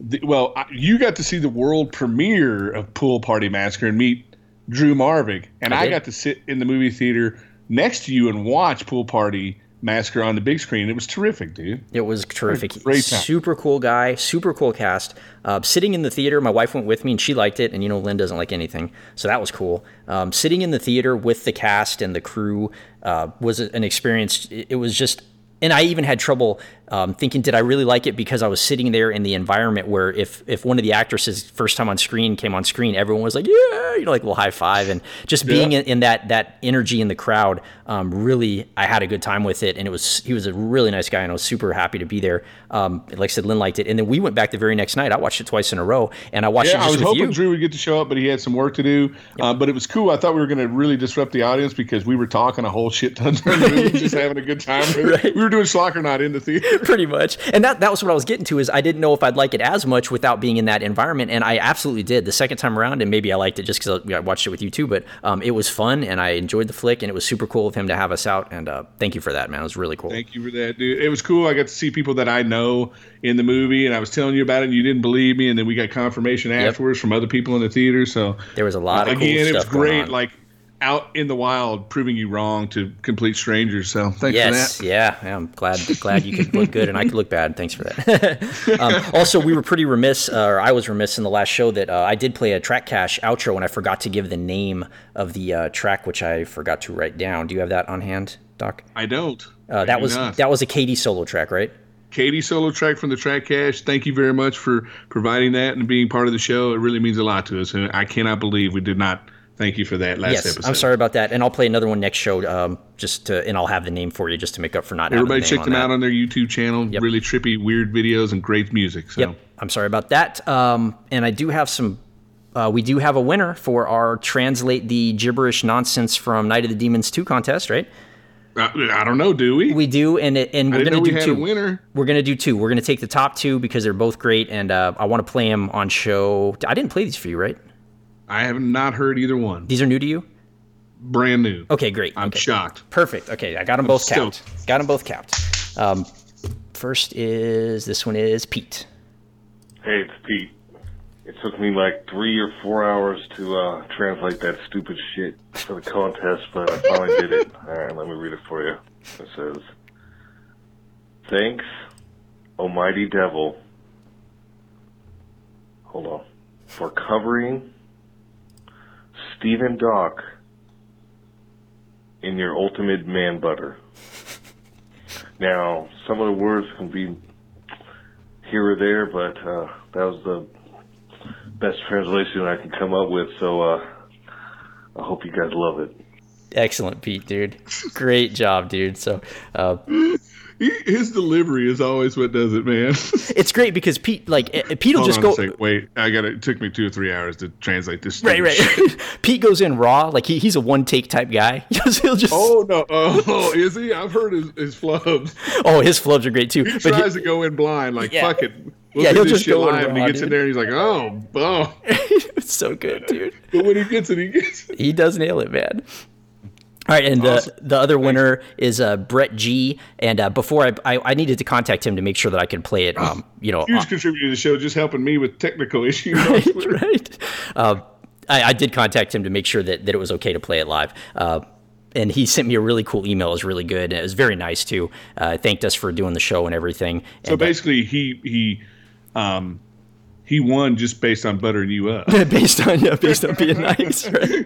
S3: The, well, I- you got to see the world premiere of Pool Party Massacre and meet Drew Marvig, and
S4: I
S3: I,
S4: did.
S3: got to sit in the movie theater next to you and watch Pool Party Massacre on the big screen. It was terrific, dude.
S4: It was terrific.
S3: Great time.
S4: super cool guy. Super cool cast. Uh, sitting in the theater, my wife went with me and she liked it. And you know, Lynn doesn't like anything, so that was cool. Um, sitting in the theater with the cast and the crew uh, was an experience. It it was just, and I even had trouble um, thinking, did I really like it? Because I was sitting there in the environment where if if one of the actresses first time on screen came on screen, everyone was like, yeah, you know, like well, high five, and just being in, in that that energy in the crowd. Um, really, I had a good time with it, and it was he was a really nice guy, and I was super happy to be there. Um, like I said, Lynn liked it, and then we went back the very next night. I watched it twice in a row, and I watched
S3: Yeah, I
S4: it just
S3: was
S4: with
S3: hoping
S4: you.
S3: Drew would get to show up, but he had some work to do. Uh, but it was cool. I thought we were going to really disrupt the audience because we were talking a whole shit ton during the movie, just having a good time. We were doing Schlocker Night in the theater.
S4: pretty much and that, that was what i was getting to is i didn't know if i'd like it as much without being in that environment and i absolutely did the second time around and maybe i liked it just because I, you know, I watched it with you too but um, it was fun and i enjoyed the flick and it was super cool of him to have us out and uh, thank you for that man it was really cool
S3: Thank you for that, dude. It was cool. I got to see people that I know in the movie, and I was telling you about it, and you didn't believe me, and then we got confirmation afterwards from other people in the theater. So
S4: there was a lot of cool
S3: again, it was
S4: stuff going
S3: great.
S4: on.
S3: Like out in the wild, proving you wrong to complete strangers. So thanks
S4: Yes,
S3: for that.
S4: yeah, yeah, I'm glad glad you could look good and I could look bad. Thanks for that. um, also, we were pretty remiss, uh, or I was remiss in the last show that uh, I did play a track cash outro and I forgot to give the name of the uh, track, which I forgot to write down. Do you have that on hand, Doc?
S3: I don't.
S4: Uh,
S3: I
S4: that
S3: do
S4: was
S3: not.
S4: that was a Katie solo track, right?
S3: Katie solo track from the track cash. Thank you very much for providing that and being part of the show. It really means a lot to us, and I cannot believe we did not thank you for that last
S4: yes,
S3: episode.
S4: I'm sorry about that, and I'll play another one next show. Um, just to, and I'll have the name for you just to make up for not. having the
S3: Everybody
S4: name
S3: check
S4: on
S3: them
S4: that.
S3: out on their YouTube channel. Really trippy, weird videos and great music. So.
S4: Yep. I'm sorry about that. Um, and I do have some. Uh, we do have a winner for our translate the gibberish nonsense from Night of the Demons two contest, right?
S3: I, I don't know, do we?
S4: We do, and it, and
S3: I
S4: we're
S3: didn't know
S4: gonna
S3: we
S4: do
S3: had
S4: two.
S3: a winner.
S4: We're gonna do two. We're gonna take the top two because they're both great, and uh, I want to play them on show. I didn't play these for you, right?
S3: I have not heard either one.
S4: These are new to you.
S3: Brand new.
S4: Okay, great.
S3: I'm
S4: okay.
S3: shocked.
S4: Perfect. Okay, I got them both
S3: stoked.
S4: capped. Got them both capped. Um, first is this one is Pete.
S11: Hey, it's Pete. It took me like three or four hours to uh, translate that stupid shit for the contest, but I finally did it. All right, let me read it for you. It says, "Thanks, almighty devil." Hold on. for covering Stephen Dock in your ultimate man butter. Now, some of the words can be here or there, but uh, that was the best translation I could come up with. So uh, I hope you guys love it.
S4: Excellent, Pete, dude. Great job, dude. So, uh,
S3: his delivery is always what does it, man.
S4: it's great because Pete, like, eh, eh, Pete'll
S3: Hold
S4: just
S3: on a
S4: go.
S3: sec. Wait, I got it. Took me two or three hours to translate this.
S4: Right,
S3: stupid shit.
S4: right. Pete goes in raw, like he, he's a one take type guy. He'll just
S3: Oh no! Oh, is he? I've heard his, his flubs.
S4: oh, his flubs are great too.
S3: He
S4: But he-
S3: tries to go in blind, like
S4: Yeah.
S3: fuck it. We'll
S4: Yeah,
S3: do
S4: he'll
S3: this
S4: just
S3: shit
S4: go in
S3: live, and he
S4: blind,
S3: gets in
S4: dude.
S3: there, and he's like, oh, oh.
S4: it's so good, dude.
S3: But when he gets it, he gets it.
S4: he does nail it, man. All right, and uh, the the other winner is uh, Brett G. And uh, before I, I I needed to contact him to make sure that I could play it. Um, you know,
S3: Huge
S4: on-
S3: contributor to the show, just helping me with technical issues. on Twitter.
S4: right? Um, I, I did contact him to make sure that, that it was okay to play it live. Uh, and he sent me a really cool email. It was really good. It was very nice, too. Uh, thanked us for doing the show and everything.
S3: So
S4: And, uh,
S3: basically, he he um he won just based on buttering you up.
S4: based on yeah, based on being nice, right?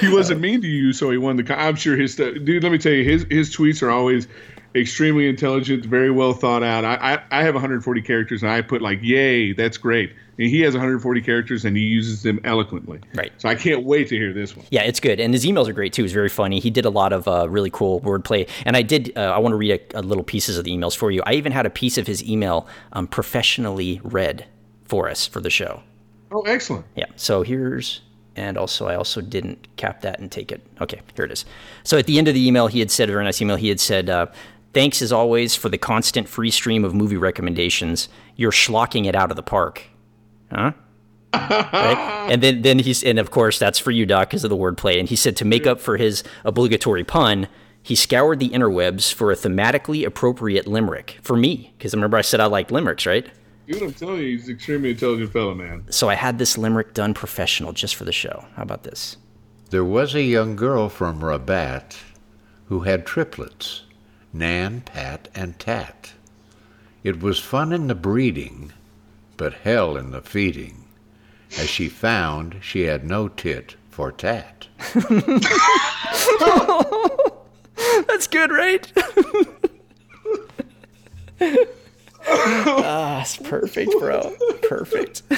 S3: he wasn't mean to you, so he won the. Con- I'm sure his stuff, dude. Let me tell you, his his tweets are always extremely intelligent, very well thought out. I, I I have 140 characters, and I put like, "Yay, that's great." And he has 140 characters, and he uses them eloquently.
S4: Right.
S3: So I can't wait to hear this one.
S4: Yeah, it's good, and his emails are great too. It's very funny. He did a lot of uh, really cool wordplay, and I did. Uh, I want to read a, a little pieces of the emails for you. I even had a piece of his email um, professionally read for us for the show.
S3: Oh, excellent.
S4: Yeah. So here's and also I also didn't cap that and take it. Okay, here it is. So at the end of the email, he had said a very nice email. He had said, uh, "Thanks as always for the constant free stream of movie recommendations. You're schlocking it out of the park." Huh? Right? And then, then he's and of course that's for you, Doc, because of the wordplay. And he said to make up for his obligatory pun, he scoured the interwebs for a thematically appropriate limerick for me, because remember I said I liked limericks, right?
S3: Dude, I'm telling you, he's an extremely intelligent fellow, man.
S4: So I had this limerick done professional just for the show. How about this?
S12: There was a young girl from Rabat who had triplets Nan, Pat, and Tat. It was fun in the breeding, but hell in the feeding, as she found she had no tit for tat.
S4: That's good, right? ah, it's perfect, bro. Perfect.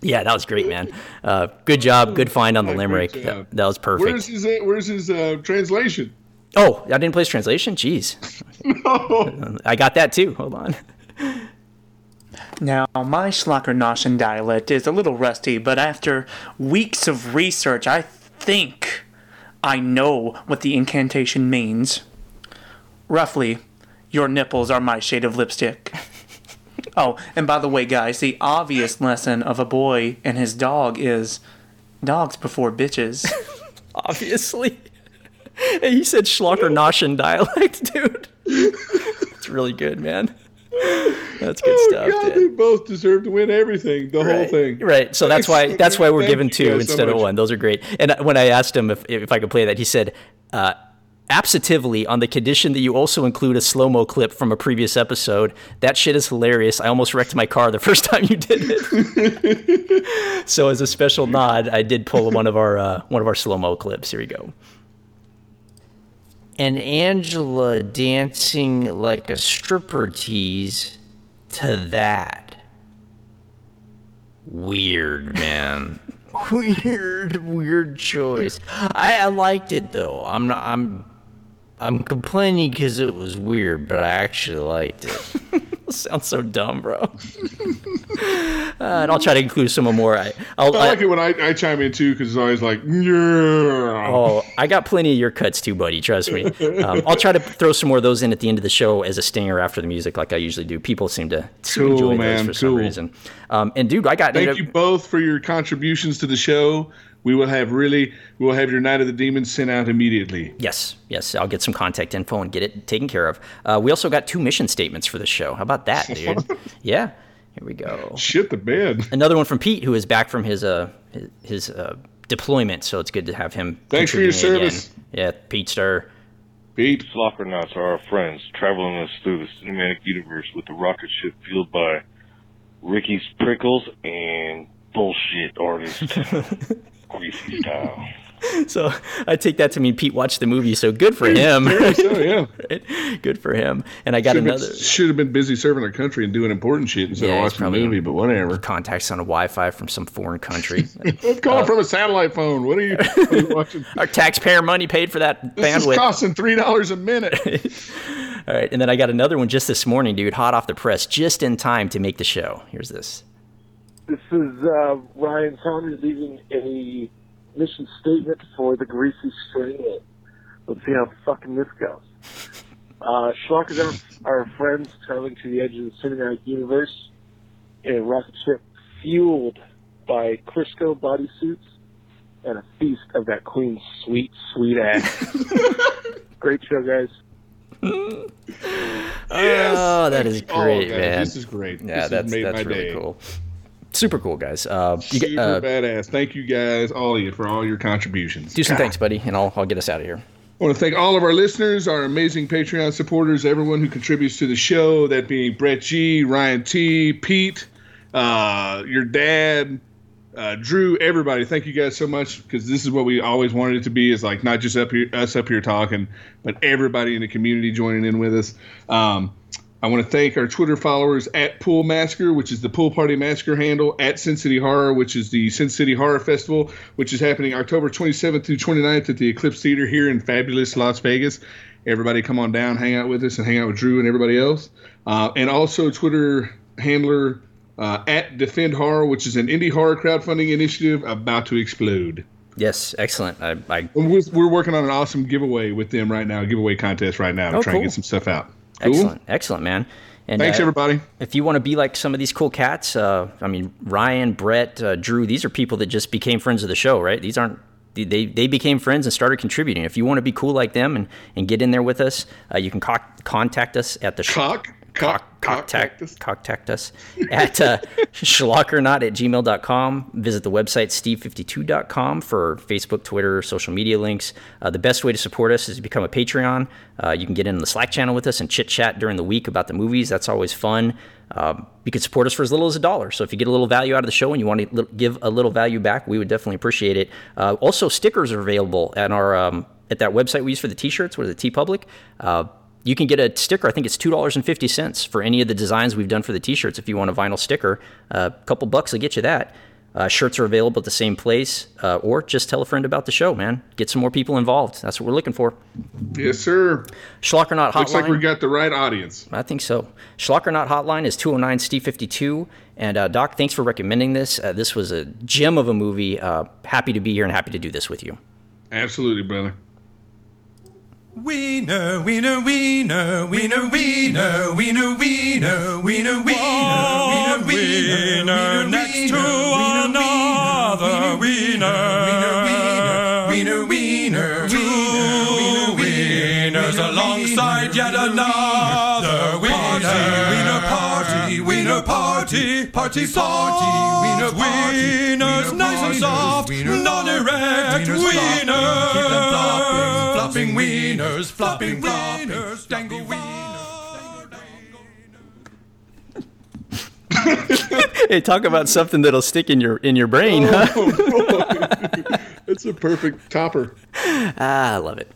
S4: yeah, that was great, man. Uh, good job. Good find on the limerick. That, that was
S3: Where's
S4: perfect.
S3: his Where's his uh, translation?
S4: Oh, I didn't place translation? Jeez. I got that too. Hold on.
S13: Now, my Schlockernoschen dialect is a little rusty, but after weeks of research, I think I know what the incantation means. Roughly, your nipples are my shade of lipstick. oh, and by the way, guys, the obvious lesson of a boy and his dog is dogs before bitches.
S4: Obviously. And he said Schlockernoschen dialect, dude. It's really good, man. That's good
S3: Oh
S4: stuff,
S3: God,
S4: dude.
S3: they both deserve to win everything, the whole
S4: right.
S3: thing.
S4: Right. So that's why that's why we're
S3: Thank
S4: given
S3: you
S4: two
S3: guys so
S4: instead of
S3: much.
S4: one. Those are great. And uh, when I asked him if if I could play that, he said, uh, "Absentively, on the condition that you also include a slow mo clip from a previous episode. That shit is hilarious. I almost wrecked my car the first time you did it." so as a special nod, I did pull one of our uh, one of our slow mo clips. Here we go.
S14: and Angela dancing like a stripper tease to that. Weird, man. weird, weird choice. I, I liked it though. I'm not. I'm. I'm complaining because it was weird, but I actually liked it.
S4: Sounds so dumb, bro. Uh, and I'll try to include some more. I, I'll,
S3: I like it when I, I chime in too because it's always like, yeah.
S4: Oh, I got plenty of your cuts too, buddy. Trust me. Um, I'll try to throw some more of those in at the end of the show as a stinger after the music, like I usually do. People seem to
S3: Cool,
S4: enjoy
S3: man,
S4: those for some
S3: cool.
S4: reason. Um, and dude, I got
S3: Thank you both for your contributions to the show. We will have really, we will have your Night of the Demons sent out immediately.
S4: Yes, yes. I'll get some contact info and get it taken care of. Uh, we also got two mission statements for this show. How about that, dude? yeah. Here we go.
S3: Shit the bed.
S4: Another one from Pete, who is back from his uh his, his uh, deployment. So it's good to have him.
S11: Thanks for your
S4: contributing again.
S11: service.
S4: Yeah, Pete Stir.
S3: Pete
S11: Slockernots are our friends, traveling us through the cinematic universe with the rocket ship fueled by
S15: Ricky's Prickles and Bullshit Artist. Greasy style.
S4: so I take that to mean Pete watched the movie, so good for him.
S3: so, yeah.
S4: Good for him. And I got
S3: Should've been-
S4: another.
S3: should have been busy serving our country and doing important shit instead of
S4: he's
S3: watching the
S4: probably
S3: movie, but whatever.
S4: Contacts on a Wi-Fi from some foreign country.
S3: Let's call it from a satellite phone. What are you, what are you watching?
S4: Our taxpayer money paid for that
S3: This
S4: bandwidth.
S3: is costing three dollars a minute.
S4: All right, and then I got another one just this morning, dude, hot off the press, just in time to make the show. Here's this.
S11: This is uh, Ryan Saunders leaving a mission statement for the Greasy Strangler. Let's see how fucking this goes. Uh, Schlockers are, are friends traveling to the edge of the cinematic universe in a rocket ship fueled by Crisco bodysuits and a feast of that queen's sweet, sweet ass. Great show, guys.
S4: Oh, that
S3: Thank
S4: is
S3: you all,
S4: great,
S3: guys.
S4: man.
S3: This is great.
S4: Yeah,
S3: This has
S4: that's
S3: made
S4: that's
S3: my
S4: really
S3: day.
S4: cool. Super cool, guys. Uh, you get,
S3: Super
S4: uh,
S3: badass. Thank you guys, all of you, for all your contributions.
S4: do some
S3: God.
S4: thanks, buddy, and I'll I'll get us out of here.
S3: I want to thank all of our listeners, our amazing Patreon supporters, everyone who contributes to the show, that being Brett G, Ryan T, Pete, uh, your dad, uh, Drew, everybody. Thank you guys so much because this is what we always wanted it to be is like not just up here, us up here talking, but everybody in the community joining in with us. Um, I want to thank our Twitter followers at Pool Massacre, which is the Pool Party Massacre handle, at Sin City Horror, which is the Sin City Horror Festival, which is happening October 27th through 29th at the Eclipse Theater here in fabulous Las Vegas. Everybody come on down, hang out with us, and hang out with Drew and everybody else. Uh, and also Twitter handler uh, at Defend Horror, which is an indie horror crowdfunding initiative about to explode.
S4: Yes, excellent. I, I
S3: And We're, we're working on an awesome giveaway with them right now, a giveaway contest right now to
S4: Oh,
S3: try
S4: cool.
S3: and get some stuff out.
S4: Excellent, excellent, man. And uh,
S3: Thanks, everybody.
S4: If you want to be like some of these cool cats, uh, I mean Ryan, Brett, uh, Drew, these are people that just became friends of the show, right? These aren't they- they they became friends and started contributing. If you want to be cool like them and, and get in there with us, uh, you can cock, contact us at the sh-
S3: cock
S4: cock contact contact us at uh, schlockernot at gmail.com. Visit the website steve52.com for Facebook, Twitter, social media links. Uh, the best way to support us is to become a Patreon. Uh, you can get in the Slack channel with us and chit chat during the week about the movies. That's always fun. Um, you can support us for as little as a dollar. So if you get a little value out of the show and you want to li- give a little value back, we would definitely appreciate it. Uh, also, stickers are available at our um, at that website we use for the t-shirts. What is it? T Public. Uh, you can get a sticker. I think it's two dollars and fifty cents for any of the designs we've done for the T-shirts. If you want a vinyl sticker, a couple bucks will get you that. Uh, shirts are available at the same place, uh, or just tell a friend about the show, man. Get some more people involved. That's what we're looking for.
S3: Yes, sir.
S4: Schlockernot hotline.
S3: Looks like we got the right audience.
S4: I think so. Schlockernot hotline is 209 Steve 52. And uh, Doc, thanks for recommending this. Uh, this was a gem of a movie. Uh, happy to be here and happy to do this with you.
S3: Absolutely, brother.
S1: Wiener, wiener, wiener, wiener, wiener, wiener, wiener, wiener, wiener, wiener, wiener, next to another wiener, wiener, wiener, wiener, two wieners alongside yet another wiener, party, wiener, party, party, party, wiener, wieners, nice and soft, non-erect, wieners, flopping wieners, flopping wieners, dangle
S4: hey, talk about something that'll stick in your in your brain. huh?
S3: It's a perfect topper.
S4: ah, I love it.